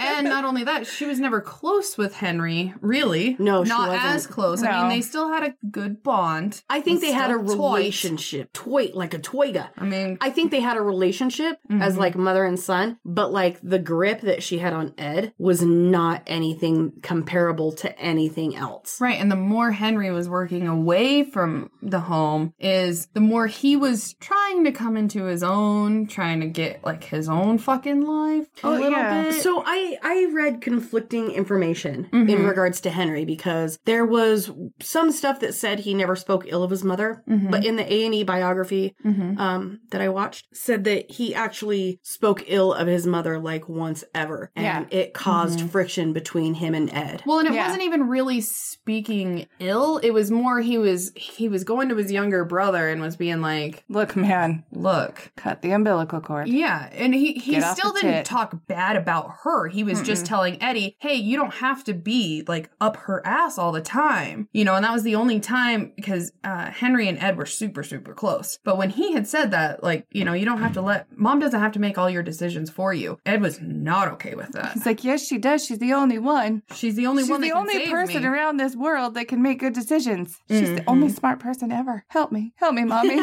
Speaker 3: and not only that, she was never close with Henry, really.
Speaker 6: No, she
Speaker 3: not
Speaker 6: wasn't.
Speaker 3: as close. I
Speaker 4: No.
Speaker 3: mean, they still had a good bond.
Speaker 6: I think they had a
Speaker 3: Still toys.
Speaker 6: relationship. Toy like a toyga.
Speaker 3: I mean, Mm-hmm.
Speaker 6: I think they had a relationship as like mother and son, but like the grip that she had on Ed was not anything comparable to anything else.
Speaker 3: Right, and the more Henry was working away from the home is the more he was trying to come into his own, trying to get like his own fucking life a
Speaker 4: Oh,
Speaker 3: little
Speaker 4: yeah.
Speaker 3: bit.
Speaker 6: So I I I read conflicting information in regards to Henry because there was some stuff that said he never spoke ill of his mother, but in the A and E biography um, that I watched, said that he actually spoke ill of his mother like once ever, and it caused friction between him and Ed.
Speaker 3: Well, and it
Speaker 4: Yeah.
Speaker 3: wasn't even really speaking ill. It was more he was he was going to his younger brother and was being like,
Speaker 4: Look, man,
Speaker 3: "Look,
Speaker 4: cut the umbilical cord.
Speaker 3: yeah." And he he
Speaker 4: Get off
Speaker 3: still
Speaker 4: the
Speaker 3: didn't
Speaker 4: tit.
Speaker 3: talk bad about her. He was just telling Eddie, "Hey, you don't have to be like up her ass all the time." You know, and that was the only time because uh, Henry and Ed were super super close. But when he had said that, like, you know, you don't have to let mom doesn't have to make all your decisions for you. Ed was not okay with that.
Speaker 4: He's like, yes, she does. She's the only one.
Speaker 3: She's the only
Speaker 4: She's
Speaker 3: one. that
Speaker 4: the
Speaker 3: can
Speaker 4: only
Speaker 3: save
Speaker 4: person
Speaker 3: me.
Speaker 4: around this world that can make good decisions. She's the only
Speaker 6: Mm-hmm.
Speaker 4: smart person ever. Help me. Help me, mommy.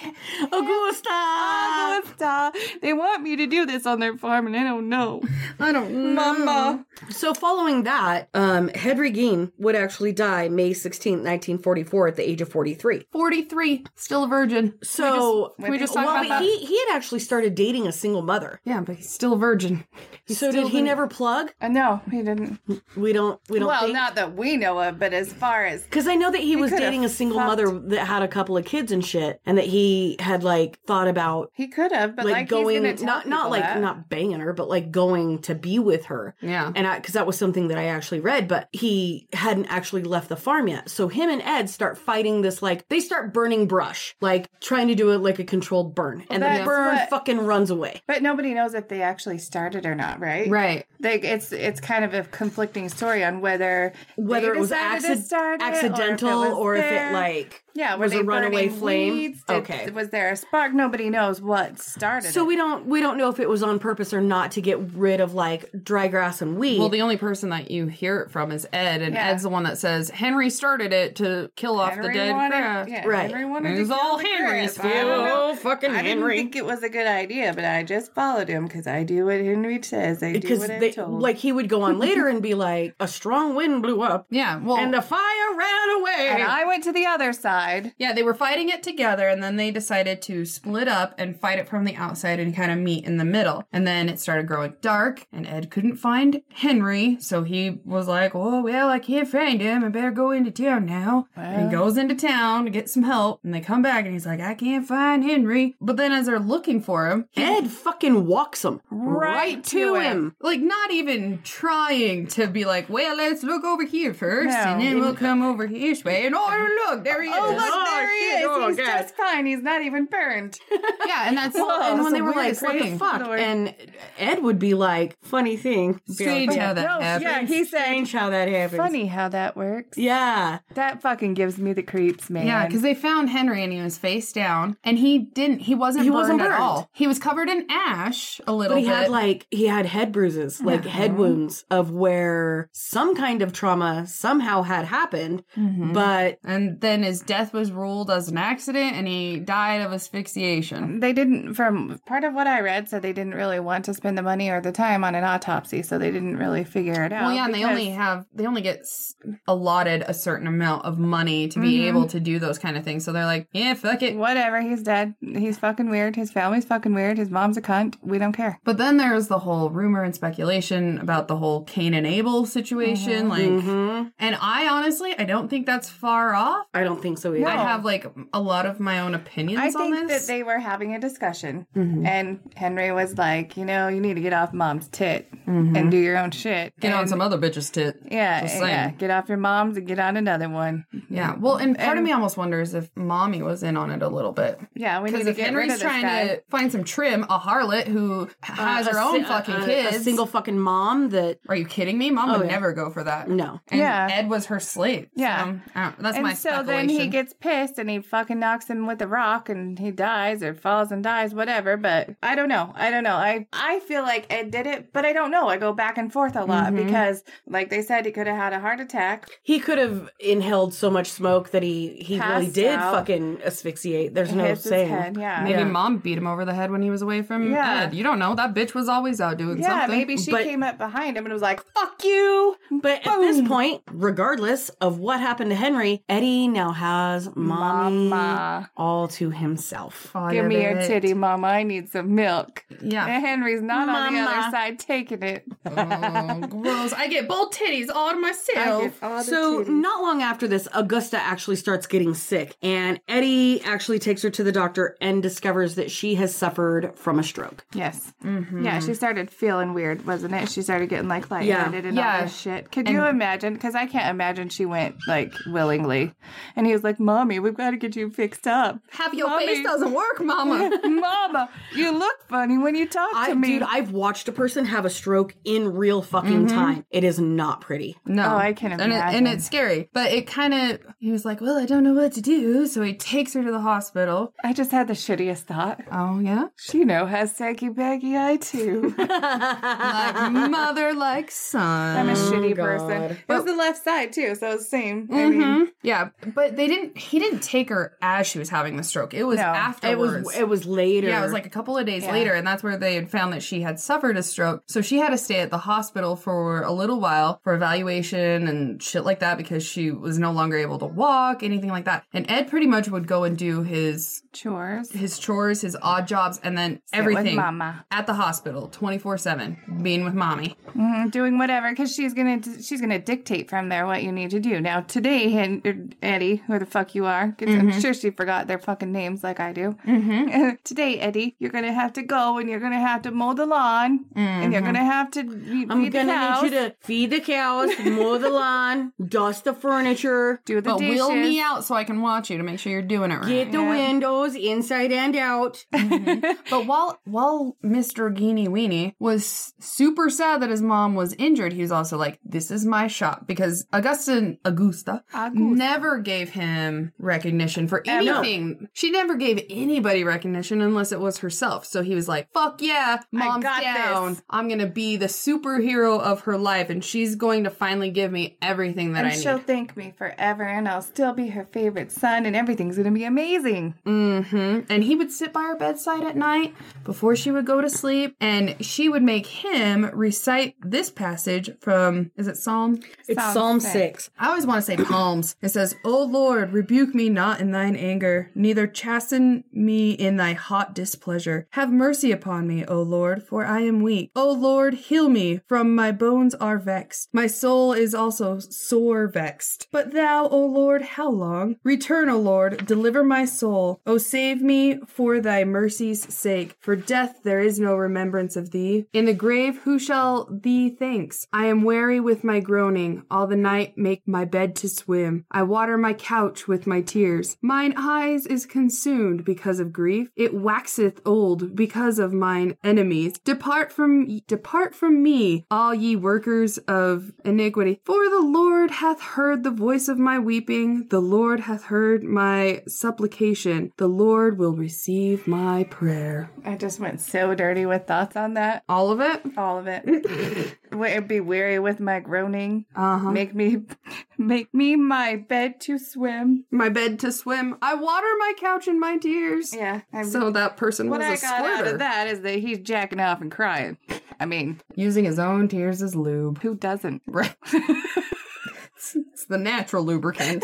Speaker 6: Augusta,
Speaker 4: Stop. They want me to do this on their farm, and I don't know.
Speaker 6: I don't, Mama. So following that, um, Henry Gein would actually die May 16, 1944, at the age of 43.
Speaker 3: 43, still a virgin.
Speaker 6: So
Speaker 3: Can we just talk
Speaker 6: well,
Speaker 3: about
Speaker 6: but
Speaker 3: that?
Speaker 6: he he had actually started dating a single mother.
Speaker 3: yeah, but he's still a virgin.
Speaker 6: so did he never plug?
Speaker 4: Uh, no, he didn't.
Speaker 6: We don't we don't think.
Speaker 4: not that we know of, but as far as
Speaker 6: because I know that he, was
Speaker 4: could've
Speaker 6: dating a single
Speaker 4: fucked.
Speaker 6: mother that had a couple of kids and shit, and that he had like thought about
Speaker 4: he could have, but
Speaker 6: like,
Speaker 4: like,
Speaker 6: going
Speaker 4: he's gonna tell
Speaker 6: not not
Speaker 4: people
Speaker 6: like
Speaker 4: that.
Speaker 6: not banging her, but like going to be with her.
Speaker 3: Yeah.
Speaker 6: and because that was something that I actually read, but he hadn't actually left the farm yet. So him and Ed start fighting this like they start burning brush, like trying to do it like a controlled burn, and the
Speaker 4: that's
Speaker 6: burn
Speaker 4: what-
Speaker 6: fucking runs away.
Speaker 4: But nobody knows if they actually started or not, right?
Speaker 3: Right.
Speaker 4: Like it's it's kind of a conflicting story on whether
Speaker 6: Whether
Speaker 4: they
Speaker 6: it was
Speaker 4: decided to
Speaker 6: acci-
Speaker 4: start it,
Speaker 6: accidental or if it,
Speaker 4: there.
Speaker 6: like,
Speaker 4: yeah were
Speaker 6: was a
Speaker 4: they
Speaker 6: runaway
Speaker 4: burning
Speaker 6: flame?
Speaker 4: weeds? Did-
Speaker 6: Okay.
Speaker 4: was there a spark? Nobody knows what started.
Speaker 6: So
Speaker 4: it.
Speaker 6: we don't we don't know if it was on purpose or not to get rid of like dry grass and weed.
Speaker 3: Well, the only person that you hear it from is Ed, and
Speaker 4: Yeah.
Speaker 3: Ed's the one that says Henry started it to kill off the
Speaker 4: Henry
Speaker 3: dead
Speaker 4: wanted-
Speaker 3: crab.
Speaker 4: yeah,
Speaker 6: Right.
Speaker 4: Henry wanted
Speaker 3: It
Speaker 4: to
Speaker 3: was
Speaker 4: kill
Speaker 3: all
Speaker 4: the
Speaker 3: Henry's
Speaker 4: crab. I don't
Speaker 3: fault.
Speaker 4: know.
Speaker 3: Oh, fucking
Speaker 4: I didn't
Speaker 6: Henry.
Speaker 4: think it was a good idea, but I just followed him because I do what Henry says. I do
Speaker 6: because
Speaker 4: what I'm
Speaker 6: they
Speaker 4: told.
Speaker 6: like he would go on later and be like, a strong wind blew up
Speaker 3: Yeah, well,
Speaker 6: and the fire ran away.
Speaker 4: and I went to the other side.
Speaker 3: yeah, they were fighting it together, and then they decided to split up and fight it from the outside and kind of meet in the middle. And then it started growing dark, and Ed couldn't find Henry, so he was like, "Oh well, I can't find him. I better go into town now." and he goes into town to get some help, and they come back, and he's like, "I can't find Henry." But then, as they're looking for him,
Speaker 6: Ed fucking walks him right, to him.
Speaker 3: like not even trying to be like, well, let's look over here first, and
Speaker 4: No.
Speaker 3: then we'll come over here this way. And oh, look, there he is.
Speaker 4: Oh, look, there he
Speaker 6: shit.
Speaker 4: is.
Speaker 6: Oh,
Speaker 4: He's
Speaker 6: God.
Speaker 4: just fine. He's not even burned.
Speaker 3: yeah, and that's
Speaker 4: Whoa,
Speaker 3: and when
Speaker 4: it's
Speaker 3: they
Speaker 4: the
Speaker 3: were like,
Speaker 4: weirdest
Speaker 6: What the
Speaker 4: thing.
Speaker 6: fuck?
Speaker 4: Lord.
Speaker 6: And Ed would be like, funny thing.
Speaker 3: strange how that
Speaker 4: No,
Speaker 3: happened.
Speaker 4: yeah, he said,
Speaker 6: Strange how that happens.
Speaker 4: funny how that works.
Speaker 6: Yeah.
Speaker 4: That fucking gives me the creeps, man.
Speaker 3: Yeah, because they found Henry and he was face down, and he didn't. He wasn't.
Speaker 6: He
Speaker 3: burned
Speaker 6: wasn't
Speaker 3: at
Speaker 6: burned.
Speaker 3: all. He was covered in ash a little
Speaker 6: But he
Speaker 3: bit.
Speaker 6: had like he had head bruises, like head wounds of where some kind of trauma somehow had happened, but
Speaker 3: and then his death was ruled as an accident, and he died of asphyxiation.
Speaker 4: they didn't, from part of what I read, said they didn't really want to spend the money or the time on an autopsy, so they didn't really figure it out.
Speaker 3: Well, yeah, and they
Speaker 4: because-
Speaker 3: only have they only get s- allotted a certain amount of money to
Speaker 4: Mm-hmm.
Speaker 3: be able to do those kind of things. So they're like, yeah, fuck it.
Speaker 4: Whatever, he's dead. He's fucking weird. His family's fucking weird. His mom's a cunt. We don't care.
Speaker 3: But then there's the whole rumor and speculation about the whole Cain and Abel situation,
Speaker 4: Mm-hmm.
Speaker 3: like, and I honestly I don't think that's far off.
Speaker 6: I don't think so either.
Speaker 3: I have like a lot of my own opinions
Speaker 4: I think
Speaker 3: on this.
Speaker 4: that they were having a discussion, and Henry was like, you know, you need to get off mom's tit and do your own shit.
Speaker 3: Get on
Speaker 4: And-
Speaker 3: some other bitch's tit.
Speaker 4: Yeah,
Speaker 3: Just
Speaker 4: yeah.
Speaker 3: saying.
Speaker 4: Get off your mom's and get on another one.
Speaker 3: Yeah. Well, and part of me almost wonders if mommy was in on it a little bit.
Speaker 4: Yeah, we need
Speaker 3: Because
Speaker 4: to
Speaker 3: if
Speaker 4: get
Speaker 3: Henry's
Speaker 4: rid of this
Speaker 3: trying
Speaker 4: guy. Uh,
Speaker 3: to find some trim, a harlot who has
Speaker 6: A
Speaker 3: her own
Speaker 6: si-
Speaker 3: fucking
Speaker 6: a- a-
Speaker 3: kids,
Speaker 6: a single fucking mom that
Speaker 3: Are you kidding me?
Speaker 4: Oh,
Speaker 3: Mom would
Speaker 6: yeah.
Speaker 3: never go for that.
Speaker 6: No.
Speaker 3: And
Speaker 4: Yeah.
Speaker 3: Ed was her slave.
Speaker 4: Yeah.
Speaker 3: So, um, I don't- that's my
Speaker 4: and so then he
Speaker 3: speculation.
Speaker 4: gets pissed and he fucking knocks him with a rock and he dies or falls and dies, whatever. But I don't know. I don't know. I, I feel like Ed did it, but I don't know. I go back and forth a lot
Speaker 3: Mm-hmm.
Speaker 4: because, like they said, he could have had a heart attack.
Speaker 6: He could have inhaled so much smoke that he he really
Speaker 4: Passed
Speaker 6: did
Speaker 4: out.
Speaker 6: fucking asphyxiate. There's no
Speaker 4: hits
Speaker 6: saying.
Speaker 4: his head. Yeah.
Speaker 3: Maybe mom beat him over the head when he was away from
Speaker 4: Yeah.
Speaker 3: Ed. You don't know. That bitch was always out doing
Speaker 4: Yeah,
Speaker 3: something.
Speaker 4: maybe she
Speaker 6: but-
Speaker 4: came up behind him and was like,
Speaker 6: Fuck you! But at this point, regardless of what happened to Henry, Eddie now draws mommy
Speaker 4: Mama.
Speaker 6: all to himself.
Speaker 4: Give me your titty, mama. I need some milk.
Speaker 3: Yeah.
Speaker 4: And Henry's not on the
Speaker 6: Mama.
Speaker 4: other side taking it.
Speaker 3: oh, gross. I get both titties all to myself.
Speaker 6: So not long after this, Augusta actually starts getting sick, and Eddie actually takes her to the doctor and discovers that she has suffered from a stroke.
Speaker 4: Yes. Yeah, she started feeling weird, wasn't it? She started getting like lightheaded and
Speaker 3: Yeah.
Speaker 4: all this shit. Could you imagine? Because I can't imagine she went like willingly. And he was like, Mommy, we've got to get you fixed up.
Speaker 3: Half your
Speaker 4: Mommy.
Speaker 3: face doesn't work, mama.
Speaker 4: Mama, you look funny when you talk
Speaker 6: I,
Speaker 4: to me.
Speaker 6: dude, I've watched a person have a stroke in real fucking
Speaker 4: Mm-hmm.
Speaker 6: time. It is not pretty.
Speaker 3: No,
Speaker 4: Oh, I can
Speaker 3: And, it,
Speaker 4: imagine.
Speaker 3: and it's scary, but it kind of he was like, "Well, I don't know what to do," so he takes her to the hospital.
Speaker 4: I just had the shittiest thought.
Speaker 3: Oh yeah,
Speaker 4: She know has saggy baggy eye too.
Speaker 3: like mother, like
Speaker 4: I'm
Speaker 3: son.
Speaker 4: a shitty person. It was the left side too, so it's the same. I
Speaker 3: Mm-hmm.
Speaker 4: mean,
Speaker 3: Yeah, but they didn't. He didn't take her as she was having the stroke. It was
Speaker 4: No, it was-
Speaker 6: It
Speaker 3: afterwards.
Speaker 6: was it was later.
Speaker 3: Yeah, it was like a couple of days later, and that's where they had found that she had suffered a stroke. So she had to stay at the hospital for a little while for evaluation and shit like that because she was no longer able to walk, anything like that. And Ed pretty much would go and do his
Speaker 4: chores.
Speaker 3: his chores, his odd jobs, and then everything
Speaker 4: mama.
Speaker 3: at the hospital, twenty four seven, being with mommy.
Speaker 4: Mm, doing whatever because she's gonna she's gonna dictate from there what you need to do. Now today, Hen- er, Eddie, who the fuck you are, 'cause
Speaker 6: Mm-hmm.
Speaker 4: I'm sure she forgot their fucking names like I do. Mm-hmm. today, Eddie, you're gonna have to go and you're gonna have to mow the lawn and you're gonna have to be,
Speaker 6: Mm-hmm. I'm
Speaker 4: feed the
Speaker 6: gonna
Speaker 4: cows,
Speaker 6: need you to feed the cows, mow the lawn, dust the furniture,
Speaker 4: do the
Speaker 3: But
Speaker 4: dishes.
Speaker 3: wheel me out so I can watch you to make sure you're doing it right.
Speaker 6: get the windows inside and out.
Speaker 3: But while while Mr. Genie Weenie was super sad that his mom was injured, he was also like, "This is my shop," because Augusta Augusta, never gave him recognition for anything. She never gave anybody recognition unless it was herself. So he was like, "Fuck yeah, mom's
Speaker 4: got
Speaker 3: down. I'm gonna be the superhero of her life, and she's going to finally give me everything that
Speaker 4: and
Speaker 3: I
Speaker 4: she'll
Speaker 3: need."
Speaker 4: thank me forever, and I'll still be her favorite son, and everything's gonna be amazing.
Speaker 6: Mm.
Speaker 3: hmm And he would sit by her bedside at night before she would go to sleep, and she would make him recite this passage from is it Psalm?
Speaker 6: It's Psalm six.
Speaker 3: I always want to say Palms. It says, "O Lord, rebuke me not in thine anger, neither chasten me in thy hot displeasure. Have mercy upon me, O Lord, for I am weak. O Lord, heal me, from my bones are vexed. My soul is also sore vexed. But thou, O Lord, how long? Return, O Lord, deliver my soul. O save me for thy mercy's sake. For death there is no remembrance of thee. In the grave who shall thee thanks? I am weary with my groaning. All the night make my bed to swim. I water my couch with my tears. Mine eyes is consumed because of grief. It waxeth old because of mine enemies. Depart from depart from me, all ye workers of iniquity. For the Lord hath heard the voice of my weeping. The Lord hath heard my supplication. The Lord will receive my prayer.
Speaker 4: I just went so dirty with thoughts on that.
Speaker 3: All of it?
Speaker 4: All of it. Would be weary with my groaning.
Speaker 3: Uh-huh.
Speaker 4: Make me, make me my bed to swim.
Speaker 3: my bed to swim. I water my couch in my tears.
Speaker 4: Yeah. I,
Speaker 3: So that person
Speaker 4: what
Speaker 3: was
Speaker 4: I
Speaker 3: a
Speaker 4: got out
Speaker 3: squirter.
Speaker 4: of that is that he's jacking off and crying. I mean,
Speaker 3: Using his own tears as lube.
Speaker 4: who doesn't?
Speaker 3: Right. it's the natural lubricant.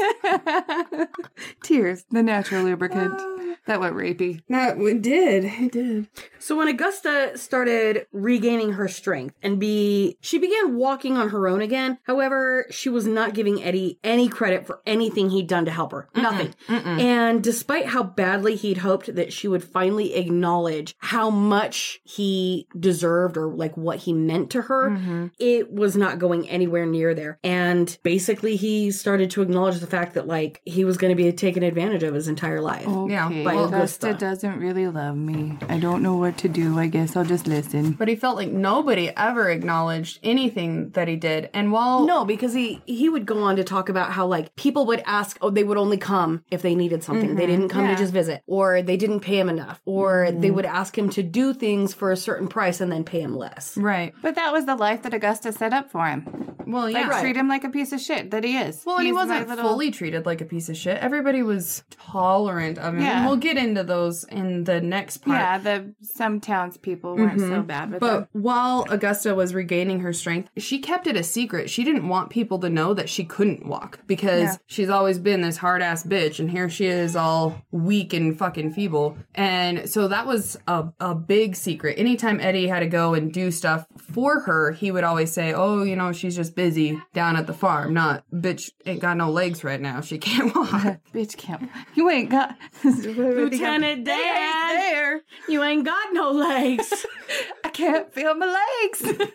Speaker 4: Tears, the natural
Speaker 3: Ah.
Speaker 4: lubricant. that went rapey.
Speaker 3: that it did. It did.
Speaker 6: So when Augusta started regaining her strength and be she began walking on her own again. However, she was not giving Eddie any credit for anything he'd done to help her. Nothing. And despite how badly he'd hoped that she would finally acknowledge how much he deserved or like what he meant to her, it was not going anywhere near there. And basically he started to acknowledge the fact that like he was going to be taken advantage of his entire life.
Speaker 3: Yeah,
Speaker 4: Okay,
Speaker 3: by
Speaker 4: Augusta doesn't really love me. I don't know what to do. I guess I'll just listen.
Speaker 3: But he felt like nobody ever acknowledged anything that he did. And while
Speaker 6: No, because he he would go on to talk about how like people would ask, oh, they would only come if they needed something. They didn't come to just visit, or they didn't pay him enough, or they would ask him to do things for a certain price and then pay him less.
Speaker 3: Right.
Speaker 4: But that was the life that Augusta set up for him.
Speaker 3: Well, yeah.
Speaker 4: Like treat him like a piece of shit that he is.
Speaker 3: Well, and he
Speaker 4: He's my
Speaker 3: wasn't
Speaker 4: little-
Speaker 3: fully treated like a piece of shit. Everybody was tolerant of him.
Speaker 4: Yeah.
Speaker 3: and we'll get into those in the next part.
Speaker 4: Yeah, the some townspeople weren't so bad with them.
Speaker 3: Mm-hmm. But while Augusta was regaining her strength, she kept it a secret. She didn't want people to know that she couldn't walk because she's always been this hard ass bitch, and here she is all weak and fucking feeble. And so that was a, a big secret. Anytime Eddie had to go and do stuff for her, he would always say, Oh, you know, she's just busy down at the farm, not bitch ain't got no legs right now. She can't walk.
Speaker 4: Bitch camp. You ain't got
Speaker 6: Lieutenant Dad,
Speaker 4: there.
Speaker 6: you ain't got no legs.
Speaker 4: I can't feel my legs.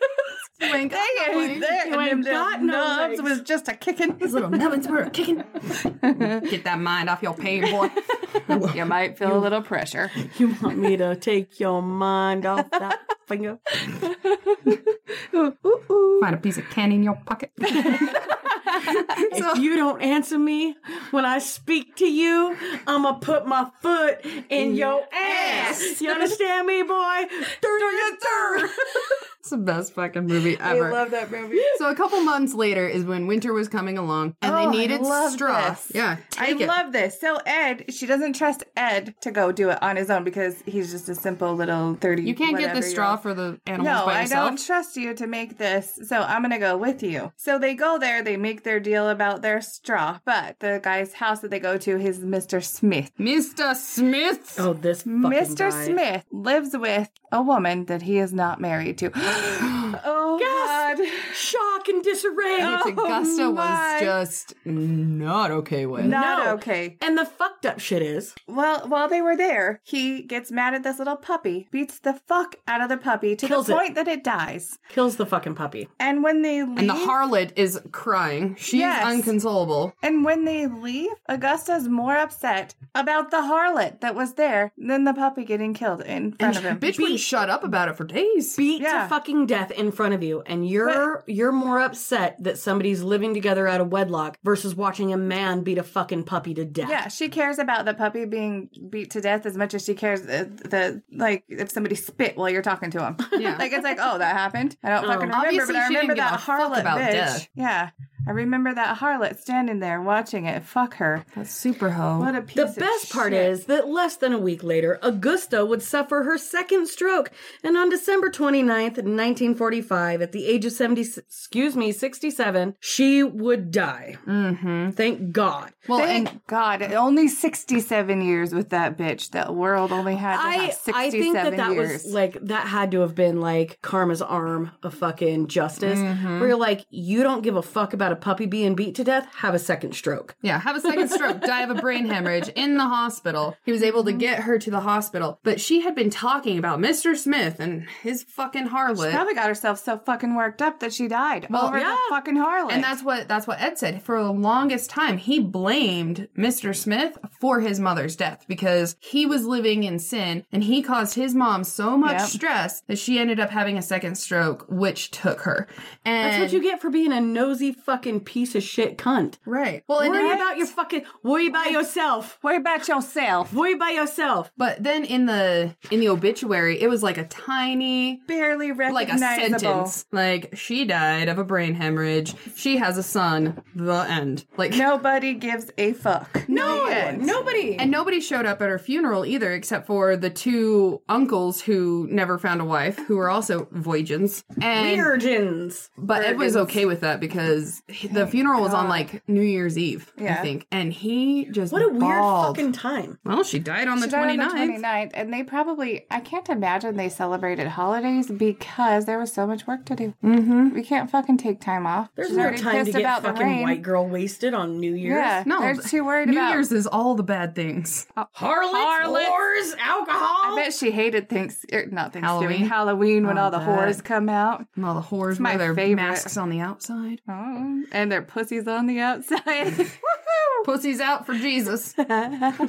Speaker 3: You ain't got
Speaker 4: They
Speaker 3: no
Speaker 4: ain't
Speaker 3: legs.
Speaker 4: there.
Speaker 6: You
Speaker 4: And
Speaker 6: ain't
Speaker 4: them
Speaker 6: got
Speaker 4: little
Speaker 6: no
Speaker 4: nubs
Speaker 6: legs.
Speaker 4: was just a kicking.
Speaker 3: Little nubbins were kicking. Get that mind off your pain, boy.
Speaker 4: You might feel a little pressure.
Speaker 6: you want me to take your mind off that finger?
Speaker 3: Find a piece of candy in your pocket.
Speaker 6: If you don't answer me when I speak to you, I'm gonna put my foot
Speaker 4: Mm-hmm.
Speaker 6: in your ass. You understand me, boy?
Speaker 3: It's the best fucking movie ever.
Speaker 4: that movie.
Speaker 3: so a couple months later is when winter was coming along and
Speaker 4: Oh, I
Speaker 3: they needed
Speaker 4: love
Speaker 3: straw.
Speaker 4: this.
Speaker 3: Yeah,
Speaker 4: I
Speaker 3: take it.
Speaker 4: love this. So Ed, she doesn't trust Ed to go do it on his own because he's just a simple little thirty.
Speaker 3: you can't get the
Speaker 4: whatever year
Speaker 3: straw
Speaker 4: old.
Speaker 3: for the animals
Speaker 4: No,
Speaker 3: by
Speaker 4: I
Speaker 3: yourself.
Speaker 4: don't trust you to make this, so I'm gonna go with you. So they go there, they make their deal about their straw, but the guy's house that they go to is Mr. Smith.
Speaker 3: Mr. Smith.
Speaker 6: Oh, this fucking
Speaker 4: Mr.
Speaker 6: guy.
Speaker 4: Smith lives with a woman that he is not married to. oh God!
Speaker 6: Shock and disarray.
Speaker 3: Which Augusta
Speaker 4: my.
Speaker 3: was just not okay with.
Speaker 4: Not
Speaker 6: No.
Speaker 4: okay.
Speaker 6: And the fucked up shit is
Speaker 4: Well, while they were there, he gets mad at this little puppy, beats the fuck out of the puppy to
Speaker 6: Kills
Speaker 4: the
Speaker 6: it.
Speaker 4: point that it dies.
Speaker 6: kills the fucking puppy.
Speaker 4: And when they leave,
Speaker 3: And the harlot is crying. She's
Speaker 4: Yes.
Speaker 3: unconsolable.
Speaker 4: and when they leave, Augusta's more upset about the harlot that was there than the puppy getting killed in front of him.
Speaker 3: Bitch wouldn't shut up about it for days.
Speaker 6: Beat
Speaker 4: Yeah.
Speaker 6: to fucking death in front of you, and you're you're more upset that somebody's living together out of wedlock versus watching a man beat a fucking puppy to death.
Speaker 4: Yeah, she cares about the puppy being beat to death as much as she cares uh, the like if somebody spit while you're talking to him.
Speaker 3: Yeah.
Speaker 4: like it's like, oh, that happened. I don't fucking remember,
Speaker 3: Obviously,
Speaker 4: but I
Speaker 3: she
Speaker 4: remember
Speaker 3: didn't give
Speaker 4: that
Speaker 3: a fuck
Speaker 4: harlot
Speaker 3: about
Speaker 4: bitch.
Speaker 3: death.
Speaker 4: Yeah, I remember that harlot standing there watching it. Fuck her.
Speaker 3: That's super hoe.
Speaker 4: What a piece.
Speaker 6: The
Speaker 4: of
Speaker 6: best part
Speaker 4: shit.
Speaker 6: is that less than a week later, Augusta would suffer her second stroke, and on December 29th, 1945, at the age of 70, excuse me, 67, she would die. Mm-hmm. Thank God.
Speaker 3: well,
Speaker 4: Thank
Speaker 3: and
Speaker 4: God, only 67 years with that bitch. That world only had to have
Speaker 6: I,
Speaker 4: 67
Speaker 6: I think that that
Speaker 4: years.
Speaker 6: was like that had to have been like karma's arm of fucking justice
Speaker 4: Mm-hmm.
Speaker 6: where you're like you don't give a fuck about a puppy being beat to death have a second stroke
Speaker 3: Yeah, have a second stroke, die of a brain hemorrhage in the hospital. He was
Speaker 6: Mm-hmm.
Speaker 3: able to get her to the hospital, but she had been talking about Mr. Smith and his fucking harlot.
Speaker 4: Probably got herself so fucking worked up that she died
Speaker 3: Well,
Speaker 4: over
Speaker 3: yeah.
Speaker 4: the fucking harlot.
Speaker 3: And that's what that's what Ed said. For the longest time, he blamed Mr. Smith for his mother's death because he was living in sin and he caused his mom so much
Speaker 4: Yep.
Speaker 3: stress that she ended up having a second stroke, which took her. And
Speaker 6: that's what you get for being a nosy fucking piece of shit cunt
Speaker 3: Right. Well, and
Speaker 6: worry
Speaker 3: then-
Speaker 6: about your fucking worry about yourself
Speaker 4: Worry about yourself.
Speaker 6: worry about yourself
Speaker 3: but then in the in the obituary, it was like a tiny
Speaker 4: Barely
Speaker 3: like a
Speaker 4: recognizable.
Speaker 3: sentence. Like she died of a brain hemorrhage. She has a son. The end. Like
Speaker 4: Nobody gives a fuck.
Speaker 6: no
Speaker 4: The end.
Speaker 6: nobody
Speaker 3: And nobody showed up at her funeral either, except for the two uncles who never found a wife, who were also Voyagins. And
Speaker 6: virgins
Speaker 3: but Ed was okay with that because he- the funeral was on like New Year's Eve,
Speaker 4: Yeah.
Speaker 3: I think, and he just
Speaker 6: what a weird
Speaker 3: bawled.
Speaker 6: fucking time
Speaker 3: Well, she died on the
Speaker 4: She died on
Speaker 3: 29th.
Speaker 4: the 29th, and they probably, I can't imagine they celebrated holidays because there was so much work to do. Mm-hmm. We can't fucking take time off.
Speaker 6: there's
Speaker 4: She's
Speaker 6: no
Speaker 4: already
Speaker 6: time to
Speaker 4: pissed
Speaker 6: get
Speaker 4: about the
Speaker 6: fucking
Speaker 4: rain.
Speaker 6: white girl wasted on new year's
Speaker 4: Yeah,
Speaker 3: No,
Speaker 4: they're too worried
Speaker 3: New
Speaker 4: about.
Speaker 3: Year's is all the bad things.
Speaker 6: harlots, whores alcohol
Speaker 4: I bet she hated things, er, not Thanksgiving, Halloween,
Speaker 3: Halloween.
Speaker 4: when all the
Speaker 3: that.
Speaker 4: whores come out
Speaker 3: And all the whores
Speaker 4: my
Speaker 3: wear their
Speaker 4: favorite.
Speaker 3: masks on the outside.
Speaker 4: Oh, and their pussies on the outside.
Speaker 3: Pussy's out for Jesus. or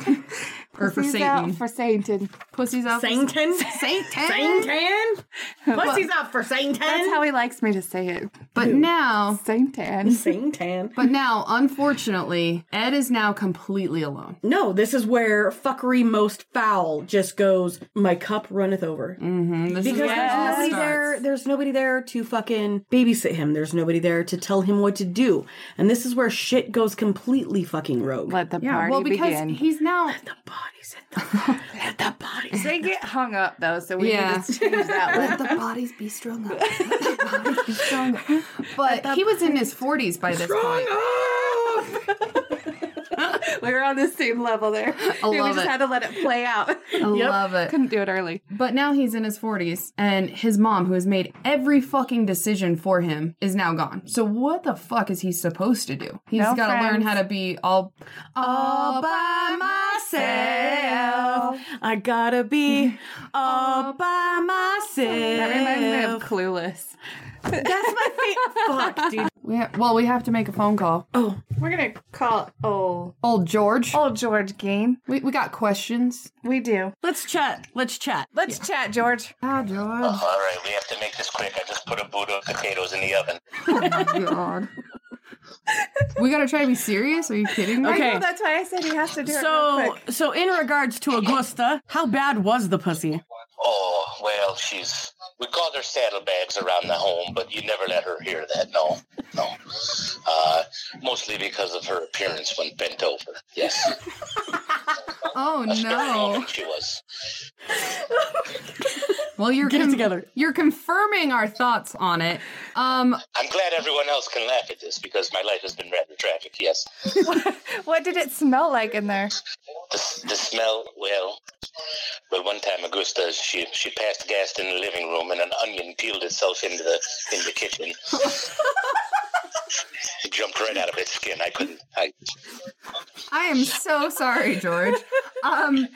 Speaker 3: for
Speaker 4: Pussies
Speaker 3: Satan.
Speaker 4: out for Satan.
Speaker 3: Pussy's out for
Speaker 6: Sainton.
Speaker 3: Satan.
Speaker 6: Sainton. Pussy's out for
Speaker 4: That's
Speaker 6: Sainton.
Speaker 4: how he likes me to say it.
Speaker 3: But now,
Speaker 4: Satan.
Speaker 6: Sainton.
Speaker 3: but now, unfortunately, Ed is now completely alone.
Speaker 6: No, this is where fuckery most foul just goes. My cup runneth over because
Speaker 3: Yes.
Speaker 6: there's nobody there. There's nobody there to fucking babysit him. There's nobody there to tell him what to do. And this is where shit goes completely fucking rogue.
Speaker 4: Let the party
Speaker 3: well, because
Speaker 4: begin.
Speaker 3: he's now
Speaker 6: bodies at the let the bodies.
Speaker 4: They get hung up though, so we
Speaker 3: Yeah.
Speaker 4: need to change that one.
Speaker 5: Let the bodies be strung up. Let the bodies be strung up.
Speaker 3: But he was in his 40s by this point.
Speaker 4: we were on the same level there.
Speaker 3: I
Speaker 4: we
Speaker 3: love
Speaker 4: just
Speaker 3: it.
Speaker 4: had to let it play out.
Speaker 3: I love it.
Speaker 4: Couldn't do it early.
Speaker 3: But now he's in his 40s, and his mom, who has made every fucking decision for him, is now gone. So what the fuck is he supposed to do? He's
Speaker 4: No
Speaker 3: got to learn
Speaker 4: friends.
Speaker 3: how to be all
Speaker 6: All by myself. I gotta be all by
Speaker 4: Mm-hmm. That reminds me of
Speaker 6: myself.
Speaker 4: Clueless.
Speaker 6: That's my favorite. Fuck, dude.
Speaker 3: We ha- well, we have to make a phone call.
Speaker 4: We're gonna call old
Speaker 3: Old George,
Speaker 4: old George Gain.
Speaker 3: we, we got questions.
Speaker 4: We do.
Speaker 6: Let's chat. Let's chat.
Speaker 4: Let's chat, George.
Speaker 3: Ah, George.
Speaker 8: All right, we have to make this quick. I just put a boot of potatoes in the oven.
Speaker 3: God. we got to try to be serious? Are you kidding me?
Speaker 6: Okay.
Speaker 4: That's why I said he has to do it real
Speaker 6: So,
Speaker 4: quick.
Speaker 6: so in regards to Augusta, how bad was the pussy?
Speaker 8: Oh, well, she's. We called her saddlebags around the home, but you never let her hear that. No, no. Uh, mostly because of her appearance when bent over. Yes.
Speaker 3: Oh,
Speaker 8: A stern
Speaker 3: no.
Speaker 8: woman she was.
Speaker 3: Well, you're
Speaker 6: Get it
Speaker 3: con-
Speaker 6: together.
Speaker 3: You're confirming our thoughts on it. Um,
Speaker 8: I'm glad everyone else can laugh at this because my life has been rather tragic. Yes.
Speaker 4: What did it smell like in there?
Speaker 8: The, the smell, well, well, one time Augusta, she, she passed gas in the living room and an onion peeled itself into the in the kitchen. it jumped right out of its skin. I couldn't. I
Speaker 3: I am so sorry, George. Um,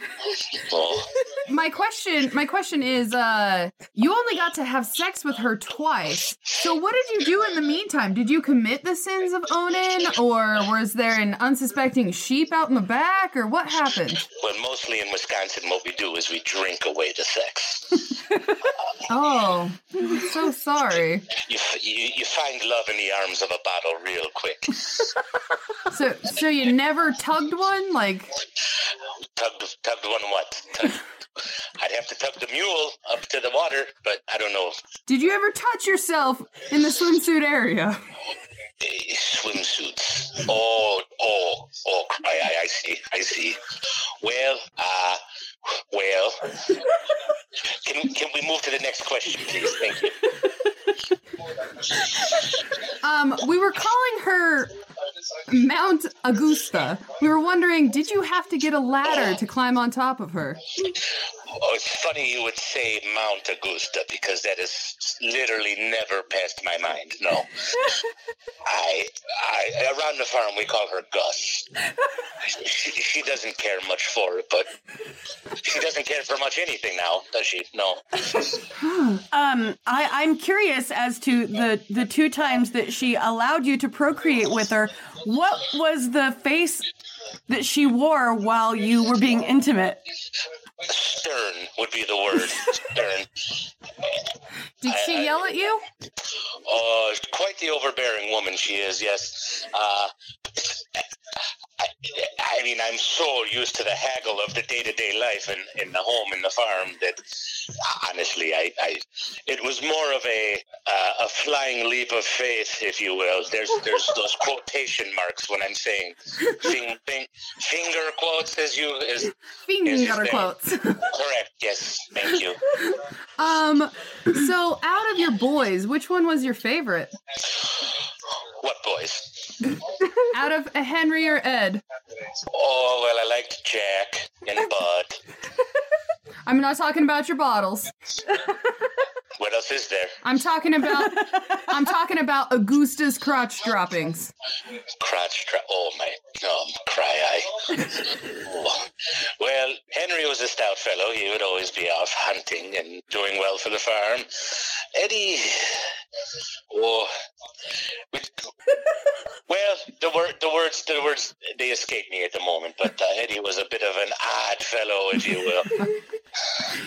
Speaker 8: oh,
Speaker 3: my question, my question is, uh, you only got to have sex with her twice. So what did you do in the meantime? Did you commit the sins of Onan, or was there an unsuspecting sheep out in the back, or what happened?
Speaker 8: well, mostly in Wisconsin, what we do is we drink away the sex.
Speaker 3: Oh, I'm so sorry.
Speaker 8: You, f- you you find love in the arms of a bottle real quick.
Speaker 3: So, so you never tugged one, like
Speaker 8: Tugged tugged one what? Tugged, I'd have to tug the mule up to the water, but I don't know.
Speaker 3: Did you ever touch yourself in the swimsuit area?
Speaker 8: Eh, swimsuits. Oh, oh, oh, I, I, I see, I see. Well, uh, well, can, can we move to the next question, please? Thank you.
Speaker 3: Um, we were calling her Mount Augusta. We were wondering, did you have to get a ladder to climb on top of her?
Speaker 8: Oh, it's funny you would say Mount Augusta because that is literally never passed my mind. No. I, I, around the farm, we call her Gus. She, she doesn't care much for it, but she doesn't care for much anything now, does she? No.
Speaker 6: Um, I, I'm curious as to the the two times that she allowed you to procreate with her. What was the face that she wore while you were being intimate?
Speaker 8: Stern would be the word. Stern.
Speaker 3: Did she yell at you?
Speaker 8: Oh, quite the overbearing woman she is. Yes. Uh, I, I mean, I'm so used to the haggle of the day-to-day life in, in the home and the farm that honestly, I, I it was more of a uh, a flying leap of faith, if you will. There's there's those quotation marks when I'm saying fing, fing, finger quotes, as you is
Speaker 3: Finger quotes.
Speaker 8: correct. Yes, thank you.
Speaker 3: Um, so out of your boys, which one was your favorite?
Speaker 8: What boys?
Speaker 3: Out of Henry or Ed?
Speaker 8: Oh well, I liked Jack and Bud.
Speaker 3: I'm not talking about your bottles.
Speaker 8: What else is there?
Speaker 3: I'm talking about I'm talking about Augusta's crotch droppings.
Speaker 8: Crotch tra- Oh my, oh cry eye. Oh. well, Henry was a stout fellow. He would always be off hunting and doing well for the farm. Eddie, oh, we- well, the word, the words, the words, they escape me at the moment. But uh, Eddie was a bit of an odd fellow, if you will.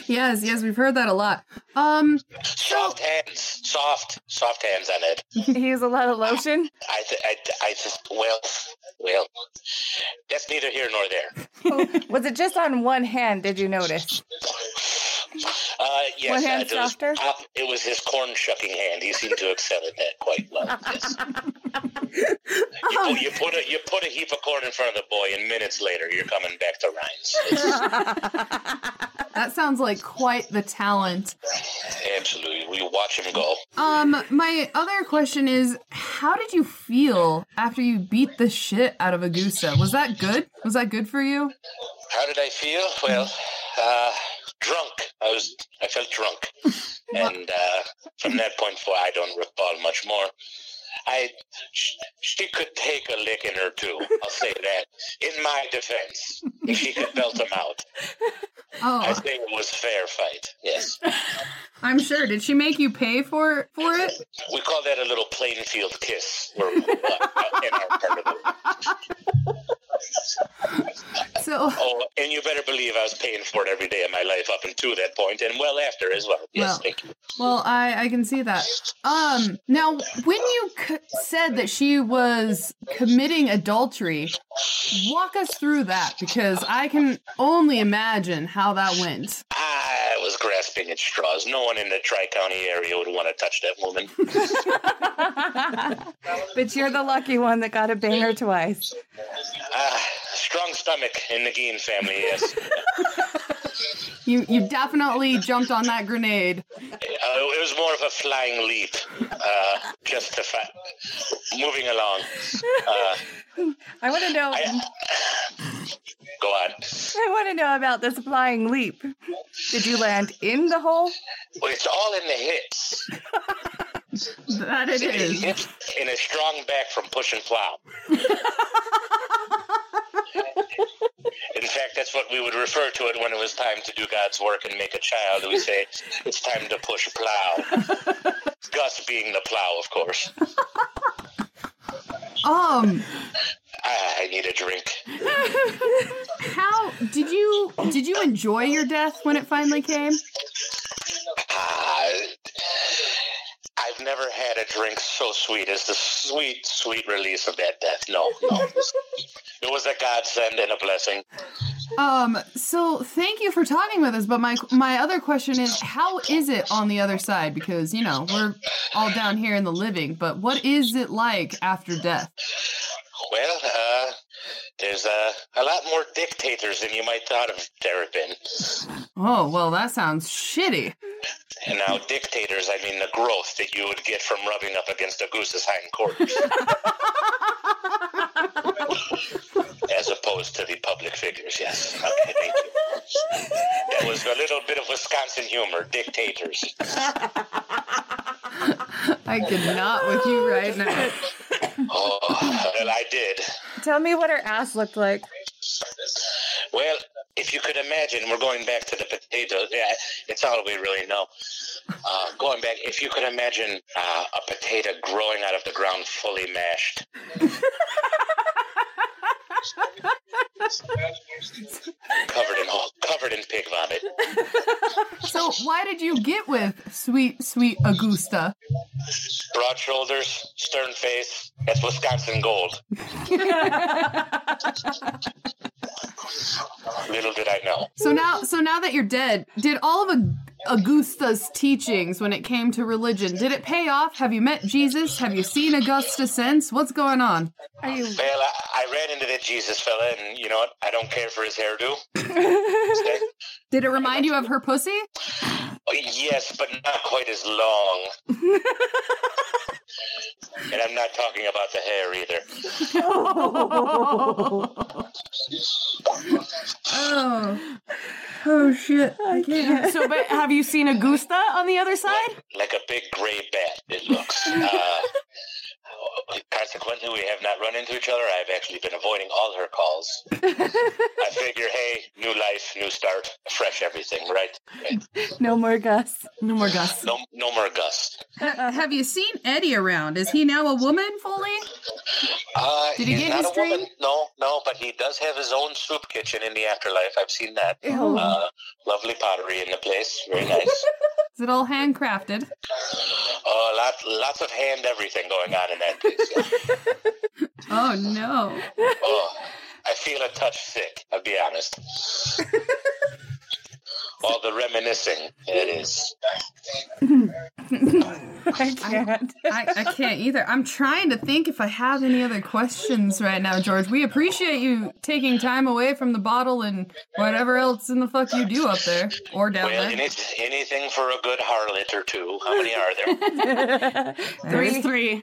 Speaker 3: Yes, yes, we've heard that a lot. Um,
Speaker 8: soft hands, soft, soft hands on Ed.
Speaker 4: He used a lot of lotion.
Speaker 8: I, th- I, th- I just, well, well, that's neither here nor there.
Speaker 4: Was it just on one hand? Did you notice?
Speaker 8: Uh, yes,
Speaker 4: One hand
Speaker 8: uh, there was-
Speaker 4: softer?
Speaker 8: uh, it was his corn shucking hand. He seemed to excel at that quite well. Yes. You No, you put a you put a heap of corn in front of the boy, and minutes later you're coming back to Rhines. It's
Speaker 3: That sounds like quite the talent.
Speaker 8: absolutely, we watch him go.
Speaker 3: Um, my other question is, how did you feel after you beat the shit out of Agusta? Was that good? Was that good for you?
Speaker 8: How did I feel? Well, uh, drunk. I was. I felt drunk, and uh, from that point forward, I don't recall much more. I, sh- she could take a licking or two. I'll say that. In my defense, she could belt him out. I
Speaker 3: Oh,
Speaker 8: think it was fair fight. Yes,
Speaker 3: I'm sure. Did she make you pay for for it?
Speaker 8: we call that a little plain field kiss. We're, uh, in our part of it.
Speaker 3: So,
Speaker 8: Oh, and you better believe I was paying for it every day of my life up until that point, and well after as well. Yes,
Speaker 3: Well,
Speaker 8: thank you.
Speaker 3: well, I I can see that. Um, now when you c- said that she was committing adultery, walk us through that because I can only imagine how that went.
Speaker 8: I Ah, was grasping at straws. No one in the Tri County area would want to touch that woman.
Speaker 4: But you're the lucky one that got a banger twice.
Speaker 8: Ah, strong stomach in the Geen family, yes. Uh,
Speaker 3: You you definitely jumped on that grenade.
Speaker 8: it was more of a flying leap. Uh, just to fa- moving along. Uh,
Speaker 4: I want to know.
Speaker 8: I, go on.
Speaker 4: I want to know about this flying leap. Did you land in the hole?
Speaker 8: Well, it's all in the hips.
Speaker 3: That it
Speaker 8: In
Speaker 3: is.
Speaker 8: hips and a strong back from push and plow. In fact, that's what we would refer to it when it was time to do God's work and make a child. We say, it's time to push plow. Gus being the plow, of course.
Speaker 3: Um,
Speaker 8: Ah, I need a drink.
Speaker 3: how did you did you enjoy your death when it finally came?
Speaker 8: Ah, I've never had a drink so sweet as the sweet, sweet release of that death. No, no. It was a godsend and a blessing.
Speaker 3: Um, so thank you for talking with us, but my my other question is how is it on the other side because, you know, we're all down here in the living, but what is it like after death?
Speaker 8: Well, uh, there's uh, a lot more dictators than you might thought of there have been.
Speaker 3: Oh, well, that sounds shitty.
Speaker 8: And now dictators, I mean the growth that you would get from rubbing up against a goose's hindquarters. As opposed to the public figures, yes. Okay, thank you. That was a little bit of Wisconsin humor, dictators.
Speaker 3: I could not with you right now.
Speaker 8: Oh, well, I did.
Speaker 4: Tell me what her ass looked like.
Speaker 8: Well, if you could imagine, we're going back to the potato. Yeah, it's all we really know. Uh, going back, if you could imagine uh, a potato growing out of the ground fully mashed. covered in all, covered in pig vomit.
Speaker 3: So, why did you get with sweet sweet Augusta?
Speaker 8: Broad shoulders, stern face. That's Wisconsin gold. Little did I know.
Speaker 3: So now so now that you're dead, did all of Ag- Augusta's teachings when it came to religion, did it pay off? Have you met Jesus? Have you seen Augusta since? What's going on?
Speaker 8: Well, I, I ran into that Jesus fella, and you know what? I don't care for his hairdo. Okay?
Speaker 3: Did it remind you of her pussy?
Speaker 8: Oh, yes, but not quite as long. and I'm not talking about the hair either.
Speaker 3: Oh. Oh shit. I can't.
Speaker 5: So, but have you seen Augusta on the other side?
Speaker 8: Like a big gray bat, it looks. Uh, consequently, we have not run into each other. I've actually been avoiding all her calls. I figure, hey, new life, new start, fresh everything, right?
Speaker 4: No more Gus.
Speaker 5: No more Gus.
Speaker 8: No, no more Gus.
Speaker 3: Have you seen Eddie around? Is he now a woman fully?
Speaker 8: Uh,
Speaker 3: Did he
Speaker 8: he's
Speaker 3: get
Speaker 8: not
Speaker 3: his
Speaker 8: a woman.
Speaker 3: dream?
Speaker 8: No, no, but he does have his own soup kitchen in the afterlife. I've seen that.
Speaker 3: Oh.
Speaker 8: Uh, lovely pottery in the place. Very nice.
Speaker 3: Is it all handcrafted?
Speaker 8: Oh, lot, lots of hand everything going on in that place.
Speaker 3: Oh no.
Speaker 8: Oh, I feel a touch sick. I'll be honest. All the reminiscing. It is.
Speaker 4: I can't.
Speaker 3: I, I can't either. I'm trying to think if I have any other questions right now, George. We appreciate you taking time away from the bottle and whatever else in the fuck you do up there or down
Speaker 8: Well,
Speaker 3: there.
Speaker 8: any, anything for a good harlot or two. How many are there?
Speaker 5: Three, three.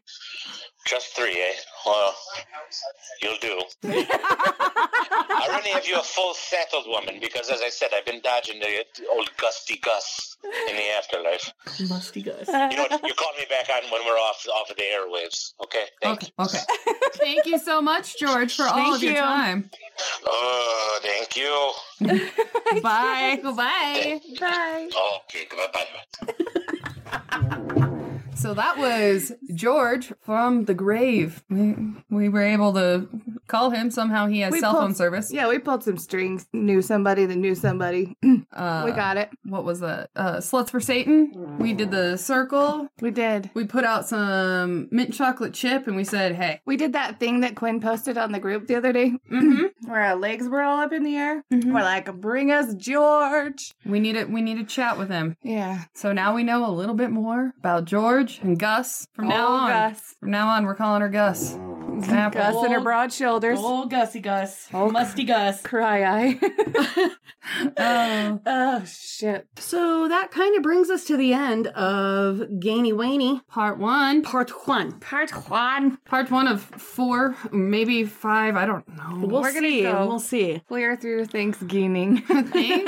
Speaker 8: Just three, eh? Well, you'll do. are any of you a full settled woman? Because, as I said, I've been dodging the old gusty gus in the afterlife.
Speaker 9: Musty Gus.
Speaker 8: You know what? You call me back on when we're off off of the airwaves. Okay. Thank
Speaker 3: Okay. Okay. Thank you so much, George, for all of your time.
Speaker 8: you. Oh, thank you.
Speaker 5: Bye.
Speaker 3: Goodbye.
Speaker 8: Oh, Okay. Bye bye.
Speaker 3: So that was George from the grave. We, we were able to call him somehow. He has
Speaker 4: We
Speaker 3: cell phone
Speaker 4: pulled-
Speaker 3: service.
Speaker 4: Yeah, we pulled some strings. Knew somebody that knew somebody.
Speaker 3: Uh,
Speaker 4: we got it.
Speaker 3: What was that? Uh, Sluts for Satan. We did the circle.
Speaker 4: We did.
Speaker 3: We put out some mint chocolate chip, and we said, "Hey,
Speaker 4: We did that thing that Quinn posted on the group the other day
Speaker 3: mhm,
Speaker 4: where our legs were all up in the air.
Speaker 3: Mhm.
Speaker 4: We're like, bring us George.
Speaker 3: we need it. We need to chat with him."
Speaker 4: Yeah.
Speaker 3: So now we know a little bit more about George and Gus. From now
Speaker 4: Old
Speaker 3: on,
Speaker 4: Gus.
Speaker 3: from now on, we're calling her Gus. Snap.
Speaker 4: Gus and her broad shoulders.
Speaker 9: Old Gussie Gus. Musty Gus.
Speaker 4: Cry eye.
Speaker 3: Oh.
Speaker 4: oh, shit.
Speaker 5: So that kind of brings us to the end of Gainy Wainy
Speaker 3: Part one.
Speaker 5: Part One.
Speaker 4: Part one.
Speaker 3: Part one of four, maybe five. I don't know.
Speaker 5: We'll
Speaker 4: We're gonna
Speaker 5: see.
Speaker 4: go.
Speaker 5: We'll see.
Speaker 4: Clear through Thanksgiving.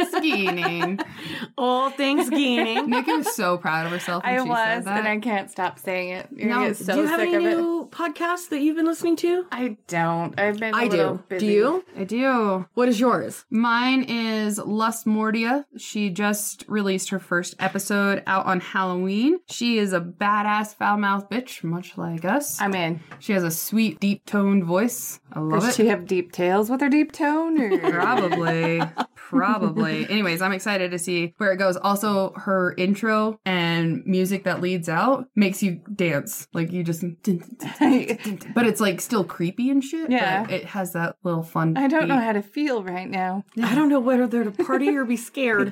Speaker 3: Thanksgiving.
Speaker 5: All things Gaining.
Speaker 3: Nikki was so proud of herself when
Speaker 4: I
Speaker 3: she
Speaker 4: was,
Speaker 3: said that.
Speaker 4: and I can't stop saying it. You're
Speaker 3: No,
Speaker 4: gonna get so
Speaker 5: do you have
Speaker 4: sick
Speaker 5: any
Speaker 4: of it.
Speaker 5: new podcasts that you've been listening to?
Speaker 4: I don't. I've been. I
Speaker 5: I do. Do you?
Speaker 3: I do.
Speaker 5: What is yours?
Speaker 3: Mine is Lust Mordia. She just released her first episode out on Halloween. She is a badass foul mouth bitch, much like us.
Speaker 4: I'm in.
Speaker 3: She has a sweet, deep toned voice. I love
Speaker 4: Does
Speaker 3: it.
Speaker 4: she have deep tails with her deep tone? Or?
Speaker 3: Probably. Probably. Anyways, I'm excited to see where it goes. Also, her intro and music that leads out makes you dance. Like you just but it's like still creepy and shit. but
Speaker 4: Yeah.
Speaker 3: it has that little fun.
Speaker 4: I don't know
Speaker 3: beat.
Speaker 4: how to feel right now.
Speaker 5: I don't know whether to party or be scared.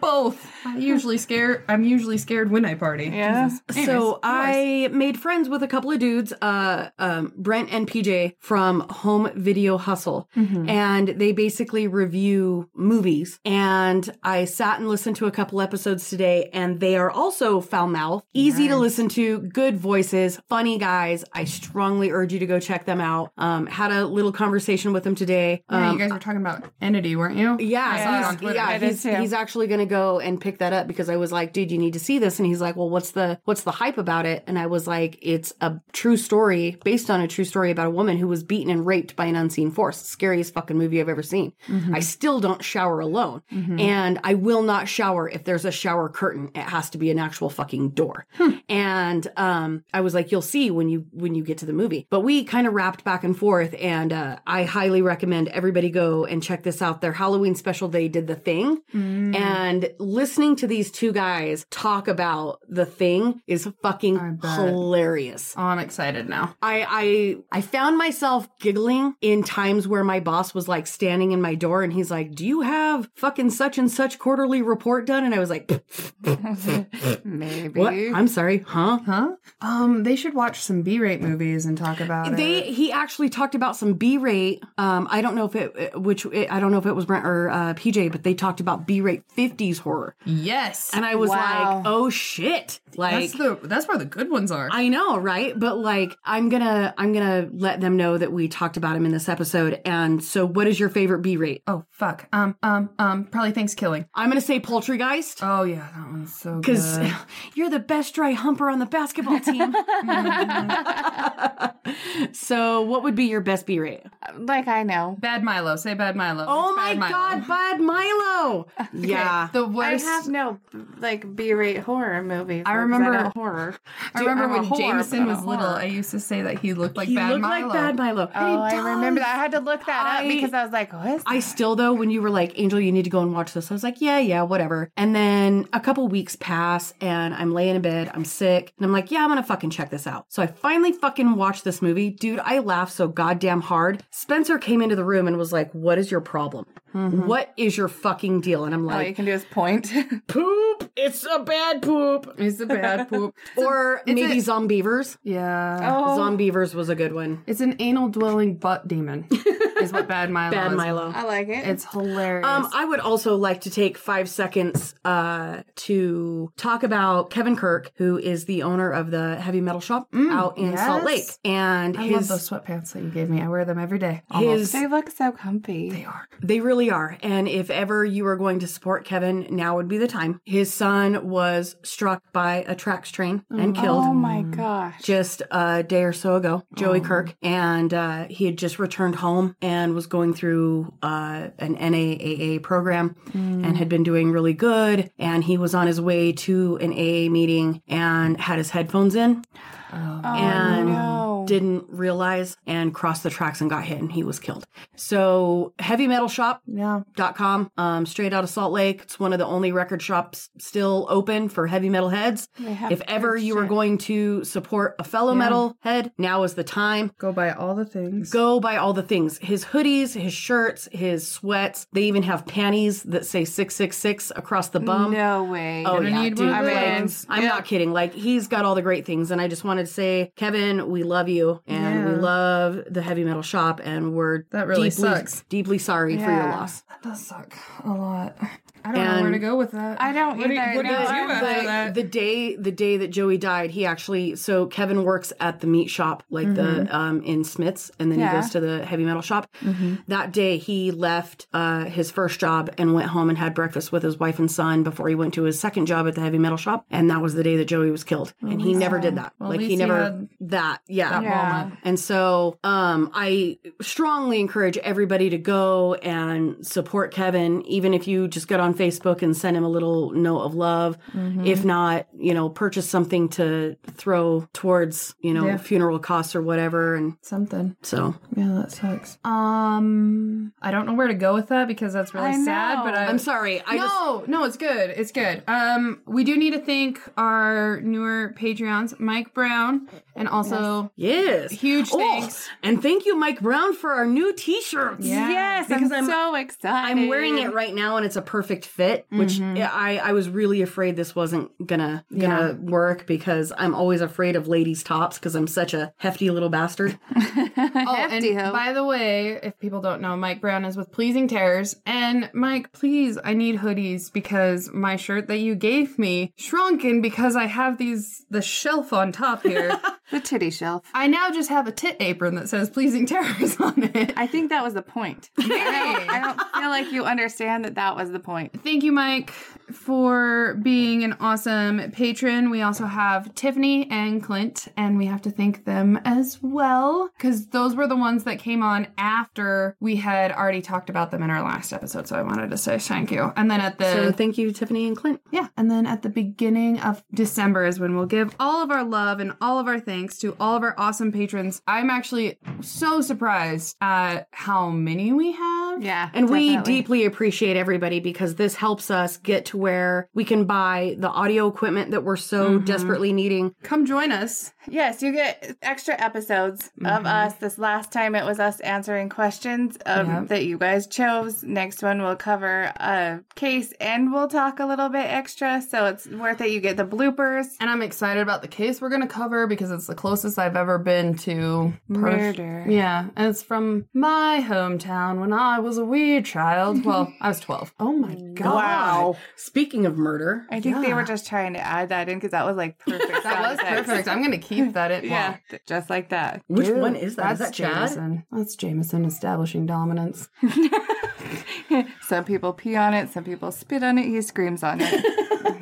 Speaker 3: both. I usually scare I'm usually scared when I party.
Speaker 4: Yeah.
Speaker 5: So I made friends with a couple of dudes, uh, um, Brent and PJ from Home Video Hustle, and they basically review movies. And I sat and listened to a couple episodes today, and they are also foul mouth, easy to listen to, good voices, funny guys. I strongly urge you to go check them out. Um, had a little conversation with them today.
Speaker 3: Yeah,
Speaker 5: Um,
Speaker 3: you guys were talking about entity, weren't you?
Speaker 5: yeah,
Speaker 3: I saw it on
Speaker 5: he's-
Speaker 3: Twitter.
Speaker 5: yeah,
Speaker 4: I did
Speaker 5: he's,
Speaker 4: too.
Speaker 5: he's actually going to go and pick that up because I was like, dude, you need to see this, and he's like, well, what's the what's the hype about it? And I was like, it's a true story based on a true story about a woman who was beaten and raped by an unseen force. Scariest fucking movie I've ever seen.
Speaker 4: Mm-hmm.
Speaker 5: I still don't shower alone, and I will not shower if there's a shower curtain. It has to be an actual fucking door. And um, I was like, you'll see when you when you get to the movie. But we kind of wrapped back and forth, and uh, I highly recommend everybody go and check this out. Their Halloween special, they did the thing, and listening to these two guys talk about the thing is fucking
Speaker 3: bet.
Speaker 5: hilarious.
Speaker 3: Oh, I'm excited now.
Speaker 5: I, I I found myself giggling in times where my boss was like standing in my door and he's like, "Do you have fucking such and such quarterly report done?" And I was like,
Speaker 4: Maybe.
Speaker 5: "What? I'm sorry, huh?"
Speaker 3: Huh? Um, they should watch some B-rate movies and talk about
Speaker 5: they
Speaker 3: it.
Speaker 5: he actually talked about some b-rate um i don't know if it which it, i don't know if it was brent or uh, pj but they talked about b-rate 50s horror
Speaker 3: Yes.
Speaker 5: and i was
Speaker 4: Wow.
Speaker 5: like oh shit like
Speaker 3: that's the that's where the good ones are.
Speaker 5: I know, right? But like, I'm gonna, I'm gonna let them know that we talked about him in this episode. And so, what is your favorite B rate?
Speaker 3: oh fuck. Um um um probably thanks killing.
Speaker 5: I'm gonna say Poultrygeist
Speaker 3: Oh yeah, that one's so good.
Speaker 5: because you're the best dry humper on the basketball team. so, what would be your best B rate?
Speaker 4: Like I know.
Speaker 3: Bad Milo. Say Bad Milo.
Speaker 5: Oh
Speaker 3: It's
Speaker 5: my
Speaker 3: Bad Milo.
Speaker 5: God, Bud Milo! Yeah,
Speaker 3: The worst.
Speaker 4: I have no like B-rate horror movies.
Speaker 3: I remember-
Speaker 4: like, 'cause don't horror.
Speaker 3: I remember
Speaker 4: I'm a
Speaker 3: when
Speaker 4: whore,
Speaker 3: Jameson
Speaker 4: but a
Speaker 3: was little,
Speaker 4: whore.
Speaker 3: I used to say that he looked like
Speaker 5: he
Speaker 3: Bad
Speaker 5: looked
Speaker 3: Milo.
Speaker 5: like Bad Milo.
Speaker 4: Oh,
Speaker 5: He
Speaker 4: I remember
Speaker 5: does.
Speaker 4: that. I had to look that
Speaker 5: I-
Speaker 4: up because I was like, what is
Speaker 5: I still though, when you were like, Angel, you need to go and watch this. I was like, yeah, yeah, whatever. And then a couple weeks pass, and I'm laying in bed, I'm sick, and I'm like, yeah, I'm gonna fucking check this out. So I finally fucking watched this movie, dude, I laughed so goddamn hard. Spencer came into the room and was like, What is your problem?
Speaker 3: Mm-hmm.
Speaker 5: What is your fucking deal? And I'm
Speaker 10: All you
Speaker 5: like,
Speaker 10: can do is point.
Speaker 5: Poop! It's a bad poop!
Speaker 3: It's a bad poop.
Speaker 5: Or maybe Zombievers.
Speaker 3: Yeah.
Speaker 10: oh,
Speaker 5: Zombievers was a good one.
Speaker 3: It's an anal dwelling butt demon, is what Bad Milo
Speaker 5: Bad
Speaker 3: is.
Speaker 5: Milo.
Speaker 10: I like it.
Speaker 3: It's hilarious.
Speaker 5: Um, I would also like to take five seconds uh, to talk about Kevin Kirk, who is the owner of the heavy metal shop out in Salt
Speaker 3: Mm, yes.
Speaker 5: Lake, and
Speaker 3: I love
Speaker 5: his
Speaker 3: those sweatpants that you gave me. I wear them every day.
Speaker 5: his
Speaker 4: They look so comfy. They are.
Speaker 5: They really are. And if ever you are going to support Kevin, now would be the time. His son was struck by a tracks train
Speaker 3: Mm.
Speaker 5: and killed.
Speaker 4: Oh my gosh.
Speaker 5: Just a day or so ago, Joey Kirk, and uh, he had just returned home and was going through uh, an NAAA program and had been doing really good. And he was on his way to an AA meeting and had his headphones in
Speaker 4: Oh,
Speaker 5: and didn't realize and crossed the tracks and got hit and he was killed. So heavy metal shop
Speaker 3: Yeah.
Speaker 5: dot com um, straight out of salt lake it's one of the only record shops still open for heavy metal heads if ever you are going to support a fellow metal head now is the time
Speaker 3: Go buy all the things.
Speaker 5: go buy all the things his hoodies his shirts his sweats they even have panties that say 666 across the bum
Speaker 4: No way.
Speaker 5: Oh yeah,
Speaker 3: need
Speaker 5: dude.
Speaker 3: one of
Speaker 5: I'm, like,
Speaker 3: those.
Speaker 5: I'm not kidding. Like he's got all the great things, and I just wanted to say, Kevin, we love you, and we
Speaker 3: Yeah.
Speaker 5: love the heavy metal shop, and we're
Speaker 3: That really
Speaker 5: deeply,
Speaker 3: sucks.
Speaker 5: Deeply sorry for your
Speaker 4: Yeah.
Speaker 5: loss.
Speaker 3: That does suck a lot. I don't
Speaker 5: And-
Speaker 3: know where to go with that.
Speaker 4: I don't
Speaker 3: What do you-
Speaker 4: either.
Speaker 3: what do you
Speaker 4: No,
Speaker 3: do
Speaker 4: I'm
Speaker 3: after
Speaker 5: But
Speaker 3: that?
Speaker 5: the day the day that Joey died, he actually so Kevin works at the meat shop, like
Speaker 3: Mm-hmm.
Speaker 5: the um in Smith's, and then he
Speaker 4: Yeah.
Speaker 5: goes to the heavy metal shop.
Speaker 3: Mm-hmm.
Speaker 5: That day he left uh his first job and went home and had breakfast with his wife and son before he went to his second job at the heavy metal shop, and that was the day that Joey was killed. and he never did that.
Speaker 3: well, at
Speaker 5: like he
Speaker 3: least he
Speaker 5: never
Speaker 3: had
Speaker 5: that yeah.
Speaker 4: yeah.
Speaker 5: And so um, I strongly encourage everybody to go and support Kevin, even if you just get on Facebook and send him a little note of love. If not, you know, purchase something to throw towards, you know,
Speaker 3: Yeah.
Speaker 5: funeral costs or whatever. And
Speaker 3: Something.
Speaker 5: so
Speaker 3: Yeah, that sucks. Um, I don't know where to go with that because that's really
Speaker 4: I
Speaker 3: sad. But
Speaker 4: know.
Speaker 3: I,
Speaker 5: I'm sorry. I just.
Speaker 3: no, no, it's good. It's good. Um, we do need to thank our newer Patreons, Mike Brown, and also
Speaker 5: Yes.
Speaker 3: Huge
Speaker 5: Oh,
Speaker 3: thanks.
Speaker 5: and thank you, Mike Brown, for our new t shirts.
Speaker 4: Yes,
Speaker 5: Because
Speaker 4: I'm,
Speaker 5: I'm-
Speaker 4: so excited.
Speaker 5: I'm wearing it right now and it's a perfect fit, which
Speaker 4: Mm-hmm.
Speaker 5: I, I was really afraid this wasn't gonna gonna work because I'm always afraid of ladies' tops because I'm such a hefty little bastard.
Speaker 3: Oh, and by the way, if people don't know, Mike Brown is with Pleasing Terrors. And Mike, please, I need hoodies because my shirt that you gave me shrunken because I have these the shelf on top here.
Speaker 4: the titty shelf.
Speaker 3: I now just have a tit apron that says Pleasing Terrors on it.
Speaker 4: I think that was the point. I don't- I don't feel like you understand that that was the point.
Speaker 3: Thank you, Mike, for being an awesome patron. We also have Tiffany and Clint, and we have to thank them as well because those were the ones that came on after we had already talked about them in our last episode. So I wanted to say thank you. And then at the
Speaker 5: so thank you, Tiffany and Clint.
Speaker 3: yeah, and then at the beginning of December is when we'll give all of our love and all of our thanks to all of our awesome patrons. I'm actually so surprised at how many we have.
Speaker 4: Yeah.
Speaker 5: And we
Speaker 4: definitely.
Speaker 5: deeply appreciate everybody because this helps us get to where we can buy the audio equipment that we're so
Speaker 4: Mm-hmm.
Speaker 5: desperately needing.
Speaker 3: Come join us.
Speaker 4: Yes, you get extra episodes of us. This last time it was us answering questions um,
Speaker 3: Yeah.
Speaker 4: that you guys chose. Next one we'll cover a case and we'll talk a little bit extra. So it's worth it. You get the bloopers.
Speaker 3: And I'm excited about the case we're going to cover because it's the closest I've ever been to perf-
Speaker 4: Murder.
Speaker 3: Yeah, and it's from my hometown when I was a wee child. Well, I was 12. Oh my god.
Speaker 5: Speaking of murder,
Speaker 4: I think they were just trying to add that in because that was like perfect.
Speaker 3: That was perfect. I'm going to keep that in.
Speaker 4: Yeah,
Speaker 3: Wow.
Speaker 4: th- just like that.
Speaker 5: which one is that? Is
Speaker 3: That's
Speaker 5: that Chad?
Speaker 3: Jameson. That's Jameson establishing dominance.
Speaker 4: Some people pee on it, some people spit on it, he screams on it.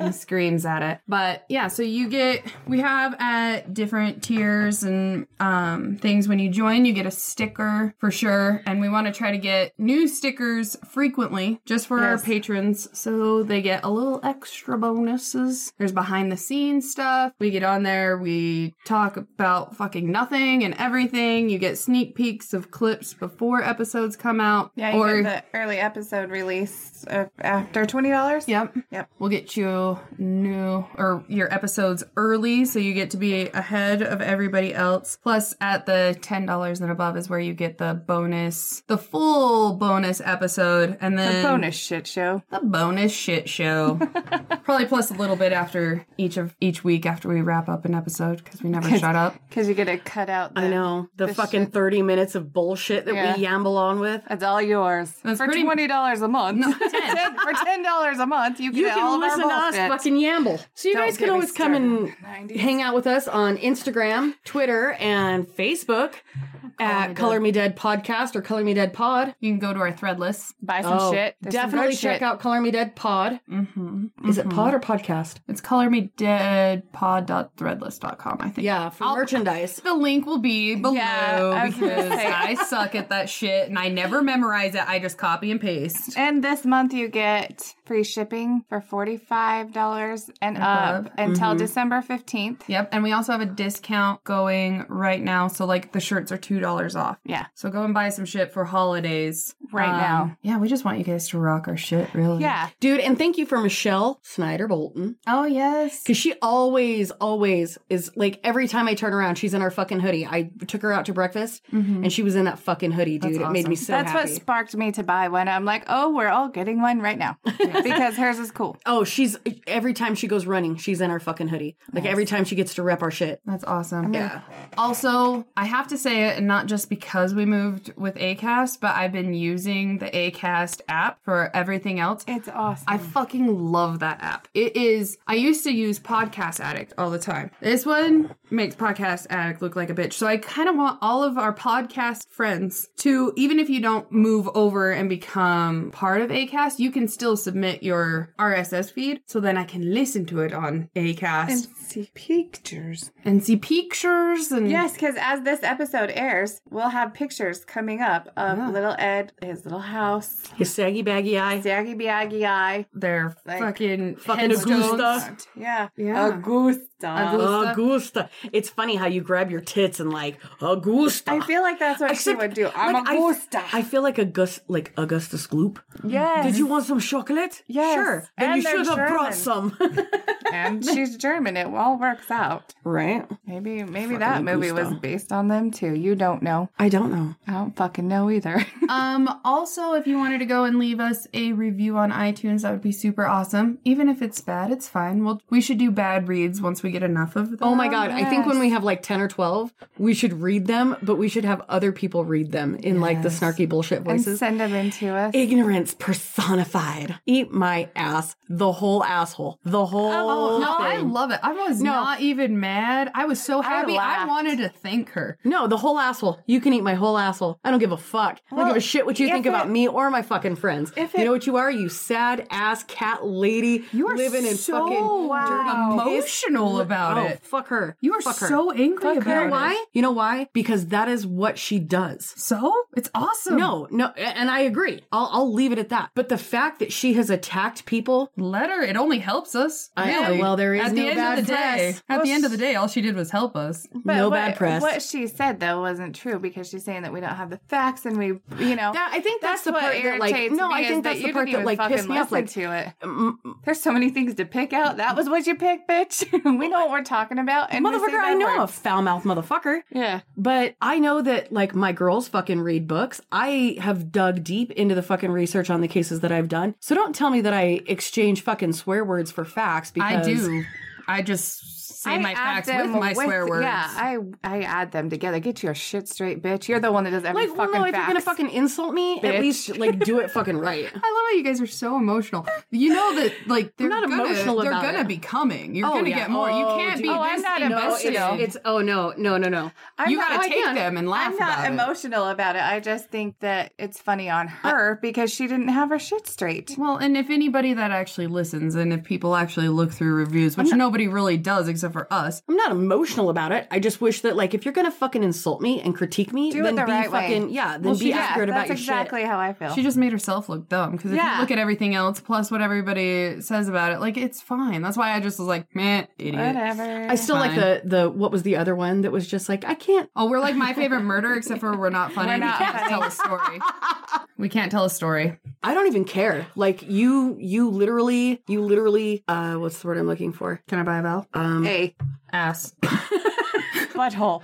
Speaker 3: He screams at it. But yeah, so you get we have at different tiers and um things when you join, you get a sticker for sure. And we want to try to get new stickers frequently just for our
Speaker 4: Yes.
Speaker 3: patrons so they get a little extra bonuses. There's behind the scenes stuff. We get on there, we talk about fucking nothing and everything. You get sneak peeks of clips before episodes come out.
Speaker 4: Yeah, you get the early episode release uh, after twenty dollars.
Speaker 3: Yep.
Speaker 4: Yep.
Speaker 3: We'll get you show new or your episodes early, so you get to be ahead of everybody else. Plus, at the ten dollars and above is where you get the bonus, the full bonus episode, and
Speaker 4: The
Speaker 3: then
Speaker 4: bonus shit show.
Speaker 3: the bonus shit show. Probably plus a little bit after each of each week after we wrap up an episode because we never shut up.
Speaker 4: Because you get to cut out the.
Speaker 5: I know the, fucking thirty minutes of bullshit that
Speaker 4: Yeah.
Speaker 5: we yamble on with.
Speaker 4: That's all yours.
Speaker 3: That's
Speaker 4: for
Speaker 3: pretty-
Speaker 4: twenty dollars a month. Ten- for ten dollars a month, you get
Speaker 5: You
Speaker 4: all
Speaker 5: can
Speaker 4: of
Speaker 5: listen to
Speaker 4: our
Speaker 5: us
Speaker 4: bullshit.
Speaker 5: fucking yamble. So you
Speaker 4: Don't
Speaker 5: guys
Speaker 4: get
Speaker 5: can
Speaker 4: me
Speaker 5: always come and
Speaker 4: started.
Speaker 5: hang out with us on Instagram, Twitter, and Facebook at Color Me Dead Podcast or Color Me Dead Pod.
Speaker 3: You can go to our thread list.
Speaker 4: Buy some
Speaker 5: Oh,
Speaker 4: shit. There's some
Speaker 5: Definitely
Speaker 4: good
Speaker 5: check
Speaker 4: shit.
Speaker 5: out Color Me Dead Pod.
Speaker 3: Mm-hmm.
Speaker 5: Is it pod or podcast?
Speaker 3: It's colormedeadpod.threadless.com, I think.
Speaker 5: Yeah, for
Speaker 3: I'll-
Speaker 5: merchandise.
Speaker 3: The link will be below
Speaker 4: Yeah, I was gonna
Speaker 3: because
Speaker 4: say.
Speaker 3: I suck at that shit and I never memorize it. I just copy and paste.
Speaker 4: And this month you get free shipping for $45 and
Speaker 3: Above.
Speaker 4: up until December 15th.
Speaker 3: Yep. And we also have a discount going right now. So, like, the shirts are $2 off.
Speaker 4: Yeah.
Speaker 3: So, go and buy some shit for holidays Um,
Speaker 4: Right now.
Speaker 3: Yeah, we just want you guys to rock our shit, really.
Speaker 4: Yeah.
Speaker 5: Dude, and thank you for Michelle Snyder Bolton.
Speaker 3: Oh, yes.
Speaker 5: Because she always, always is like every time I turn around, she's in our fucking hoodie. I took her out to breakfast and she was in that fucking hoodie, dude. It made me so
Speaker 4: Mm-hmm. That's
Speaker 5: happy.
Speaker 4: what sparked me to buy one. I'm like, oh, we're all getting one right now because hers is cool.
Speaker 5: oh, she's every time she goes running, she's in our fucking hoodie. Like every time she gets to rep our shit.
Speaker 3: That's awesome. Yeah. Also, I have to say it, and not just because we moved with ACAST, but I've been using the ACAST app for everything else.
Speaker 4: It's awesome.
Speaker 3: I fucking love that app. It is. I used to use Podcast Addict all the time. This one makes Podcast Addict look like a bitch. So I kind of want all of our podcast friends to, even if you don't move over and become part of Acast, you can still submit your RSS feed. So then I can listen to it on Acast and,
Speaker 4: see pictures.
Speaker 3: see pictures and
Speaker 4: Yes, because as this episode airs, we'll have pictures coming up of little Ed, his little house,
Speaker 5: His saggy baggy eye.
Speaker 4: Zaggy Biaggy Eye.
Speaker 3: their
Speaker 4: Like-
Speaker 3: fucking
Speaker 5: Fucking
Speaker 3: headstones.
Speaker 5: Augusta.
Speaker 4: Yeah.
Speaker 3: Yeah.
Speaker 5: Um,
Speaker 4: Augusta.
Speaker 5: Augusta. It's funny how you grab your tits and like Augusta.
Speaker 4: I feel like that's what she
Speaker 5: Except-
Speaker 4: would do. I'm
Speaker 5: like, I-
Speaker 4: Augusta.
Speaker 5: I, feel like August, like Augustus Gloop.
Speaker 4: yes.
Speaker 5: Did you want some chocolate?
Speaker 4: Yes.
Speaker 5: Sure. Then
Speaker 4: And
Speaker 5: you
Speaker 4: they're
Speaker 5: should have brought
Speaker 4: German.
Speaker 5: some.
Speaker 4: and she's German. It all works out.
Speaker 5: right?
Speaker 4: Maybe maybe that movie was based on them too. You don't know.
Speaker 5: I don't know.
Speaker 4: I don't fucking know either.
Speaker 3: Um, also, if you wanted to go and leave us a review on iTunes, that would be super awesome. Even if it's bad, it's fine. Well, we should do bad reads once we get enough of them.
Speaker 5: Oh my god! I think when we have like ten or twelve, we should read them, but we should have other people read them in like the snarky bullshit
Speaker 4: and
Speaker 5: voices.
Speaker 4: send them in to us.
Speaker 5: Ignorance personified. Eat my ass. The whole asshole. The whole.
Speaker 3: Oh, no, I
Speaker 5: thing.
Speaker 3: love it. I was
Speaker 5: No.
Speaker 3: not even mad. I was so happy. I,
Speaker 4: laughed.
Speaker 3: wanted to thank her.
Speaker 5: No, the whole asshole. You can eat my whole asshole. I don't give a fuck. I don't give a shit what you think about me or my fucking friends. you know what you are? You sad ass cat lady.
Speaker 3: You are
Speaker 5: living in
Speaker 3: so
Speaker 5: fucking dirty piss.
Speaker 3: emotional about
Speaker 5: oh,
Speaker 3: it.
Speaker 5: Fuck her.
Speaker 3: You are
Speaker 5: Fuck her.
Speaker 3: so angry
Speaker 5: You know
Speaker 3: about it.
Speaker 5: why? You know why? Because that is what she does.
Speaker 3: So it's awesome.
Speaker 5: No, no, and I agree. I'll, I'll leave it at that. But the fact that she has attacked people
Speaker 3: let her. It only helps us.
Speaker 5: I know.
Speaker 3: really.
Speaker 5: Well, there is
Speaker 3: at
Speaker 5: no
Speaker 3: the end
Speaker 5: bad
Speaker 3: of the day.
Speaker 5: press.
Speaker 3: At the end of the day, all she did was help us.
Speaker 4: But
Speaker 5: no
Speaker 4: what,
Speaker 5: bad press.
Speaker 4: What she said though wasn't true because she's saying that we don't have the facts and we, you know.
Speaker 5: That- I think that's the
Speaker 4: what
Speaker 5: part that, like-
Speaker 4: irritates
Speaker 5: no,
Speaker 4: me
Speaker 5: I
Speaker 4: is
Speaker 5: think
Speaker 4: that
Speaker 5: that's the
Speaker 4: you
Speaker 5: part
Speaker 4: didn't
Speaker 5: that,
Speaker 4: even
Speaker 5: like, pissed
Speaker 4: fucking
Speaker 5: me off,
Speaker 4: listen
Speaker 5: like-
Speaker 4: to it. There's so many things to pick out. That was what you picked, bitch. we know what we're talking about. And we say
Speaker 5: motherfucker,
Speaker 4: bad
Speaker 5: I know I'm a
Speaker 4: words.
Speaker 5: foul mouth motherfucker.
Speaker 4: Yeah.
Speaker 5: But I know that like my girls fucking read books. I have dug deep into the fucking research on the cases that I've done. So don't tell me that I exchange fucking swear words for facts
Speaker 3: I
Speaker 5: because
Speaker 3: do. I just say
Speaker 4: I
Speaker 3: my
Speaker 4: add
Speaker 3: facts with
Speaker 4: them
Speaker 3: my swear words.
Speaker 4: Yeah, I I add them together. Get your shit straight, bitch. You're the one that does every
Speaker 5: Like, well,
Speaker 4: fucking
Speaker 5: no, if
Speaker 4: facts.
Speaker 5: you're gonna fucking insult me,
Speaker 4: bitch.
Speaker 5: at least like do it fucking right.
Speaker 3: I love how you guys are so emotional. You know that, like, they're
Speaker 5: not
Speaker 3: gonna,
Speaker 5: emotional
Speaker 3: They're
Speaker 5: about
Speaker 3: gonna
Speaker 5: it.
Speaker 3: be coming. You're
Speaker 5: Oh,
Speaker 3: gonna
Speaker 5: yeah.
Speaker 3: get more. you
Speaker 5: Oh,
Speaker 3: can't be.
Speaker 5: dude.
Speaker 4: Oh, I'm
Speaker 3: this
Speaker 4: not
Speaker 3: invested.
Speaker 4: emotional.
Speaker 5: It's oh no, no, no, no.
Speaker 4: I'm
Speaker 3: you
Speaker 4: not-
Speaker 3: gotta
Speaker 4: I
Speaker 3: take
Speaker 4: can't.
Speaker 3: them and laugh
Speaker 4: I'm not
Speaker 3: about it.
Speaker 4: emotional about it. I just think that it's funny on her because she didn't have her shit straight.
Speaker 3: Well, and if anybody that actually listens, and if people actually look through reviews, which nobody really does except for us,
Speaker 5: I'm not emotional about it. I just wish that like if you're gonna fucking insult me and critique me,
Speaker 4: Do it
Speaker 5: then
Speaker 4: the
Speaker 5: be
Speaker 4: right way.
Speaker 5: fucking yeah, then be
Speaker 4: yeah,
Speaker 5: accurate about
Speaker 4: that's
Speaker 5: your
Speaker 4: exactly
Speaker 5: shit.
Speaker 4: how I feel.
Speaker 3: she just made herself look dumb. Because if
Speaker 4: Yeah.
Speaker 3: you look at everything else plus what everybody says about it, like it's fine. That's why I just was like, man, idiot.
Speaker 4: Whatever.
Speaker 5: I still like the the what was the other one that was just like I can't
Speaker 3: Oh, we're like my favorite murder, except for we're not funny.
Speaker 4: We're
Speaker 3: and we
Speaker 4: not
Speaker 3: can't
Speaker 4: funny.
Speaker 3: tell a story. We can't tell a story.
Speaker 5: I don't even care. Like you, you literally, you literally. Uh, what's the word I'm looking for?
Speaker 3: Can I buy a vowel?
Speaker 5: Um,
Speaker 6: Hey,
Speaker 3: Ass.
Speaker 4: Butthole.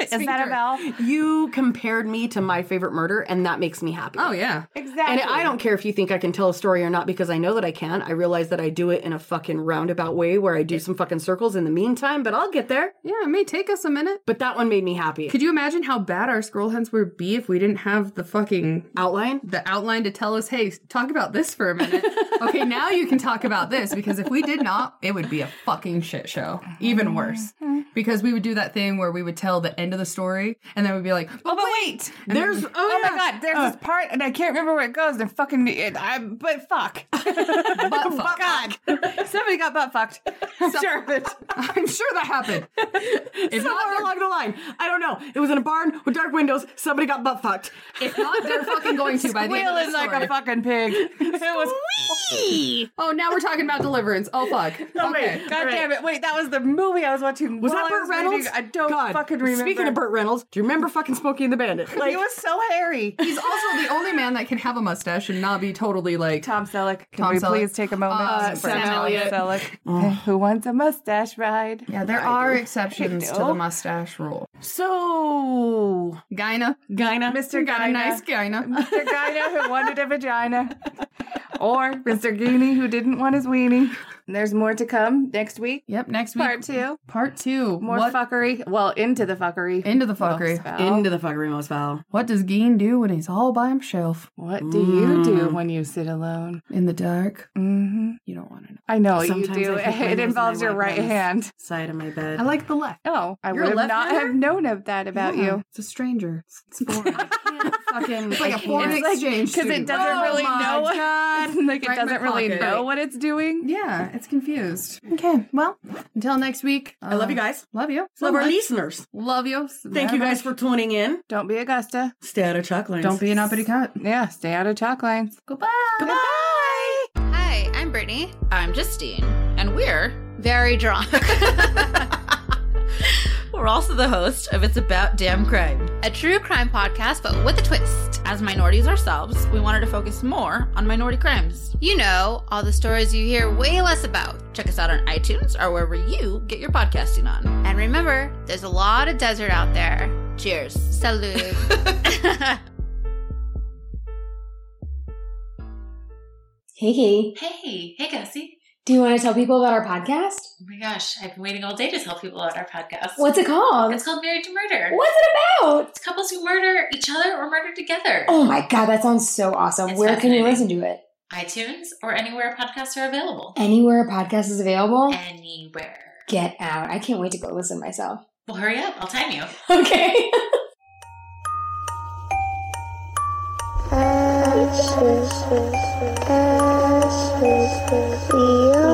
Speaker 4: Is that a bell?
Speaker 5: you compared me to my favorite murder, and that makes me happy.
Speaker 3: Oh yeah.
Speaker 4: Exactly.
Speaker 5: And I don't care if you think I can tell a story or not because I know that I can. I realize that I do it in a fucking roundabout way where I do some fucking circles in the meantime, but I'll get there.
Speaker 3: Yeah, it may take us a minute.
Speaker 5: But that one made me happy.
Speaker 3: Could you imagine how bad our scroll hunts would be if we didn't have the fucking
Speaker 5: Outline?
Speaker 3: the outline to tell us, hey, talk about this for a minute. okay, now you can talk about this because if we did not, it would be a fucking shit show. Even worse. Because we would do that thing where we would tell the end of the story and then we'd be like, oh, but wait, Uh.
Speaker 5: There's oh,
Speaker 4: Oh my god, there's this part, and I can't remember where it goes. They're fucking. It, I, but fuck.
Speaker 3: butt fuck.
Speaker 4: God. Somebody got butt fucked. sure of it.
Speaker 3: I'm sure that happened. If
Speaker 5: somewhere
Speaker 3: not, they're-
Speaker 5: along the line. I don't know. It was in a barn with dark windows. Somebody got butt fucked.
Speaker 3: if not, they're fucking going to by the end of the
Speaker 4: Squealing like a
Speaker 3: story.
Speaker 4: fucking pig. It was.
Speaker 3: oh, now we're talking about deliverance. Oh, fuck. Okay.
Speaker 4: God damn it! Wait, that was the movie I was watching.
Speaker 5: Was
Speaker 4: while
Speaker 5: that
Speaker 4: I
Speaker 5: Burt
Speaker 4: reading.
Speaker 5: Reynolds?
Speaker 4: I don't
Speaker 5: God.
Speaker 4: fucking remember.
Speaker 5: Speaking of Burt Reynolds, do you remember fucking Smokey and the Bandit? Like,
Speaker 4: he was so hairy.
Speaker 5: Oh
Speaker 3: He's also the only man that can have a mustache and not be totally like
Speaker 4: Tom Selleck, can
Speaker 3: Tom
Speaker 4: we
Speaker 3: Selleck.
Speaker 4: please take a moment
Speaker 3: Uh,
Speaker 4: for
Speaker 3: Sam
Speaker 4: Tom
Speaker 3: Elliott.
Speaker 4: Selleck? Who wants a mustache ride?
Speaker 3: Yeah, there are exceptions to
Speaker 4: know.
Speaker 3: the mustache rule.
Speaker 5: so
Speaker 3: Gyna.
Speaker 5: Gina.
Speaker 4: Mr.
Speaker 3: Got a
Speaker 4: Gyna.
Speaker 3: nice gyna.
Speaker 4: Mr. Gyna who wanted a vagina. Or Mr. Goonie who didn't want his weenie. And there's more to come next week.
Speaker 3: Yep, next week.
Speaker 4: Part two.
Speaker 3: Part two.
Speaker 4: More
Speaker 3: what,
Speaker 4: fuckery. Well, into the fuckery.
Speaker 3: Into the fuckery.
Speaker 4: Well,
Speaker 5: Into the fuckery most foul.
Speaker 3: what does Gene do when he's all by himself
Speaker 4: What do you do when you sit alone?
Speaker 3: in the dark?
Speaker 4: Mm-hmm.
Speaker 3: Mm. You don't want to know.
Speaker 4: I know
Speaker 5: Sometimes
Speaker 4: you do.
Speaker 5: I think my
Speaker 4: It
Speaker 5: nose and
Speaker 4: involves
Speaker 5: my
Speaker 4: your
Speaker 5: white
Speaker 4: right
Speaker 5: nose.
Speaker 4: hand.
Speaker 5: Side of my bed.
Speaker 3: I like the left.
Speaker 4: Oh, I
Speaker 3: You're
Speaker 4: would
Speaker 3: a
Speaker 4: have not
Speaker 3: left-hander?
Speaker 4: have known of that about
Speaker 3: Yeah,
Speaker 4: you.
Speaker 3: Uh-huh. It's a stranger. It's, it's foreign.
Speaker 5: fucking.
Speaker 3: It's like a foreign
Speaker 4: It's like-
Speaker 3: exchange. Oh
Speaker 4: Because it
Speaker 3: student.
Speaker 4: doesn't really know. like it
Speaker 3: Right in my
Speaker 4: doesn't really
Speaker 3: pocket.
Speaker 4: know what it's doing.
Speaker 3: Yeah, it's confused. Okay, well, until next week. uh,
Speaker 5: I love you guys.
Speaker 3: Love you.
Speaker 5: Love our
Speaker 3: much.
Speaker 5: listeners.
Speaker 3: Love you.
Speaker 5: Thank you guys for tuning in.
Speaker 4: Don't be Augusta.
Speaker 5: Stay out of chalk lines.
Speaker 3: Don't be an uppity cut.
Speaker 4: Yeah, stay out of chalk lines.
Speaker 11: Goodbye. Hi, I'm Brittany. I'm Justine. And we're very drunk. we're also the host of It's About Damn Crime, a true crime podcast, but with a twist. As minorities ourselves, we wanted to focus more on minority crimes. You know, all the stories you hear way less about. Check us out on iTunes or wherever you get your podcasting on.
Speaker 7: And remember, there's a lot of desert out there. Cheers. Salud.
Speaker 11: Hey, hey. Hey, hey, Gussie. Do you want to tell people about our podcast? Oh my gosh, I've been waiting all day to tell people about our podcast. What's it called? It's called Married to Murder. What's it about? It's couples who murder each other or murder together. Oh my God, that sounds so awesome. Where can you listen to it? iTunes or anywhere podcasts are available. Anywhere podcasts is available? Anywhere. Get out. I can't wait to go listen myself. Well, hurry up. I'll time you. Okay.
Speaker 12: Ashes, ashes, we are.